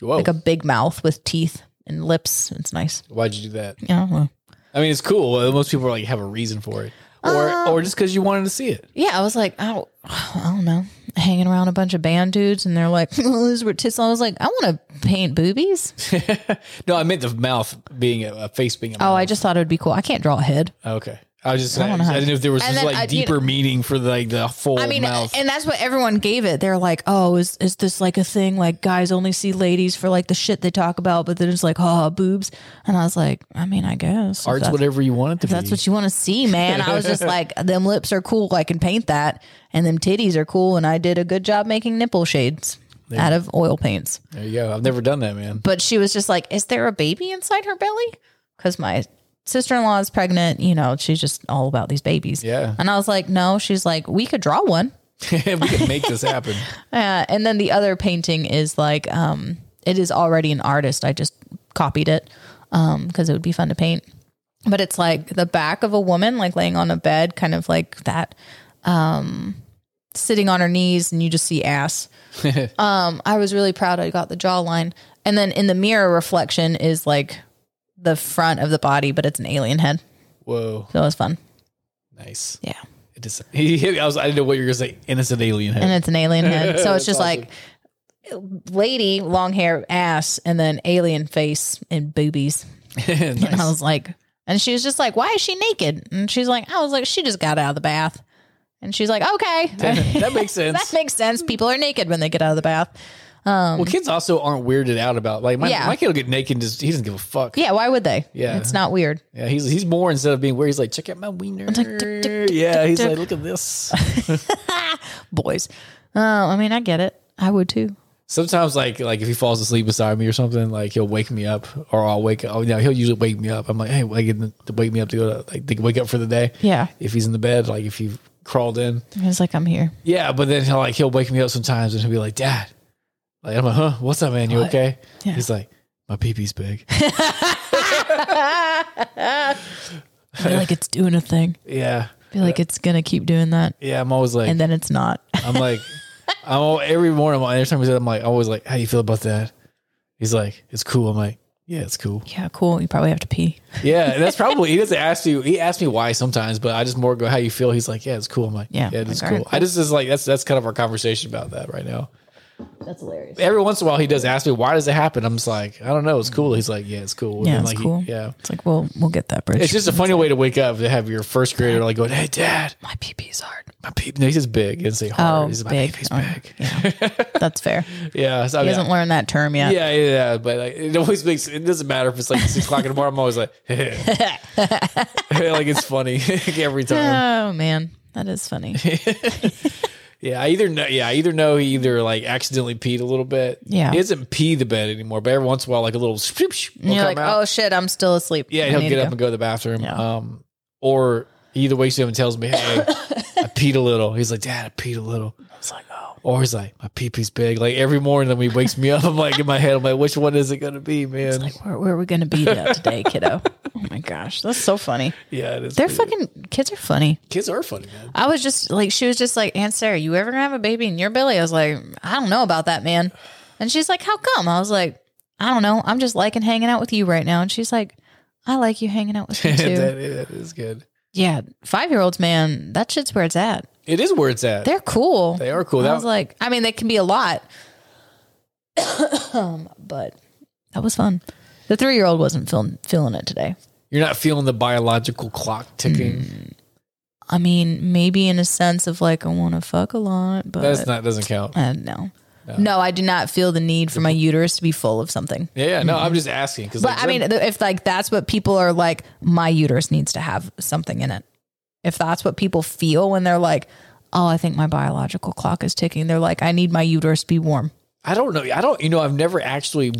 S1: Whoa,
S2: like a big mouth with teeth and lips. It's nice.
S1: why'd you do that?
S2: Yeah, well.
S1: I mean, it's cool. uh, Most people like have a reason for it, or
S2: Um,
S1: or just because you wanted to see it.
S2: yeah. I was like, I don't, I don't know, hanging around a bunch of band dudes, and they're like, (laughs) "These were tits." I was like, I want to paint boobies.
S1: No, I meant the mouth being a, a face being. A
S2: Oh,
S1: mouth.
S2: I just thought it would be cool. I can't draw a head.
S1: okay. I was just I,
S2: I don't know how-
S1: didn't know if there was
S2: And
S1: just
S2: then
S1: like
S2: I- you
S1: deeper
S2: know-
S1: meaning for like the full
S2: I mean,
S1: mouth.
S2: and that's what everyone gave it. They're like, "Oh, is is this like a thing? Like guys only see ladies for like the shit they talk about, but then it's like, oh, boobs." And I was like, I mean, I guess if
S1: Art's
S2: that's,
S1: whatever you want it to
S2: if
S1: be.
S2: that's what you want to see, man. I was
S1: (laughs)
S2: just like, them lips are cool. I can paint that, and them titties are cool. And I did a good job making nipple shades out of oil paints.
S1: There you go. I've never done that, man.
S2: But she was just like, "Is there a baby inside her belly?" Because my sister in law is pregnant. You know, she's just all about these babies.
S1: Yeah.
S2: And I was like, "No." She's like, "We could draw one."
S1: (laughs) we can make this
S2: (laughs)
S1: happen.
S2: Uh, and then the other painting is like, um, it is already an artist. I just copied it because it would be fun to paint. But it's like the back of a woman, like laying on a bed, kind of like that, um, sitting on her knees, and you just see ass. um, I was really proud I got the jawline. And then in the mirror reflection is like the front of the body, but it's an alien head.
S1: Whoa,
S2: So it was fun.
S1: nice.
S2: Yeah.
S1: It is. (laughs) He hit, I was. I didn't know what you were gonna say. Innocent alien head.
S2: and it's an
S1: (laughs)
S2: alien head. So it's just like lady, long hair, ass, and then alien face and boobies. (laughs)
S1: (laughs) Nice.
S2: And I was like, and she was just like, why is she naked? And she's like, I was like, she just got out of the bath. And she's like, okay,
S1: (laughs) that makes
S2: (laughs) that
S1: sense.
S2: makes sense. People are naked when they get out of the bath.
S1: well, kids also aren't weirded out about like my,
S2: Yeah.
S1: my kid will get naked. And just he doesn't give a fuck.
S2: Yeah, why would they?
S1: Yeah.
S2: it's not weird.
S1: Yeah, he's he's more instead of being weird. He's like, check out my wiener. yeah, he's like, look at this.
S2: Boys, oh, I mean, I get it. I would too.
S1: Sometimes, like like if he falls asleep beside me or something, like he'll wake me up, or I'll wake. Oh, no, he'll usually wake me up. I'm like, hey, wake, wake me up to go to like to wake up for the day.
S2: Yeah.
S1: if he's in the bed, like if he crawled in.
S2: I was like, I'm here.
S1: Yeah, but then he'll like he'll wake me up sometimes and he'll be like, Dad. Like I'm like, huh, what's up, man? You okay?
S2: Yeah.
S1: He's like, My pee pee's big.
S2: I feel like it's doing a thing.
S1: yeah. (laughs)
S2: feel like it's gonna keep doing that,
S1: Yeah, I'm always like,
S2: and then it's not. (laughs)
S1: I'm like, I'm all, every morning, every time we said, I'm like, always like, how do you feel about that? He's like, it's cool. I'm like, yeah, it's cool.
S2: yeah, cool. You probably have to pee.
S1: Yeah, and that's probably he doesn't ask you. He asks me why sometimes, but I just more go how you feel. He's like, yeah, it's cool. I'm like,
S2: Yeah,
S1: yeah, it's
S2: like,
S1: cool.
S2: alright,
S1: I just is like that's that's kind of our conversation about that right now.
S2: That's hilarious.
S1: Every once in a while, he does ask me why does it happen. I'm just like, I don't know. It's cool. He's like, yeah, it's cool.
S2: Yeah,
S1: And
S2: it's
S1: like, he-
S2: cool.
S1: yeah,
S2: It's like, well, we'll get that bridge.
S1: it's just a funny way to wake up to have your first grader like going, hey, dad,
S2: my pee pee's hard.
S1: my pee. No, he's just big. He didn't say hard.
S2: Oh,
S1: he's my
S2: big.
S1: baby's
S2: Oh,
S1: big. (laughs)
S2: That's fair.
S1: Yeah, so, I
S2: He
S1: mean,
S2: hasn't learned that term yet.
S1: Yeah, yeah, yeah, but like, it always makes it doesn't matter if it's like six o'clock in the morning. I'm always
S2: (laughs)
S1: like, (laughs) like it's funny (laughs) every time.
S2: Oh man, that
S1: (laughs)
S2: is funny.
S1: Yeah, I either know, yeah, I either know he either like accidentally peed a little bit.
S2: Yeah.
S1: he doesn't pee the bed anymore, but every once in a while, like a little shp, shp will
S2: And you're
S1: come
S2: like,
S1: out.
S2: oh shit, I'm still asleep.
S1: yeah,
S2: I
S1: he'll
S2: need
S1: get
S2: to
S1: up and go to the bathroom.
S2: Yeah.
S1: Um, or either wakes up and tells
S2: (laughs)
S1: me, hey, I peed a little. He's like, Dad, I peed a little.
S2: I was like, oh,
S1: Or he's like, my pee pee's big. Like every morning, then he wakes me up. I'm like in my head, I'm like, which one is it gonna be, man?
S2: it's like where, where are we gonna
S1: (laughs)
S2: be at today, kiddo? oh my gosh, that's so funny.
S1: yeah, it is.
S2: They're
S1: pretty-
S2: fucking kids are funny.
S1: kids are funny, man. (laughs)
S2: I was just like, she was just like, Aunt Sarah, you ever gonna have a baby in your belly? I was like, I don't know about that, man. And she's like, How come? I was like, I don't know. I'm just liking hanging out with you right now. And she's like, I like you hanging out
S1: (laughs)
S2: with me too.
S1: that, that is good.
S2: yeah, five year olds, man, that shit's where it's at.
S1: It is where it's at.
S2: They're cool.
S1: They are cool.
S2: I
S1: That-
S2: was like, I mean, they can be a lot, (coughs) but that was fun. The three year old wasn't feeling feeling it today.
S1: You're not feeling the biological clock ticking.
S2: Mm, I mean, maybe in a sense of like, I want to fuck a lot, but
S1: That's not doesn't count.
S2: Uh, no. no, I do not feel the need for my uterus to be full of something.
S1: Yeah, yeah, no, I'm just asking because.
S2: Mm-hmm. But I mean, th- if like that's what people are like, my uterus needs to have something in it. If that's what people feel when they're like, oh, I think my biological clock is ticking, they're like, I need my uterus to be warm.
S1: I don't know. I don't. You know, I've never actually.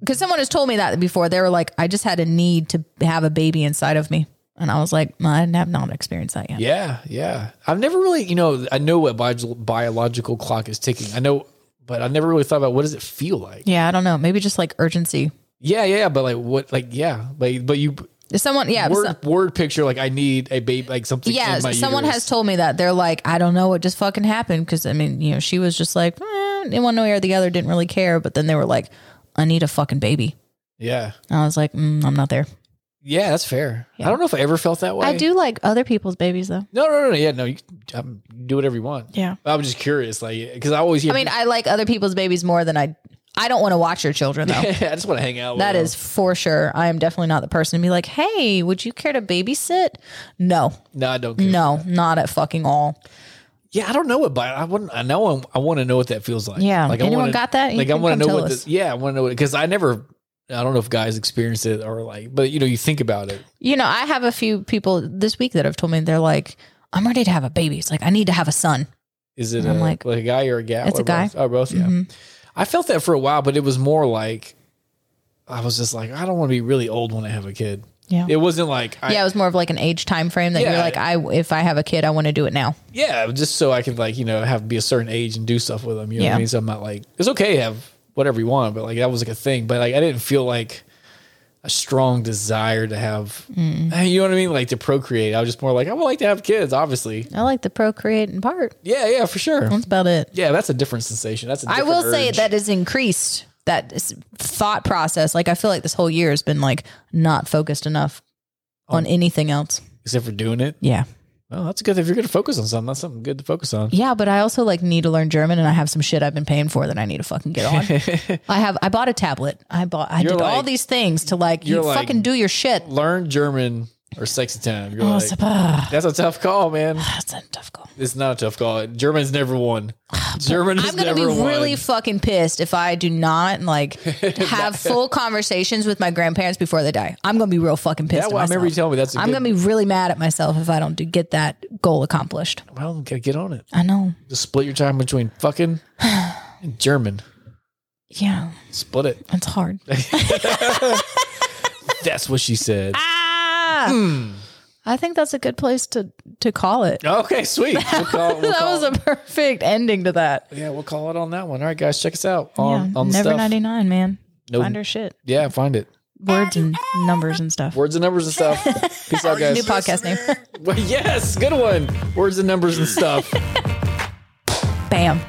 S2: because someone has told me that before. They were like, I just had a need to have a baby inside of me. And I was like, "Mm, I have not experienced that yet.
S1: Yeah, yeah. I've never really. You know, I know what bi- biological clock is ticking. I know, but I never really thought about what does it feel like.
S2: Yeah, I don't know. Maybe just like urgency.
S1: Yeah, yeah. But like, what? Like, yeah. Like, but you
S2: If Someone, yeah,
S1: word
S2: so-
S1: word picture. Like, I need a baby. Like something.
S2: yeah.
S1: in my
S2: Someone
S1: uterus.
S2: has told me that they're like, I don't know what just fucking happened because I mean, you know, she was just like eh, in one way or the other, didn't really care. But then they were like, I need a fucking baby.
S1: yeah,
S2: And I was like, mm, I'm not there.
S1: yeah. That's fair.
S2: Yeah.
S1: I don't know if I ever felt that way.
S2: I do like other people's babies though.
S1: No, no, no, no. Yeah, no. You um, do whatever you want.
S2: Yeah.
S1: I'm just curious, like, because I always hear.
S2: I mean, I like other people's babies more than I. I don't want to watch your
S1: (laughs)
S2: children
S1: (laughs)
S2: though.
S1: I just want to hang out.
S2: That
S1: with
S2: is for sure. I am definitely not the person to be like, hey, would you care to babysit? No,
S1: them. no, I don't. Care.
S2: no, not at fucking all.
S1: Yeah, I don't know what, but I wouldn't. I know. I'm- I want to know what that feels like.
S2: Yeah.
S1: Like,
S2: Anyone
S1: I wanna,
S2: got that? You
S1: Like, I
S2: can
S1: want
S2: come
S1: to know
S2: tell
S1: what.
S2: us.
S1: This, yeah, I want to know because I never. I don't know if guys experience it or like, but you know, you think about it.
S2: You know, I have a few people this week that have told me they're like, I'm ready to have a baby. It's like, I need to have a son.
S1: Is it
S2: I'm
S1: a,
S2: like-
S1: like, a guy or a gal?
S2: It's a
S1: or
S2: guy. Mm-hmm.
S1: Both? Oh, both. Yeah. I felt that for a while, but it was more like I was just like, I don't want to be really old when I have a kid.
S2: Yeah.
S1: It wasn't like I,
S2: yeah, it was more of like an age time frame that you're
S1: Yeah.
S2: like, I if I have a kid, I want to do it now.
S1: Yeah, just so I can like you know have be a certain age and do stuff with them. You know what
S2: Yeah.
S1: I mean? So I'm not like it's okay to have whatever you want, but like that was like a thing. But like I didn't feel like a strong desire to have.
S2: Mm.
S1: You know what I mean? Like to procreate. I was just more like I would like to have kids. Obviously,
S2: I like the procreating part.
S1: yeah, yeah, for sure.
S2: That's about it.
S1: Yeah, that's a different sensation. That's a
S2: I
S1: different
S2: will say
S1: urge.
S2: that is increased that is- thought process. Like I feel like this whole year has been like not focused enough on
S1: Oh.
S2: anything else.
S1: except for doing it.
S2: Yeah.
S1: Well, that's good if you're going to focus on something. That's something good to focus on.
S2: Yeah, but I also like need to learn German, and I have some shit I've been paying for that I need to fucking get on.
S1: (laughs)
S2: I have. I bought a tablet. I bought. I
S1: You're
S2: did all
S1: like-
S2: these things to like you
S1: you're like-
S2: fucking do your shit.
S1: Learn German or sexy time. You're
S2: Oh,
S1: like,
S2: so- ah,
S1: that's a tough call, man.
S2: That's a tough call.
S1: It's not a tough call. German's never
S2: (sighs)
S1: won. German is
S2: I'm gonna be
S1: never won.
S2: really fucking pissed if I do
S1: (laughs)
S2: not like have full conversations with my grandparents before they die. I'm gonna be real fucking pissed.
S1: Yeah,
S2: at
S1: well, I remember you
S2: myself.
S1: telling me that's. A
S2: I'm
S1: good,
S2: gonna be really mad at myself if I don't do get that goal accomplished.
S1: Well, gotta get on it.
S2: I know.
S1: Just split your time between fucking (sighs) and German.
S2: Yeah,
S1: Split it.
S2: it's hard.
S1: (laughs) That's what she said.
S2: ah, I think that's a good place to to call it.
S1: Okay,
S2: (laughs)
S1: sweet. We'll call, we'll
S2: Ah! that
S1: call-
S2: was a perfect ending to that.
S1: yeah, we'll call it on that one. All right, guys, check us out on
S2: yeah,
S1: on the
S2: never
S1: stuff.
S2: ninety nine, man.
S1: No-
S2: Find her shit.
S1: Yeah, find it.
S2: words and numbers and stuff.
S1: Words and numbers and
S2: (laughs)
S1: stuff. Peace out,
S2: New
S1: guys.
S2: podcast name. (laughs)
S1: (laughs) Well, yes, good one. Words and numbers and stuff.
S2: Bam.